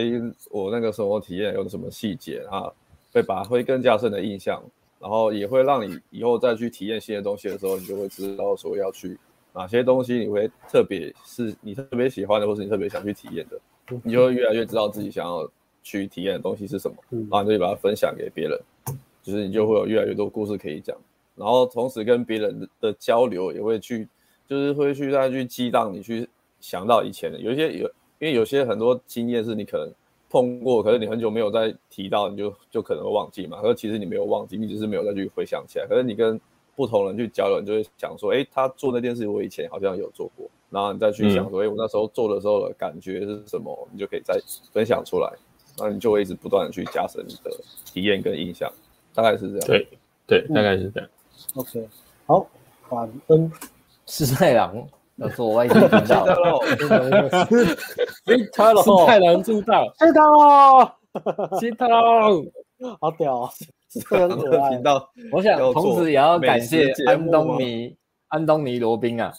D: 我那个生活体验有什么细节啊，会把会更加深的印象，然后也会让你以后再去体验新的东西的时候，你就会知道说要去哪些东西你会特别是你特别喜欢的，或是你特别想去体验的，你就会越来越知道自己想要去体验的东西是什么，
B: 嗯
D: 然后你就把它分享给别人，就是你就会有越来越多故事可以讲，然后同时跟别人的交流也会去，就是会去再去激荡你去想到以前的，有一些有因为有些很多经验是你可能碰过，可是你很久没有再提到，你就就可能会忘记嘛。可是其实你没有忘记，你只是没有再去回想起来。可是你跟不同人去交流，你就会想说，哎，他做那件事我以前好像有做过，然后你再去想说，哎、我那时候做的时候的感觉是什么，你就可以再分享出来，那你就会一直不断的去加深你的体验跟印象，大概是这样。
C: 对对，大概是这样。
B: OK，好，感恩。
A: 是啊太 郎，要是我万一听到了，
C: 他
A: 哦
B: 了
C: 是太郎出道，
B: 知道，
C: 新太郎。
B: 好屌、哦， 这很可爱
D: 频。道
A: 我想
D: 要做
A: 同时也要感谢
D: 美食节目
A: 安
D: 吗
A: 东尼安东尼罗宾啊，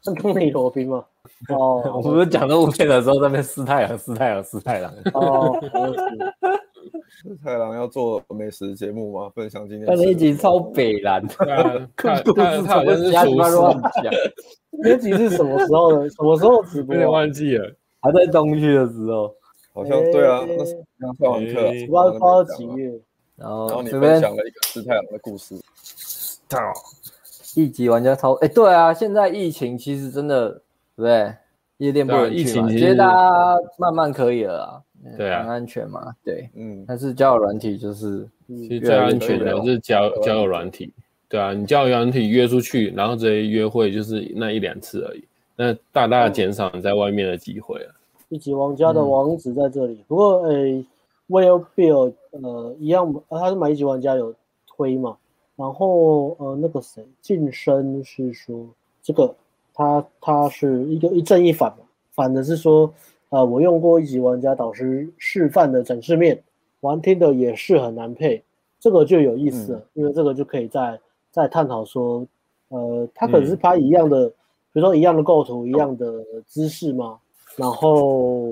B: 是东尼罗宾吗？
A: 我
B: 哦
A: 们不是讲这物件的时候在那边撕太郎撕太郎撕太郎，
B: 哦，
D: 太郎要做美食节目吗？分享今天
A: 但是一
D: 吃的
A: 集超北蓝，
C: 对啊 他
A: 肚
C: 他
A: 子
C: 他
A: 怎
C: 好像
A: 么
C: 是
A: 瞎鸡
C: 厨
A: 巴乱
C: 师，
A: 讲？
B: 那集是什么时候的？什么时候直
C: 有
B: 播
C: 点
B: 啊？
C: 忘记了。
A: 还在东区的时候，
D: 好像对啊，
B: 诶
D: 那是刚上完课啊，
C: 诶
B: 不知道不知道
D: 刚刚
B: 几
D: 讲了
B: 月。
A: 然
D: 然后
A: 后
D: 你
A: 这
D: 分
A: 边
D: 享了一个吃太郎的故事，
A: 一级玩家超，哎，对啊，现在疫情其实真的，对不对？夜店不
C: 对啊
A: 能
C: 疫
A: 去
C: 情
A: 嘛，
C: 其
A: 觉
C: 实
A: 得大家慢慢可以了啦，嗯
C: 对啊
A: 很安全嘛，对。
D: 嗯，
A: 但是交友软体就是
C: 其实
B: 嗯，
C: 最安全的是交交友软体，对啊，你交友软体约出去，然后直接约会就是那一两次而已，那大大地减少你在外面的机会啊了。
B: 一级玩家的网址在这里。不过诶、w i l l Bill 呃一样，呃他是买一级玩家有推嘛。然后呃那个谁，晋升是说这个他他是一个一正一反嘛，反的是说呃我用过一级玩家导师示范的展示面，玩听的也是很难配，这个就有意思了，因为这个就可以再再探讨说，呃，他可能是拍一样的，比如说一样的构图、一样的姿势嘛，然后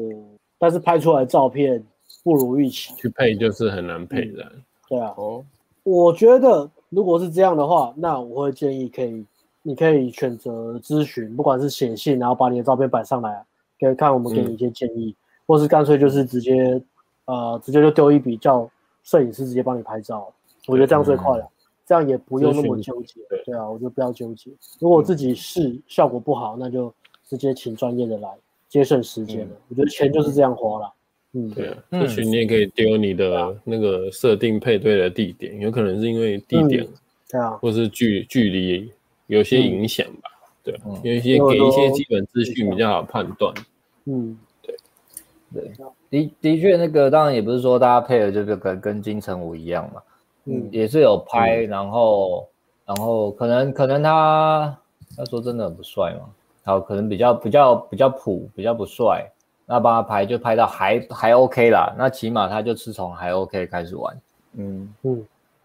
B: 但是拍出来的照片不如预期，
C: 去配就是很难配的，
B: 对啊，
D: 哦，
B: 我觉得如果是这样的话，那我会建议可以，你可以选择咨询，不管是写信，然后把你的照片摆上来，可以看我们
C: 嗯
B: 给你一些建议，或是干脆就是直接，呃，直接就丢一笔叫摄影师直接帮你拍照，我觉得这样最快了，这样也不用那么
C: 嗯咨询
B: 纠结
C: 对。嗯
B: 对啊，我就不要纠结。如果自己试效果不好，那就直接请专业的来，节省时间了。我觉得钱就是这样花了。嗯，
C: 嗯对啊，
A: 嗯
C: 或许你也可以丢你的那个设定配对的地点，有可能是因为地点
B: 对啊，
C: 或是距距离有些影响吧，对啊，有一些
B: 因为
C: 给一些
B: 都
C: 基本资讯比较好判断，
B: 嗯，
A: 对，的的确，那个当然也不是说大家配的就是跟跟金城武一样嘛，
B: 嗯
A: 也是有拍，然后然后可能可能他他说真的很不帅嘛，好，可能比较比较比较普，比较不帅，那帮他拍就拍到还还 OK 啦，那起码他就吃从还 OK 开始玩，
D: 嗯，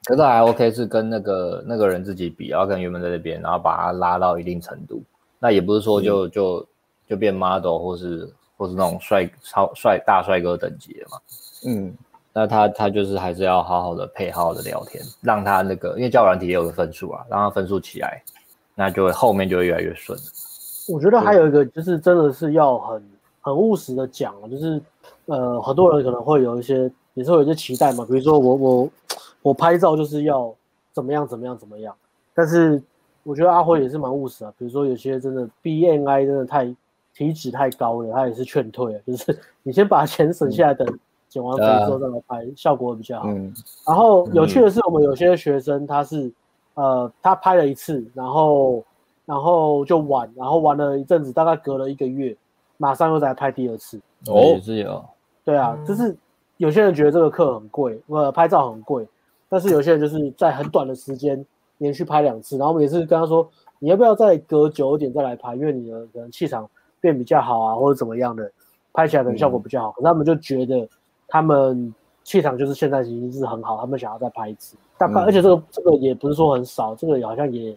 A: 可是还 OK 是跟那个那个人自己比，然后跟原本在那边，然后把他拉到一定程度，那也不是说就、就就变 model 或是或是那种帅超帅大帅哥等级了嘛。
D: 嗯，
A: 那他他就是还是要好好的配，好好的聊天，让他那个因为教软体也有个分数啊，让他分数起来，那就会后面就会越来越顺。
B: 我觉得还有一个就是真的是要很很务实的讲啊，就是呃，很多人可能会有一些也是会有一些期待嘛，比如说我我我拍照就是要怎么样怎么样怎么样，但是我觉得阿辉也是蛮务实啊，比如说有些真的 BNI 真的太体脂太高了，他也是劝退啊，就是你先把钱省下来，等减完肥之后再来拍，效果会比较好。
D: 嗯，
B: 然后有趣的是，我们有些学生他是，呃，他拍了一次，然后然后就玩，然后玩了一阵子，大概隔了一个月，马上又再拍第二次。
A: 哦，也是有，
B: 对啊，
A: 嗯
B: 就是有些人觉得这个课很贵，呃，拍照很贵，但是有些人就是在很短的时间连续拍两次，然后我们也是跟他说，你要不要再隔久一点再来拍，因为你的可能气场变比较好啊，或者怎么样的，拍起来可能效果比较好。
A: 嗯
B: 可是他们就觉得他们气场就是现在已经是很好，他们想要再拍一次，大概、
D: 嗯
B: 而且这个这个也不是说很少，这个也好像也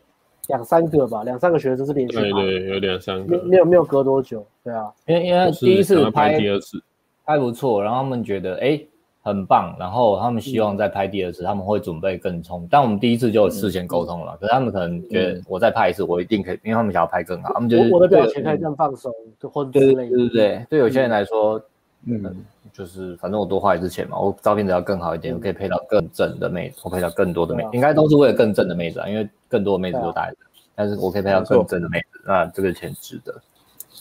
B: 两三个吧，两三个学生是连续
C: 对
B: 拍，
C: 对，有两三
B: 没
C: 个，
B: 没有没有隔多久，对啊。
A: 因为因为
C: 就是
A: 第一
C: 想
A: 次
C: 要
A: 拍
C: 拍第二次，
A: 拍不错，然后他们觉得哎很棒，然后他们希望再拍第二次，他们会准备更充。但我们第一次就有事先沟通了，
B: 嗯
A: 可是他们可能觉得我再拍一次，我一定可以，因为他们想要拍更好，他们就是
B: 嗯我我的表
A: 对
B: 情
A: 嗯
B: 可以更放松，就或者之
A: 对对
B: 类的。
A: 对对，对有些人来说，
D: 嗯，
A: 就是反正我多花一次钱嘛，我照片只要更好一点，我可以配到更正的妹子，我配到更多的妹
B: 嗯对啊
A: 应该都是为了更正的妹子啊，因为更多的妹子都打一但是我可以配到
D: 没
A: 更
D: 错
A: 正的妹子，那这个钱值得。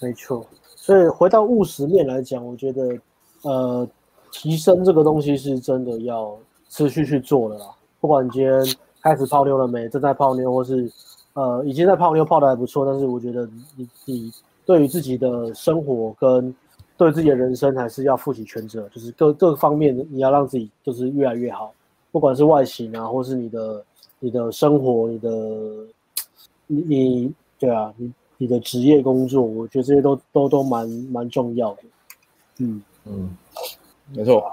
B: 没错。所以回到务实面来讲，我觉得，呃，提升这个东西是真的要持续去做的啦。不管你今天开始泡妞了没，正在泡妞，或是呃已经在泡妞泡的还不错，但是我觉得你你对于自己的生活跟对自己的人生还是要负起全责，就是各各个方面你要让自己就是越来越好，不管是外形啊，或是你的你的生活，你的你你对啊，你你的职业工作，我觉得这些都都都蛮蛮重要的。嗯，
A: 嗯，
D: 没错，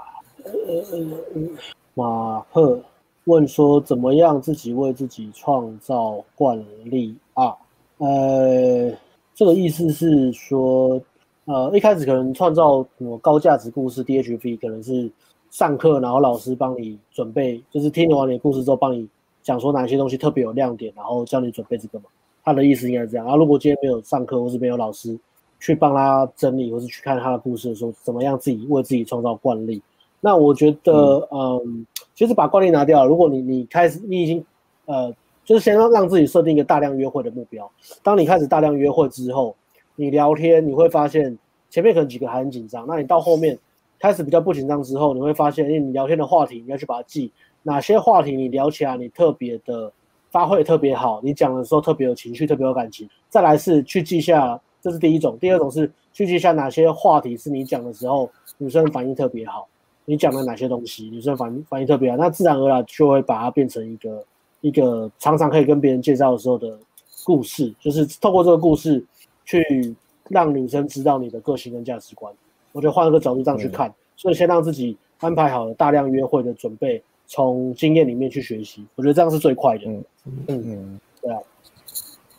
B: 马赫问说，怎么样自己为自己创造惯例啊？呃，这个意思是说，呃，一开始可能创造什么高价值故事 DHV，可能是上课然后老师帮你准备，就是听完你的故事之后帮你讲说哪些东西特别有亮点，然后叫你准备这个嘛。他的意思应该是这样。然后啊如果今天没有上课或是没有老师去帮他整理，或是去看他的故事的时候，怎么样自己为自己创造惯例？那我觉得，嗯，其实把惯例拿掉了，如果你你开始你已经，呃，就是先让让自己设定一个大量约会的目标。当你开始大量约会之后，你聊天你会发现前面可能几个还很紧张，那你到后面开始比较不紧张之后，你会发现，哎，你聊天的话题你要去把它记，哪些话题你聊起来你特别的发挥得特别好，你讲的时候特别有情绪，特别有感情。再来是去记下，这是第一种；第二种是去记下哪些话题是你讲的时候女生反应特别好，你讲了哪些东西，女生反应反应特别好，那自然而然就会把它变成一个一个常常可以跟别人介绍的时候的故事，就是透过这个故事去让女生知道你的个性跟价值观。我觉得换一个角度上去看，所以先让自己安排好了大量约会的准备，从经验里面去学习，我觉得这样是最快的。
D: 嗯
B: 嗯
D: 嗯，
B: 对啊，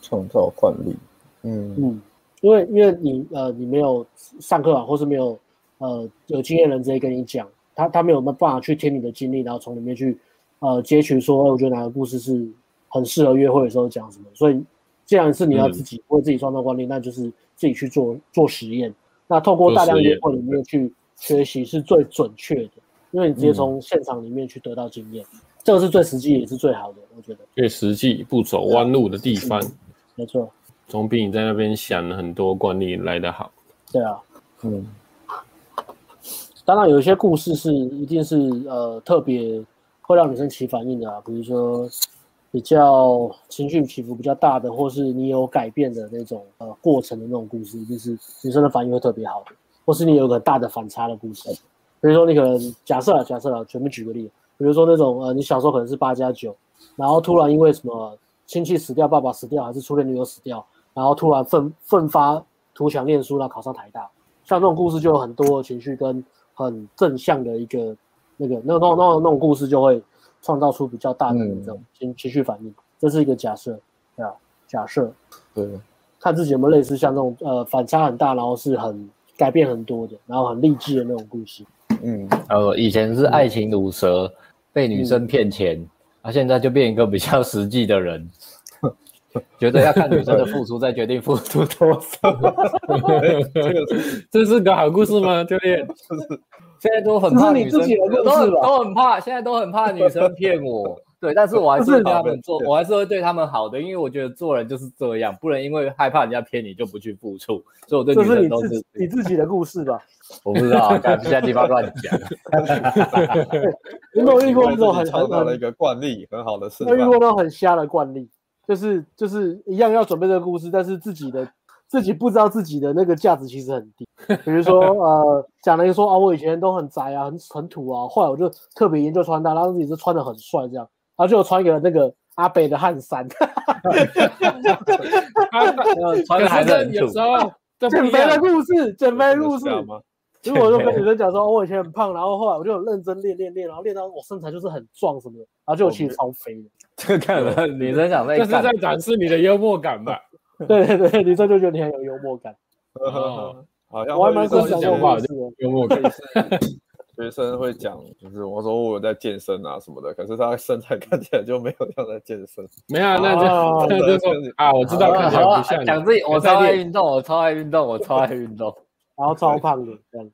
D: 创造惯例，嗯，
B: 嗯，因为因为你呃你没有上课啊，或是没有呃有经验人直接跟你讲，他他没有办法去听你的经历，然后从里面去呃截取说，哎我觉得哪个故事是很适合约会的时候讲什么。所以既然是你要自己为自己创造惯例，那就是自己去做做实验。那透过大量约会里面去学习是最准确的，因为你直接从现场里面去得到经验，这个是最实际也是最好的，我觉得
C: 越实际不走弯路的地方，
B: 没错，
C: 总比你在那边想很多惯例来得好。
B: 对啊。
D: 嗯，
B: 当然，有一些故事是一定是呃特别会让女生起反应的、啊，比如说比较情绪起伏比较大的，或是你有改变的那种呃过程的那种故事，一定是女生的反应会特别好的，或是你有个大的反差的故事。比如说你可能假设啊了，假设了，全部举个例，比如说那种呃你小时候可能是八加九，然后突然因为什么亲戚死掉、爸爸死掉，还是初恋女友死掉，然后突然奋奋发图强念书，然后考上台大，像这种故事就有很多的情绪跟很正向的一个那个那那那那种故事就会创造出比较大的
D: 嗯
B: 那种情情绪反应，这是一个假设，对啊，假设
D: 对，
B: 看自己有没有类似像这种呃反差很大，然后是很改变很多的，然后很励志的那种故事，
D: 嗯，
A: 呃，以前是爱情毒
B: 嗯
A: 蛇，被女生骗钱，啊，现在就变一个比较实际的人， 觉得要看女生的付出，再决定付出多 少。
C: 这是个好故事吗，教练？
A: 现在都很
B: 这
A: 怕
B: 是你
A: 女生，
B: 自己的故事
A: 都很
B: 吧
A: 都很怕，现在都很怕女生骗我。对，但是我还是
B: 不 是
A: 会对他们做，
D: 对
A: 我还是会对他们好的，因为我觉得做人就是这样，不能因为害怕人家骗你就不去付出。所以我对
B: 这
A: 女
B: 是
A: 生
B: 你
A: 都
B: 自
A: 是
B: 己，你自己的故事吧？
A: 我不知道啊， 干现在地方乱讲。
B: 你有没有遇过这
D: 为自
B: 种
D: 己
B: 很
D: 创
B: 很
D: 造
B: 很
D: 了一个惯例，很好的示
B: 那
D: 范
B: 遇过，那种很瞎的惯例，就是就是一样要准备这个故事，但是自己的自己不知道自己的那个价值其实很低。比如说呃，讲了一个说啊，我以前都很宅啊，很很土啊，后来我就特别研究穿搭，然后自己就穿的很帅这样，然后就有穿一个那个阿北的汗衫，
A: 穿的还是很
C: 他他可是啊这有
A: 土
C: 时。候这不
B: 减
C: 一
B: 肥的
C: 样，
B: 故事，减肥故事。
C: 吗？
B: 如果我就跟女生讲说，哦，我以前很胖，然后后来我就很认真练练练，然后练到我身材就是很壮什么的，然后就我其实超肥的。
C: 这 看了
A: 女生想在
C: 这是在
A: 干，
C: 展示你的幽默感吧？
B: 对对对，女生就觉得你很有幽默感。
C: 哦
D: 好像
B: 我还蛮
D: 会
B: 会
D: 遇到
B: 讲这
D: 一些
B: 种
C: 想法
B: 故事的。
C: 幽默感，
D: 学生会讲，就是我说我有在健身啊什么的，可是他身材看起来就没有像在健身。
C: 没有啊，那
B: 哦
C: 就 那就说啊，我知道看起来
A: 好啊
C: 不像你
A: 讲自己，我
C: 在
A: 超爱
C: 练
A: 运动，我超爱运动，我超爱运动。
B: 然后超胖的这样。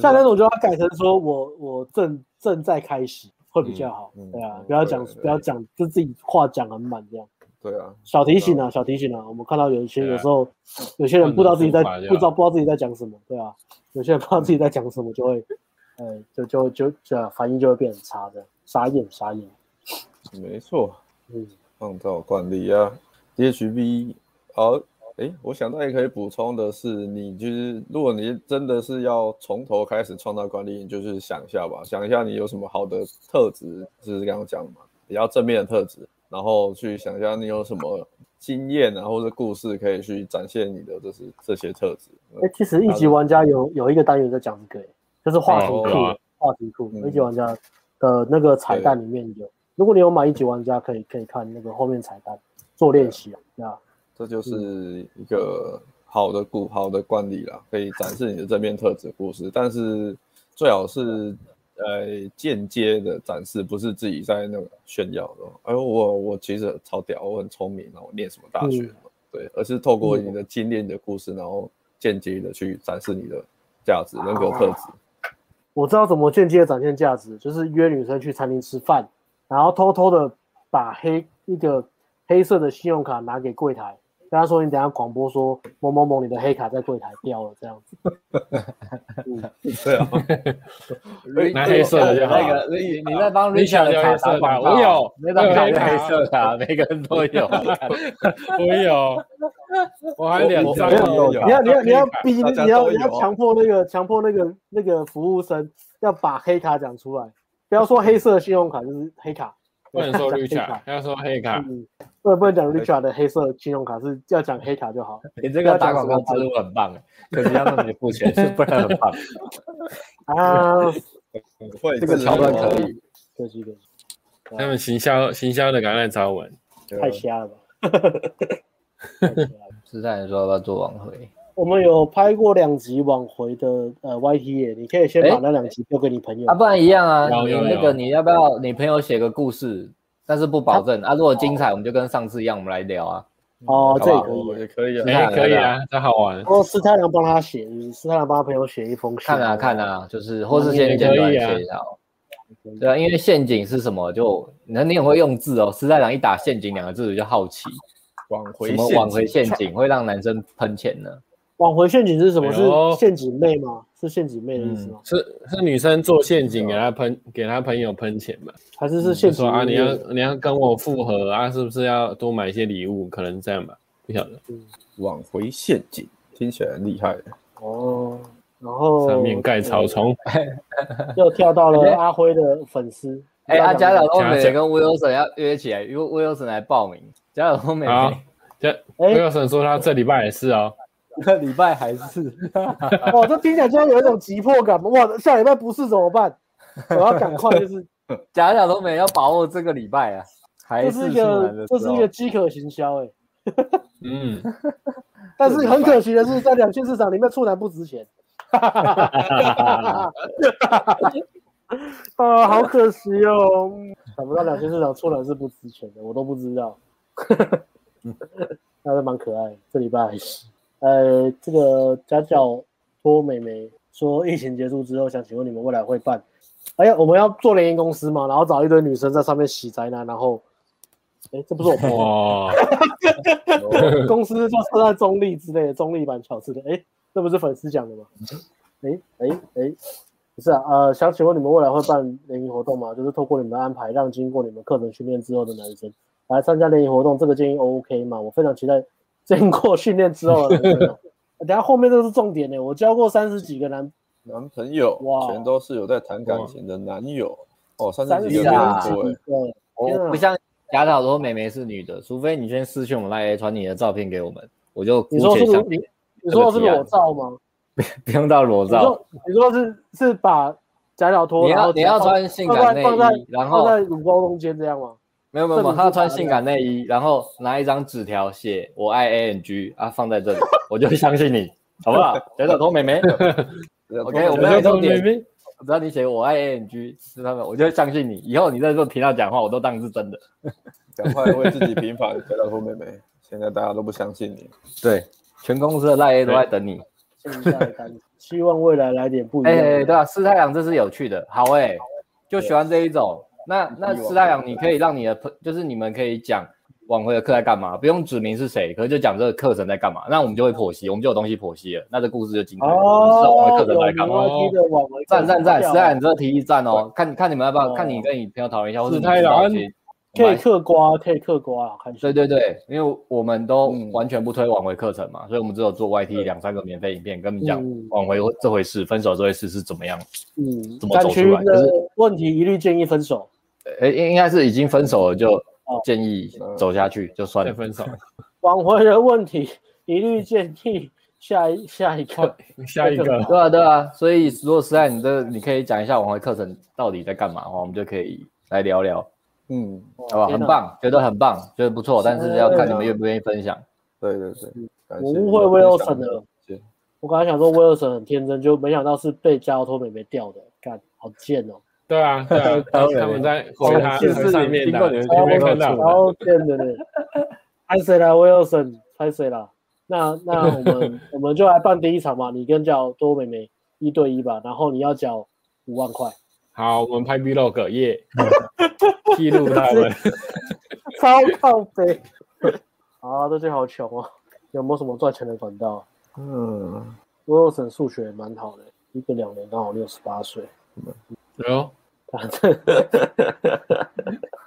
B: 像那种就要改成说我我正正在开始会比较好，
D: 嗯嗯
B: 对啊，
D: 嗯
B: 不要讲
D: 对对
B: 不要讲，就自己话讲很满这样。
D: 对啊，
B: 小提醒啊，小提醒啊，我们看到有一些
C: 对啊
B: 有时候有些人不知道自己在
C: 不能说话就好
B: 不知道不知道自己在讲什么，对啊，有些人不知道自己在讲什么就会，呃，就就就就啊反应就会变很差的，傻眼傻眼，
D: 没错，
B: 嗯，
C: 啊
D: 按照惯例啊，DHB 好。哦诶，我想到也可以补充的是，你就是如果你真的是要从头开始创造管理，你就是想一下吧，想一下你有什么好的特质，就是刚刚讲的嘛，比较正面的特质，然后去想一下你有什么经验啊，或者故事可以去展现你的，就是这些特质。
B: 哎，其实一级玩家有有一个单元在讲这个，就是话题库
C: 哦有啊，
B: 话题库
D: 嗯
B: 一级玩家的那个彩蛋里面有，如果你有买一级玩家，可以可以看那个后面彩蛋做练习啊，对啊，
D: 这
A: 嗯
D: 就是一个好的故好的惯例啦，可以展示你的正面特质故事，但是最好是呃间接的展示，不是自己在那个炫耀的。哎呦，我我其实超屌，我很聪明，然啊后我念什么大学，
B: 嗯
D: 对，而是透
A: 嗯
D: 过你的经历、你的故事，然后间接的去展示你的价值、人格
C: 啊
D: 特质。
B: 我知道怎么间接地展现价值，就是约女生去餐厅吃饭，然后偷偷的把黑一个黑色的信用卡拿给柜台，跟他说你等一下广播说某某某你的黑卡在柜台掉了这样子。嗯，
D: 对啊，
C: 拿黑色的就好
A: 那个你你在帮
C: Richard
A: Richard 的卡
C: 黑色
A: 打
C: 的啊
A: 广告，
C: 我有
A: 那张
C: 我
A: 卡
C: 有
A: 是
C: 黑
A: 黑
C: 卡
A: 色的啊，每个人都 有。
C: 我有，我 还两张
D: 我我
C: 哦
D: 有
B: 你要你要你要逼
D: 大家
B: 你要
D: 都
B: 你要
D: 有啊
B: 强迫那个强迫那个那个服务生要把黑卡讲出来，不要说黑色的信用卡就是黑卡，
C: 不能说绿
B: 黑卡
C: 卡，要说黑
D: 啊
C: 卡，
B: 嗯，不能不能讲 Richard 的黑色信用卡是要讲黑卡就好。
A: 你这个打广告植入很棒，欸可惜要让你付钱，不然很 棒。
B: 啊，
D: 会
A: 这个桥段可以，
B: 可惜可惜，
C: 他们行销行销的橄榄超文，
B: 太瞎 了吧！太瞎了
A: 是在说要不要做挽回？
B: 我们有拍过两集往回的呃 YT 耶，你可以先把那两集丢给你朋友。
A: 啊，不然一样啊，
C: 有
A: 你
C: 有有
A: 那个你要不要你朋友写个故事，但是不保证啊。如果精彩，我们就跟上次一样，我们来聊啊。
B: 哦，这也可
D: 以，
B: 以。
D: 也可以啊。
C: 哎，可以啊，这好玩，
B: 哦，是太郎帮他写，就是是太郎帮他朋友写一封信。
A: 看啊看啊，
B: 哦
A: 就是或是先
C: 也
A: 简
C: 可
A: 短
C: 以啊
A: 写一下哦。对啊，因为陷阱是什么？就那你很会用字哦。实在讲一打“陷阱”两个字，我就好奇，
D: 挽回
A: 什么
D: 陷
A: 挽回陷
D: 阱
A: 阱会让男生喷钱呢？
B: 往回陷阱是什么？
C: 哎呦
B: 是陷阱妹吗？是陷阱妹的意思
A: 嗯
B: 吗？
C: 是是女生做陷阱给他喷给他朋友喷钱吧？
B: 还是是
C: 就
B: 陷
C: 说
B: 阱
C: 啊，你
B: 妹？
C: 要你要跟我复合啊，是不是要多买一些礼物？可能这样吧，不晓得。
D: 挽回陷阱听起来很厉害。
A: 嗯啊
B: 哦，然后
C: 上面盖草
B: 哦
C: 丛，
B: 又跳到
A: 哎
B: 了阿辉的粉丝。
A: 哎，阿
B: 家
A: 贾
B: 长
A: 老公
C: 嘉
A: 美
C: 奖
A: 跟 Wilson 要约起来，因为 Wilson 来报名。贾老公美
B: 啊
C: 好这
B: 哎
C: Wilson 说他这礼拜也是哦，
A: 这礼拜还是
B: 哇，哦这听起来就有一种急迫感。哇，下礼拜不是怎么办？我要赶快，就是
A: 贾小龙美要把握这个礼拜啊， 还
B: 这
A: 是
B: 是一
A: 出来
B: 个
A: 的
B: 这
A: 时
B: 是
A: 候
B: 一个饥渴行销哎、
C: 嗯，
B: 但是很可惜的是，在两性市场里面，处男不值钱。 啊，好可惜哦！想不到两性市场处男是不值钱的，我都不知道。 那是蛮可爱的，这礼拜还是。呃，这个夹角托美眉说，疫情结束之后，想请问你们未来会办？哎呀，我们要做联谊公司嘛，然后找一堆女生在上面洗宅男，然后，哎，这不是我朋友吗
C: 哇，
B: 公司就设在中立之类的，中立版乔治的。哎，这不是粉丝讲的吗？哎哎哎，不是啊，呃，想请问你们未来会办联谊活动吗？就是透过你们的安排，让经过你们课程训练之后的男生来参加联谊活动，这个建议 OK 吗？我非常期待经过训练之后的男 朋友。等一下后面这个是重点呢、我交过三十几个男，
D: 男朋友
B: 哇
D: 全都是有在谈感情的男友哦，三
B: 三
D: 十
B: 十
D: 几
B: 几
D: 个
A: 是
D: 没
A: 啊
D: 很多哎
B: 个，，对，天啊
A: 我不像假的好多美眉是女的，除非你先私讯我们赖 A 传你的照片给我们，我就姑
B: 你说
A: 且
B: 是
A: 相
B: 裸你
A: 信，
B: 你说的是裸照吗？
A: 不用到裸
B: 你
A: 照。
B: 说你说是是把假脚脱，
A: 你
B: 然
A: 要
B: 后
A: 你要
B: 放
A: 穿性
B: 放在
A: 感内
B: 放在
A: 衣，然
B: 放
A: 后
B: 在乳沟中间这样吗？
A: 没有没有没
B: 这
A: 有，
B: 种
A: 他
B: 是
A: 穿
B: 假的
A: 性感内衣，然后拿一张纸条写“我爱 A N G” 啊，放在这里，我就相信你，好不好？小小头妹妹，
D: 人家
A: OK，我
D: 都
A: 们要
D: 没有
A: 重点只要你写“我爱 A N G” 是他们，我就相信你。以后你在这种频道讲话，我都当是真的。
D: 赶快为自己平反， 小老婆妹妹，现在大家都不相信你，
A: 对，全公司的赖 A 都在等你。
B: 现在的感觉，希望未来来点不一
A: 哎、
B: 样的。欸
A: 对啊，四太阳这是有趣的，好哎、就
B: 啊
A: 喜欢这一种。那那
D: 以往
A: 四太阳，你可以让你的朋，就是你们可以讲挽回的课在干嘛，不用指明是谁，可是就讲这个课程在干嘛，那我们就会剖析，我们就有东西剖析了，那这故事就精彩了。我们知道挽
B: 哦
A: 回，课程在干嘛？
B: 有 MIT 的往回
A: 赞赞赞！
B: 啊
A: 四太阳，你这个提议赞
D: 对
A: 哦，看看你们要不要，
B: 哦
A: 看你跟你朋友讨论一下，或者
C: 四
A: 你
C: 太
A: 知道
C: 阳
A: 一些
B: 可以嗑瓜，可以嗑瓜啊，看一下
A: 对对对，因为我们都
D: 嗯
A: 完全不推挽回课程嘛，所以我们只有做 YT 两三个免费影片，跟你讲
B: 嗯
A: 挽回这回事、分手这回事是怎么样。
B: 嗯
A: 怎，么
B: 战
A: 走出
B: 区
A: 来就是
B: 的问题一律建议分手。
A: 哎，应应该是已经分手了，就
B: 哦
A: 建议走下去就算
C: 再
A: 了。
C: 分手，
B: 挽回的问题一律建议下一 下一个。哦
C: 下一个
A: 对啊，对啊，所以如果实在你这，你可以讲一下挽回课程到底在干嘛的话，我们就可以来聊聊，
D: 嗯，
A: 好不好？
B: 天
A: 很
B: 哪，
A: 棒，觉得很棒，觉得不错，但哦是要啊看你们愿不愿意分享。
D: 对对对，感谢
B: 我
D: 你
B: 误会
D: 的分享
B: Wilson 了。
D: 谢谢
B: 我刚才想说 Wilson 很天真，就没想到是被加托美美钓的，干好贱哦，
C: 对啊，对啊，他他们在回他
A: 这是
C: 上面
A: 经过你
C: 的，
A: 的
C: 你
A: 经
B: 哦
C: 没
A: 过
C: 看到？
B: 超贱的嘞！拍谁啦 Wilson，拍谁啦？那那我们 我们就来办第一场嘛，你跟叫多美美一对一吧，然后你要缴五万块，
C: 好，我们拍 vlog 耶，记录他们。
B: 超靠北。啊，最近 好穷哦，有没有什么赚钱的管道
D: 嗯，
B: ？Wilson 数学蛮好的，一个两年刚好六十八岁，
C: 有
B: 反正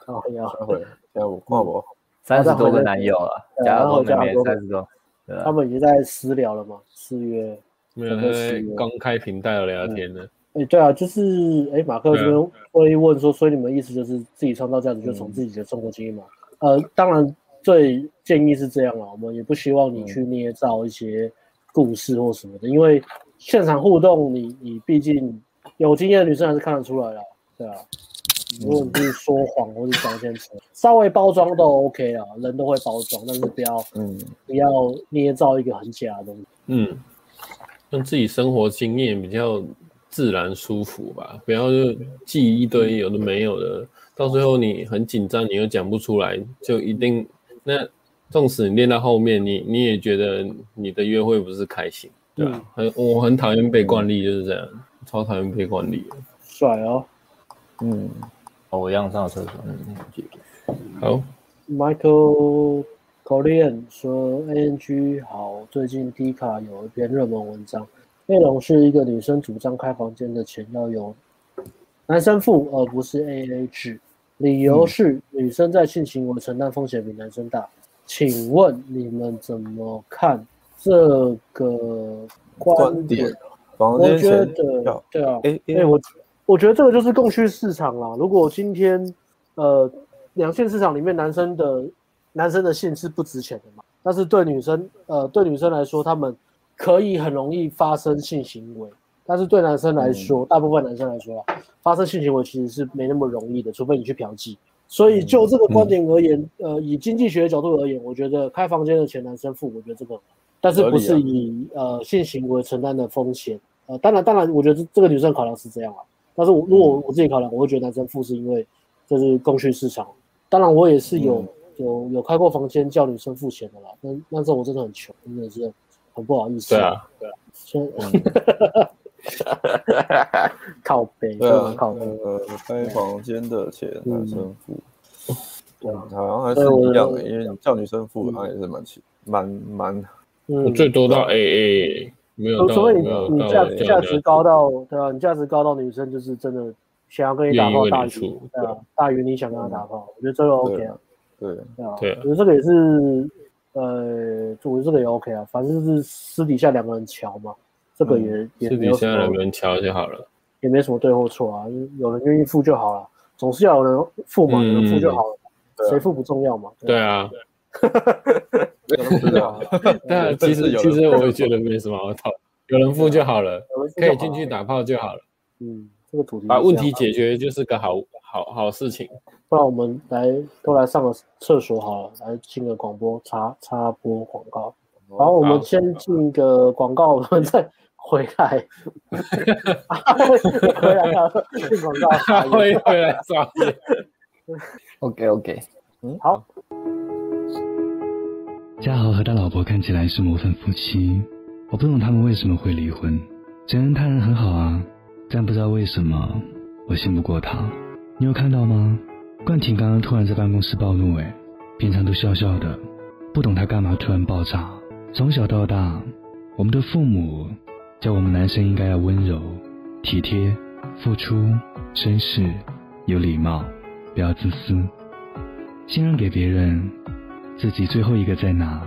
B: 靠腰。
D: 待会现在
B: 嗯
D: 我挂我，
A: 三十多个男友啊了，
B: 对
A: 加
B: 然后
A: 多妹
B: 加
A: 妹
B: 多
A: 三十多，对
B: 他
A: 啊，
B: 们已经在私聊了嘛，私约。
C: 没有？他在公开频道聊天呢。
B: 哎、对啊，就是哎，马克这边会问说，所以你们意思就是自己创造价值，就从自己的生活经验嘛？呃，当然最建议是这样啦，我们也不希望你去捏造一些故事或什么的，因为现场互动你，你毕竟有经验的女生还是看得出来啦，对啊。如果你是说谎或是讲一些什么稍微包装都 OK 啦，人都会包装，但是不要
D: 嗯，
B: 不要捏造一个很假的东西。
C: 嗯，让自己生活经验比较自然舒服吧，不要就记一堆有的没有的，到最后你很紧张，你又讲不出来，就一定那纵使你练到后面，你你也觉得你的约会不是开心，对吧、
B: 嗯
C: 很我很讨厌被惯例就是这样，超讨厌被惯例的。
B: 帅哦。
D: 嗯，
A: 哦我一样上厕所。嗯，
C: 好，
B: Michael Colian 说，ANG 好，最近 D 卡有一篇热门文章，内容是一个女生主张开房间的钱要由男生付，而不是 AA 制，理由是女生在性行为承担风险比男生大。请问你们怎么看这个
D: 观
B: 观
D: 点
B: 点？，
D: 房
B: 我
D: 间
B: 觉
D: 钱
B: 得
D: 要，
B: 对啊，
D: 哎
B: 哎、我我觉得这个就是供需市场啦。如果今天呃两性市场里面男生的男生的性是不值钱的嘛，但是对女生呃对女生来说，他们可以很容易发生性行为，但是对男生来说，大部分男生来说啊，发生性行为其实是没那么容易的，除非你去嫖妓。所以就这个观
D: 嗯
B: 点而言，呃，以经济学的角度而言，我觉得开房间的钱男生付，我觉得这个，但是不
D: 合
B: 是
D: 理啊
B: 以、呃性行为承担的风险。呃，当然，当然，我觉得这这个女生考量是这样啊。但是
D: 嗯
B: 我如果我自己考量，我会觉得男生付是因为这是供需市场。当然，我也是有、
D: 嗯
B: 有有开过房间叫女生付钱的啦。那那时候我真的很穷，真的是很不好意思。
C: 对啊，
B: 对啊，现
D: 嗯
B: 靠背，
D: 对啊，
B: 靠背。
D: 呃，开房间的钱男生付，
B: 对啊
D: 好像还是一样的，因为你叫女生付，好像也是蛮奇，蛮蛮，
B: 嗯，
C: 最多到 AA，没有
B: 除
C: 到
B: 除非
C: 没
B: 你
C: 有
B: 哦你
C: 到
B: 价
C: 这
B: 价
C: 样
B: 值
C: 的
B: 高到对啊，你价值高到女生就是真的想要跟你打
C: 愿
B: 炮
C: 意为
B: 大
C: 你
B: 于
C: 出，
B: 对啊，大于你想跟她打炮，我觉得这个 OK 啊，
D: 对，
B: 对啊，
C: 对啊
B: 我觉得这个也是呃，就我觉得这个也 OK 啊，反正就是私底下两个人瞧嘛，这个也、也
C: 嗯私
B: 没
C: 底
B: 有什
C: 下
B: 么
C: 两个人瞧就好了。
B: 也没什么对或错啊，有人愿意付就好了，总是要有人付嘛，
C: 嗯
B: 有人付就好了，
D: 对啊
B: 谁付不重要嘛。
C: 对啊，
D: 真的啊，
C: 但其实
D: 有
C: 其
D: 人
C: 实我也觉得没什么好讨，有人付就好了，
B: 有人付
C: 可
B: 就好了
C: 以进去。打炮就好了，
B: 嗯，啊这个主题
C: 把
B: 就这
C: 问
B: 样
C: 题
B: 吧
C: 解决就是个好好好事情。
B: 不然我们来都来上个厕所好了，来进个广播插插播广告。
D: 哦
B: 然后我
C: 好
B: 们先进一个广告，我们再回 来。回来了，进广告。
C: 他会回来找你。
A: OK OK，
E: 嘉豪和他老婆看起来是模范夫妻，我不懂他们为什么会离婚。前任他人很好啊，但不知道为什么我信不过他。你有看到吗？冠廷刚刚突然在办公室暴怒、哎，平常都笑笑的，不懂他干嘛突然爆炸。从小到大，我们的父母教我们男生应该要温柔、体贴、付出、绅士、有礼貌，不要自私。信任给别人，自己最后一个在哪？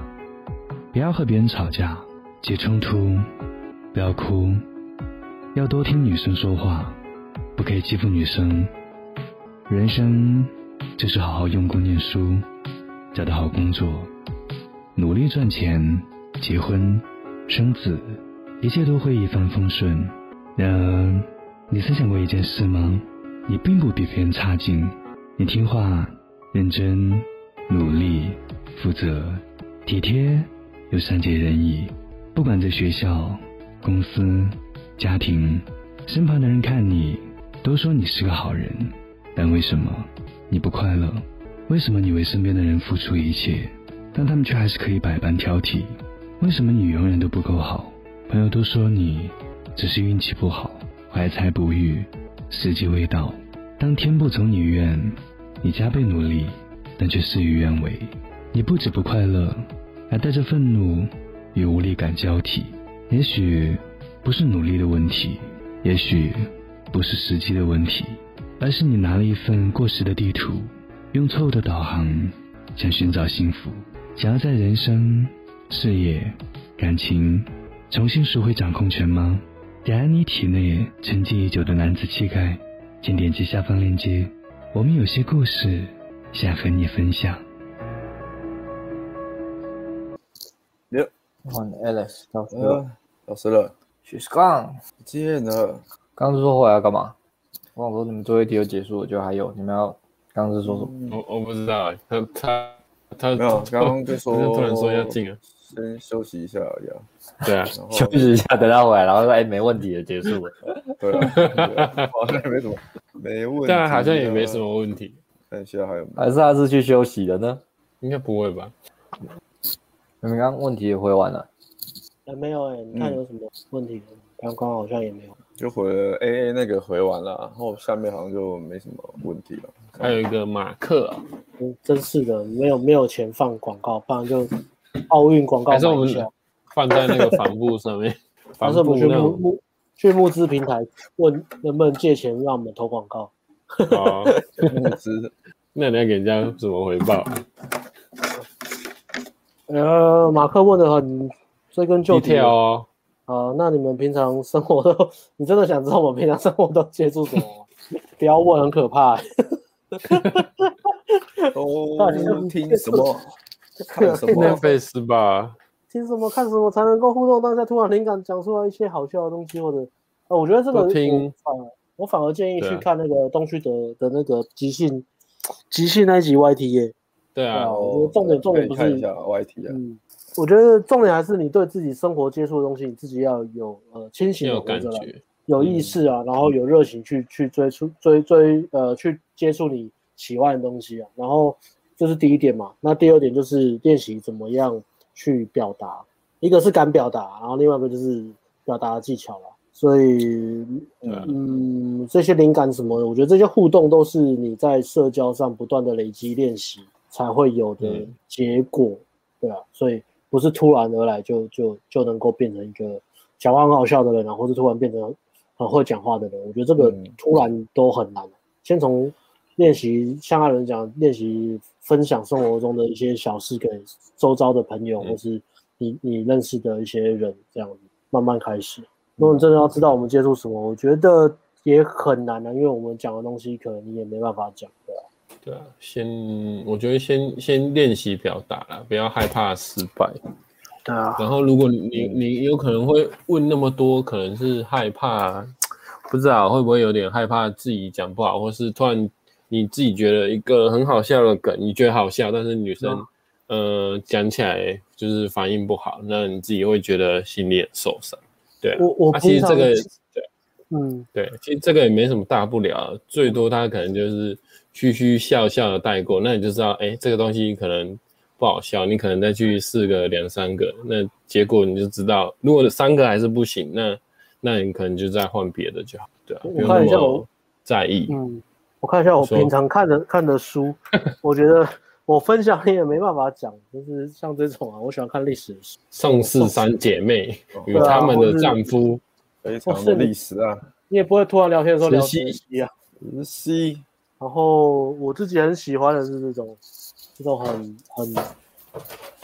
E: 不要和别人吵架、起冲突，不要哭，要多听女生说话，不可以欺负女生。人生就是好好用功念书，找到好工作，努力赚钱，结婚、生子，一切都会一帆风顺。然而，你曾想过一件事吗？你并不比别人差劲，你听话、认真、努力、负责、体贴又善解人意，不管在学校、公司、家庭，身旁的人看你都说你是个好人，但为什么你不快乐？为什么你为身边的人付出一切，但他们却还是可以百般挑剔？为什么你永远都不够好？朋友都说你只是运气不好，怀才不遇，时机未到。当天不从你愿，你加倍努力，但却事与愿违。你不止不快乐，还带着愤怒与无力感交替。也许不是努力的问题，也许不是时机的问题，而是你拿了一份过时的地图，用错误的导航想寻找幸福，想要在人生、事业、感情重新赎回掌控权吗？点燃你体内沉寂已久的男子气概，请点击下方链接。我们有些故事想和你分享。
A: 换 Alice 到时候
D: 呃老师了，
A: She's gone。
D: 不见了，
A: 刚是说回来要干嘛？我想说你们最后一题就结束了，就还有你们要刚是说什么？
C: 我我不知道，他他他
D: 没有，刚刚就说
C: 他突然说要进啊，
D: 先休息一下而已啊，
C: 对啊，
D: 然
A: 休
D: 后
A: 息一下，等他回来，然后说哎没问题了，结束了。
D: 对啊，对啊好像也没什么，没问题，
C: 但好像也没什，么问题，
D: 看一下还有没有，
A: 还是他是去休息的呢？
C: 应该不会吧？
A: 你们刚刚问题也回完了，
B: 呃没有哎、你看有什么问题？刚刚好像也没有。
D: 就回了 A A 那个回完了，然后下面好像就没什么问题了，
C: 还有一个马克啊，
B: 嗯真是的，没有没有钱放广告，不然就奥运广告
C: 还是我
B: 买一
C: 们
B: 下，
C: 放在那个帆布上面，
B: 还
C: 帆
B: 是我
C: 布
B: 们去
C: 那
B: 募
C: 种
B: 募去募资平台问能不能借钱让我们投广告？
C: 哦，
D: 募资
C: 那你要给人家什么回报？
B: 呃，马克问的很追根究
C: 就
B: 底
C: 跳哦，
B: 啊，那你们平常生活都，你真的想知道我们平常生活都接触什么吗？不要问，很可怕、
D: 都听什么？看什
C: 那
D: 么？
C: 费斯吧，
B: 听什么看什么才能够互动？当下突然灵感讲出来一些好笑的东西，或者，呃，我觉得这个
C: 都听
B: 我反而我反而建议
C: 对
B: 去
C: 啊
B: 看那个东区德的那个即兴即兴那一集 YT 耶。
C: 对啊
B: 哦，我重点重点不是
D: 可以看一下 Y T 啊，
B: 嗯，我觉得重点还是你对自己生活接触的东西，你自己要有呃清
C: 挺
B: 醒
C: 有
B: 的活
C: 感
B: 着来
C: 觉，
B: 有意识啊，然后有热情去去追出追追呃去接触你喜欢的东西啊，然后这是第一点嘛。那第二点就是练习怎么样去表达，一个是敢表达，然后另外一个就是表达的技巧了。啊所以，
C: 对啊
B: 嗯，这些灵感什么的，我觉得这些互动都是你在社交上不断的累积练习才会有的
C: 嗯
B: 结果，对啊，所以不是突然而来就就就能够变成一个讲话很好笑的人啊，或是突然变成很会讲话的人，我觉得这个
D: 嗯
B: 突然都很难。先从练习，像阿伦讲，练习分享生活中的一些小事给周遭的朋友，
C: 嗯
B: 或是你你认识的一些人，这样子慢慢开
C: 嗯
B: 始。如果你真的要知道我们接触什么，我觉得也很难啊，因为我们讲的东西可能你也没办法讲，对吧、
C: 对啊，先我觉得先先练习表达啦，不要害怕失败。
B: 对啊，
C: 然后如果你你你有可能会问那么多，可能是害怕，不知道会不会有点害怕自己讲不好，或是突然你自己觉得一个很好笑的梗，你觉得好笑，但是女生、
B: 嗯
C: 呃讲起来就是反应不好，那你自己会觉得心里很受伤。对啊、
B: 我我
C: 啊，其实
B: 平常
C: 这个对。
B: 嗯，
C: 对，其实这个也没什么大不了，啊最多他可能就是嘘嘘笑笑的带过，那你就知道，哎，这个东西可能不好笑，你可能再去试个两三个，那结果你就知道，如果三个还是不行，那那你可能就再换别的就好，对啊，
B: 我
C: 不用
B: 看
C: 那
B: 一下
C: 么
B: 我
C: 在意。
B: 嗯，我看一下我
C: 说
B: 平常看的看的 书，我觉得我分享也没办法讲，就是像这种啊，我喜欢看历史的书，
C: 宋氏三姐妹与
B: 对啊
C: 她们
B: 或
C: 的
B: 是
C: 丈夫，
D: 非
B: 哇
D: 常
B: 是
D: 的
B: 你
D: 历史啊，
B: 你也不会突然聊天的时候聊
C: 慈禧
B: 时期啊。
D: 十七
B: 然后我自己很喜欢的是这种，这种很很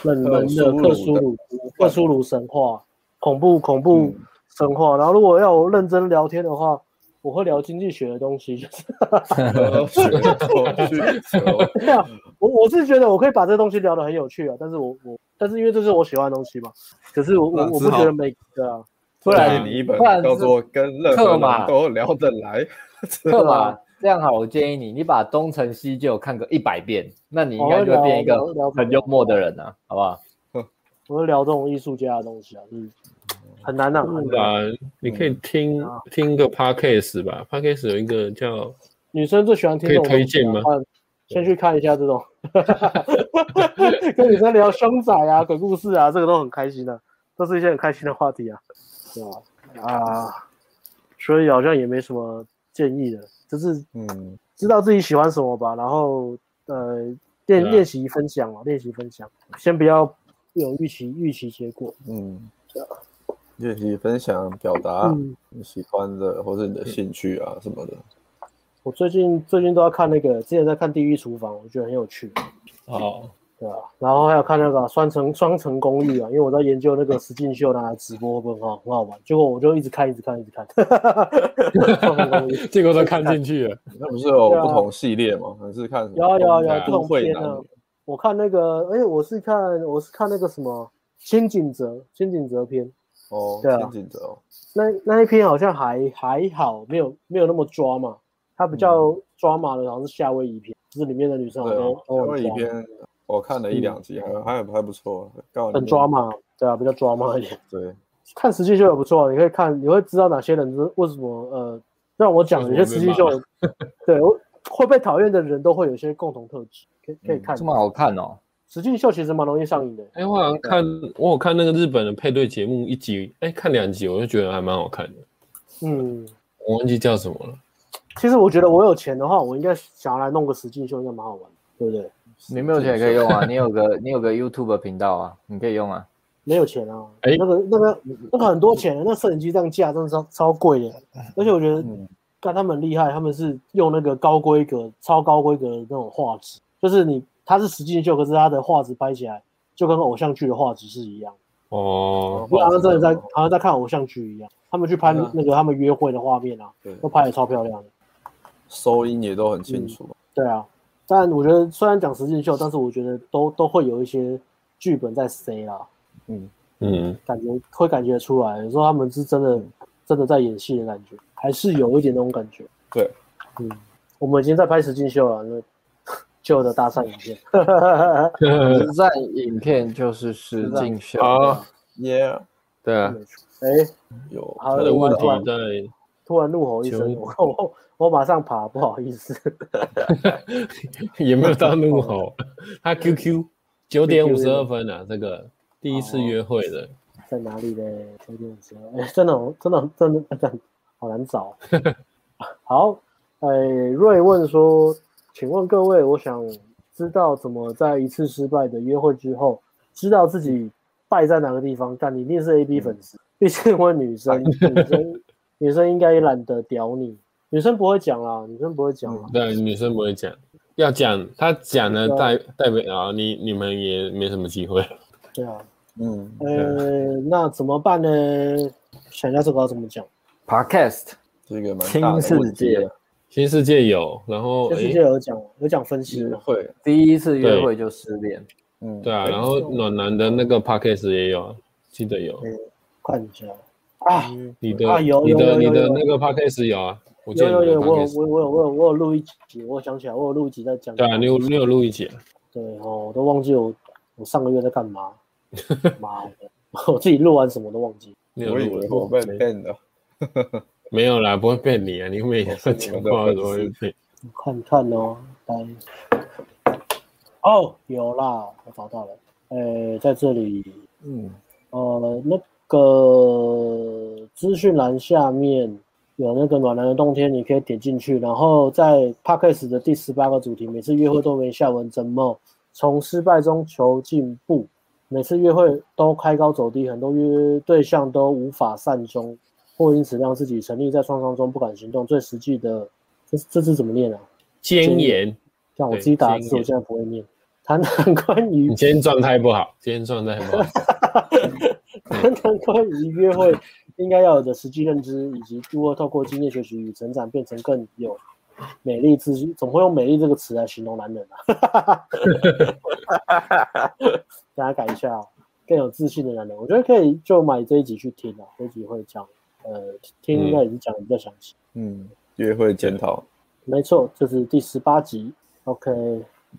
B: 冷门
A: 呃
B: 的克
D: 克
B: 苏
D: 苏
B: 鲁
D: 鲁
B: 克苏鲁神话，恐怖恐怖
D: 嗯
B: 神话。然后如果要我认真聊天的话，我会聊经济学的东西，就是
D: 科学脱去球，
B: 对啊，我我是觉得我可以把这东西聊得很有趣啊，但是我我但是因为这是我喜欢的东西嘛，可是我我
A: 啊
D: 那
B: 我
D: 只
B: 不觉
D: 好
B: 得每个啊，
A: 不
C: 对
A: 然
C: 啊
D: 给你一本
A: 不然
D: 叫做《跟任
A: 克
D: 何
A: 马
D: 人都聊得来》，
A: 克马，这样好，我建议你，你把东成西就看个一百遍，那你应该就会变一个
B: 哦了解
A: 很幽默的人啊，好不好？
B: 我会聊这种艺术家的东西啊，就是很难啊，
A: 嗯
B: 很
C: 不
B: 难
C: 然你可以听、
B: 啊
C: 听个 podcast 吧，podcast 有一个叫
B: 女生最喜欢听这种
C: 可以推荐吗
B: 东西啊？看先去看一下这 种，跟女生聊凶宅啊、鬼故事啊，这个都很开心的、都是一些很开心的话题啊，对吧？啊，所以好像也没什么建议的，就是
D: 嗯，
B: 知道自己喜欢什么吧，然后呃练
C: 对啊
B: 练习分享嘛，练习分享，先不要有预期预期结果。
D: 嗯，练习分享表
C: 啊
D: 达
B: 嗯
D: 你喜欢的或是你的兴趣啊什么的。
B: 我最近最近都要看那个，之前在看《地狱厨房》，我觉得很有趣。
C: 哦，
B: 对啊，然后还有看那个双层双层公寓啊，因为我在研究那个石进秀他的直播会不会很好很好玩，结果我就一直看一直看一直 看，双层公寓
C: 结果都看进去了，
D: 那不是有
B: 对啊
D: 不同系列吗？还是看什么
B: 有啊有啊有啊
D: 都会
B: 这种
D: 男
B: 片啊
D: 女？
B: 我看那个，哎，我是看我是看那个什么千景泽千景泽篇，
D: 哦，
B: 对啊
D: 先进者哦，
B: 那那一篇好像还还好，没有没有那么抓嘛，它比较抓马的好像是夏威夷篇，就是里面的女生好
D: 嗯对
B: 像
D: 啊，
B: 都
D: 因为
B: 很
D: 影
B: 抓
D: 片我看了一两集，还还还不错，刚好里
B: 很
D: 面
B: 抓马，对啊，比较抓马一点。
D: 对，
B: 看实境秀也不错，啊你可以看，你会知道哪些人是为什么呃，让我讲有些实境秀，对我会被讨厌的人都会有一些共同特质，可以可以看
A: 嗯这。么好看哦，
B: 实境秀其实蛮容易上瘾的，
C: 哎、我好像看，我有看那个日本的配对节目一集，哎、看两集我就觉得还蛮好看的，
B: 嗯，
C: 我忘记叫什么了。
B: 其实我觉得我有钱的话，我应该想要来弄个实境秀，应该蛮好玩的，对不对？
A: 你没有钱也可以用啊，你有个你有个 YouTube 频道啊，你可以用啊。
B: 没有钱啊，
C: 哎
B: 那个那个那个很多钱的，那摄影机这样架真的超超贵的，而且我觉得
D: 嗯
B: 干他们很厉害，他们是用那个高规格、超高规格的那种画质，就是你它是实境秀，可是它的画质拍起来就跟偶像剧的画质是一样的，
C: 哦，
B: 就好像真的在好像在看偶像剧一样。他们去拍
D: 对啊
B: 那个他们约会的画面啊，
D: 对
B: 都拍的超漂亮的。
D: 收音也都很清楚，
B: 对啊，但我觉得虽然讲实境秀，但是我觉得都都会有一些剧本在塞啦，
C: 嗯，
B: 感觉会感觉出来，有时候他们是真的真的在演戏的感觉，还是有一点那种感觉。
D: 对，
B: 嗯，我们已经在拍实境秀了，那 旧的大赛影片。
A: 实战影片就是实境秀，
D: 哦
C: 好，
D: 耶，
C: 对啊，
B: 哎，
D: 有
B: 好
C: 他的问题在
B: 突然怒吼一声，
C: 求
B: 我我我马上爬，不好意思。
C: 也没有到怒 吼，他 QQ 九点五十二分啊，哦这个第一次约会的，
B: 在哪里嘞？九点五十二。哎，真的哦，真的，真的，真的好难找。哦好，哎，瑞问说，请问各位，我想知道怎么在一次失败的约会之后，知道自己败在哪个地方？但你一定是 A B 粉丝，毕竟我女生，女生，女生应该也懒得屌你。女生不会讲啦，女生不会讲啦。
C: 对，啊女生不会讲，要讲她讲了
B: 对
C: 代代表啊你你们也没什么机会。
B: 对啊，
D: 嗯，
B: 呃，那怎么办呢？想一下这个要怎么讲？
A: Podcast
D: 这个蛮大的问题啊。
C: 新世界有，然后
B: 这
C: 哎哦诶
B: 世界有讲有讲分析
D: 机
B: 嘛？
D: 会，
A: 第一次约会就失恋，
D: 嗯，
C: 对啊，
D: 哎
C: 然后暖男的那个 podcast 也有啊，记得有
B: 对看一下啊，
C: 你的、
B: 啊有
C: 你
B: 有
C: 的
B: 有有
C: 你的
B: 有
C: 那个 podcast 有啊，我记
B: 有有
C: 得你的
B: 有，我有我
C: podcast
B: 有我有我有我有录一集，我想起来我有录一集在讲。
C: 对啊，你有你有录一集啊，
B: 对哦，我都忘记我我上个月在干 嘛，妈的，我自己录完什么都忘记。
C: 你有
D: 我以
C: 录
D: 为
C: 了
D: 我被
C: 没
D: 骗了，
C: 没有啦，不会骗你啊，你每天
D: 哦我是
C: 讲
D: 你们的
C: 话
D: 粉
C: 都会骗。
B: 我看看哦，来，哦，有啦，我找到了，呃，在这里，
D: 嗯，
B: 呃，那个资讯栏下面有那个暖男的冬天，你可以点进去，然后在 p a c k a s 的第十八个主题，每次约会都没下文怎么从失败中求进步？每次约会都开高走低，很多约对象都无法善终，或因此让自己沉溺在创伤中不敢行动。最实际的，这这字怎么念啊？
C: 坚言，
B: 像我
C: 对
B: 自己打
C: 建议
B: 字，我现在不会念。谈谈关于
C: 你今天状态不好，今天状态不好，
B: 谈谈关于约会应该要有的实际认知，以及如何透过经验学习与成长，变成更有美丽自己。总会用“美丽”这个词来形容男人啊。 大家改一下、哦，更有自信的男人，我觉得可以就买这一集去听啊，这一集会讲，呃，听应该已经讲的比较详细。
D: 嗯，约会检讨，
B: 没错，这是第十八集。OK，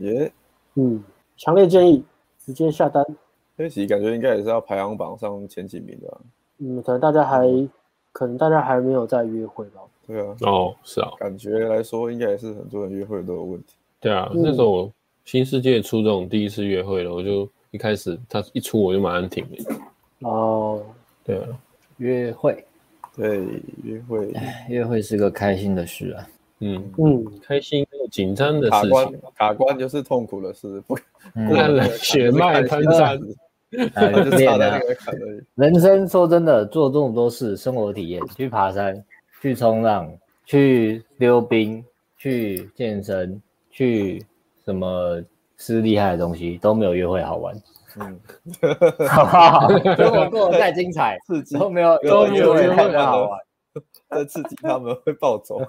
D: 耶，
B: 嗯，强烈建议直接下单。
D: 这集感觉应该也是要排行榜上前几名的啊，
B: 嗯，可能大家还，可能大家还没有在约会吧。
D: 对啊，
C: 哦，是啊，
D: 感觉来说应该也是很多人约会都有问题，
C: 对啊，
B: 嗯
C: 那时候我新世界出这种第一次约会了，我就一开始他一出我就马上停了，
B: 哦，
C: 对啊，
A: 约会，
D: 对，约会
C: 哎
A: 约会是个开心的事啊。
C: 嗯，
B: 嗯，
C: 开心又紧张的
D: 卡
C: 事情，
D: 关，卡关就是痛苦的事，不，
A: 嗯
C: 那人血脉喷张，
A: 哎练
D: 就差在
A: 啊
D: 那个坎而已。
A: 人生说真的，做这么多事，生活体验，去爬山，去冲浪，去溜冰，去健身，去什么吃厉害的东西，都没有约会好玩，
D: 嗯，
A: 好不好？生活过得再精彩，
D: 刺激，
A: 都没有
D: 没
A: 都
D: 有
A: 没有
D: 约
A: 约
D: 会
A: 会
D: 好
A: 好
D: 玩
A: 玩。
D: 再刺激他们会暴 走。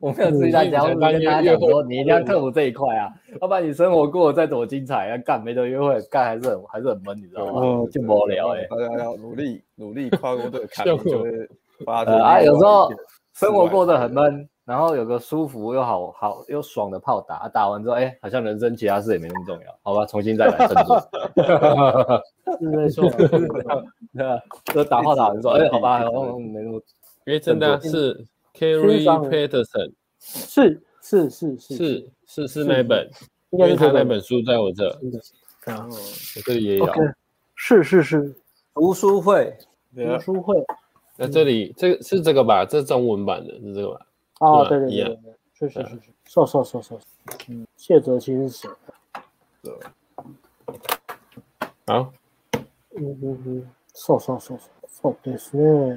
A: 我没有注意到，只要是跟大家讲说，你一定要克服这一块啊，要不然你生活过得再怎么精彩，要干没得约会，干还是很还是很闷，你知道
D: 哦
C: 哦
A: 吗？就无聊
C: 欸
A: 哎。
D: 大家要努力努力跨过这 个坎，
C: 效
D: 你
C: 果
D: 就会发出
A: 呃啊，
D: 另
A: 有时
D: 外一
A: 候
D: 片
A: 生活过得很
D: 之外
A: 闷，然后有个舒服又好好又爽的炮打，啊打完之后，哎，好像人生其他事也没那么重要，好吧，重新再来振作。
B: 是没错啊，是没错 啊
A: 对啊 就打炮打完之后，哎，好吧，好像没那么
C: 因为真的啊是 Carrie
B: 心脏
C: Peterson，
B: 是是是是
C: 是是是那本，
B: 应
C: 因
B: 该
C: 为
B: 是
C: 他
B: 这
C: 那
B: 个
C: 本书在我这，我
B: 是的啊
D: 嗯
C: 这里也有
B: OK，。是是是，
A: 读书会，
D: 对
B: 读
D: 啊
B: 书会
C: 那
B: 嗯
C: 这里这个是这个吧？这是中文版的，是这个吧？
B: 啊，
C: 对
B: 对
C: 啊
B: 对
C: 一
B: 对
C: 样啊
B: 对对，是是是是，瘦瘦瘦瘦，嗯，谢哲清是谁？
C: 好，
B: 嗯嗯嗯，瘦瘦瘦瘦瘦ですね。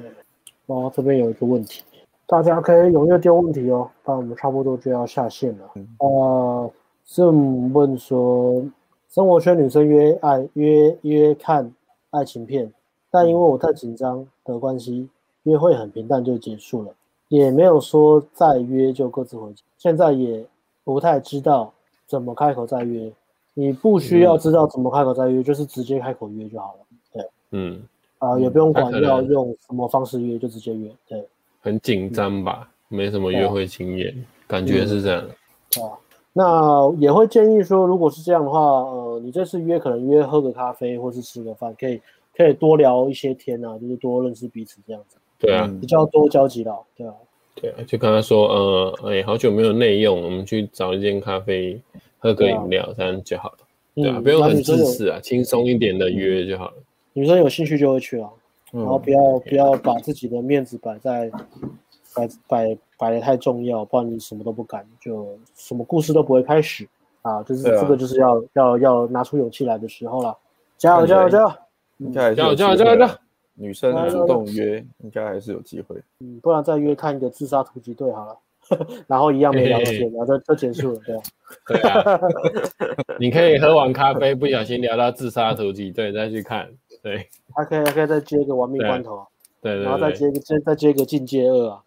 B: 然后这边有一个问题，大家可以踊跃丢问题哦。那我们差不多就要下线了。呃，Zoom 问说，生活圈女生约爱约约看爱情片，但因为我太紧张的关系，约会很平淡就结束了，也没有说再约就各自回家。现在也不太知道怎么开口再约。你不需要知道怎么开口再约，就是直接开口约就好了。
C: 嗯，
B: 啊、也不用管
C: 他可能
B: 要用什么方式约，就直接约。对，
C: 很紧张吧？没什么
B: 啊
C: 约会经验，感觉
B: 嗯
C: 是这样。
B: 那也会建议说，如果是这样的话，呃，你这次约可能约喝个咖啡，或是吃个饭，可以可以多聊一些天啊，就是多认识彼此这样子，
C: 对啊，
D: 嗯
B: 比较多交集了。对啊，
C: 对啊，就跟他说，呃，哎，好久没有内用，我们去找一间咖啡喝个饮料，这样就好了。对啊，
B: 啊嗯
C: 不用
B: 然后
C: 很
B: 女生
C: 自
B: 有嗯
C: 私啊，轻松一点的约就好了。
B: 女生有兴趣就会去啊，然后
D: 嗯，
B: 不要不要把自己的面子摆在摆摆摆的太重要，不然你什么都不敢，就什么故事都不会开始啊。就是
D: 对啊
B: 这个就是要要要拿出勇气来的时候了，加油加油
D: 看起
B: 加
D: 来
B: 油！
D: 应该还是
C: 加油
D: 有机
C: 加油
D: 会
B: 啊
C: 加油加油
D: 的。女生主动约，应该还是有机会。
B: 嗯，不然再约看一个自杀突击队好了。 然后一样没聊到天，然后就就结束了，对啊。
C: 对啊，你可以喝完咖啡不小心聊到自杀突击队再去看，对
B: 还可以还可以再接一个玩命
C: 对
B: 关头啊，
C: 对
B: 然后再
C: 对
B: 接
C: 对，
B: 一个再再接一个进阶二啊。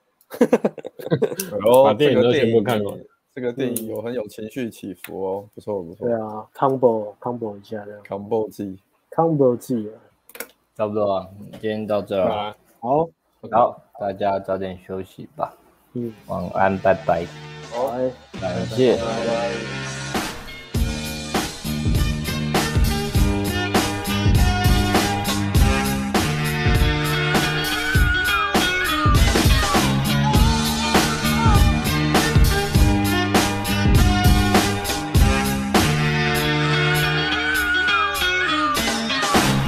D: 然后
C: 把电影都全部看
D: 过
C: 完。
D: 这个电影有很有情绪起伏哦，不错不
B: 嗯
D: 错
B: 对。啊，combo combo 一下这样
D: combo 技，
B: ，combo 自己啊。
A: 差不多啊，今天到这儿，
C: 啊，
B: 好，
A: 好，大家早点休息吧，
B: 嗯，
A: 晚安，拜拜，
B: 好，哎。
A: 感谢。
D: 拜拜。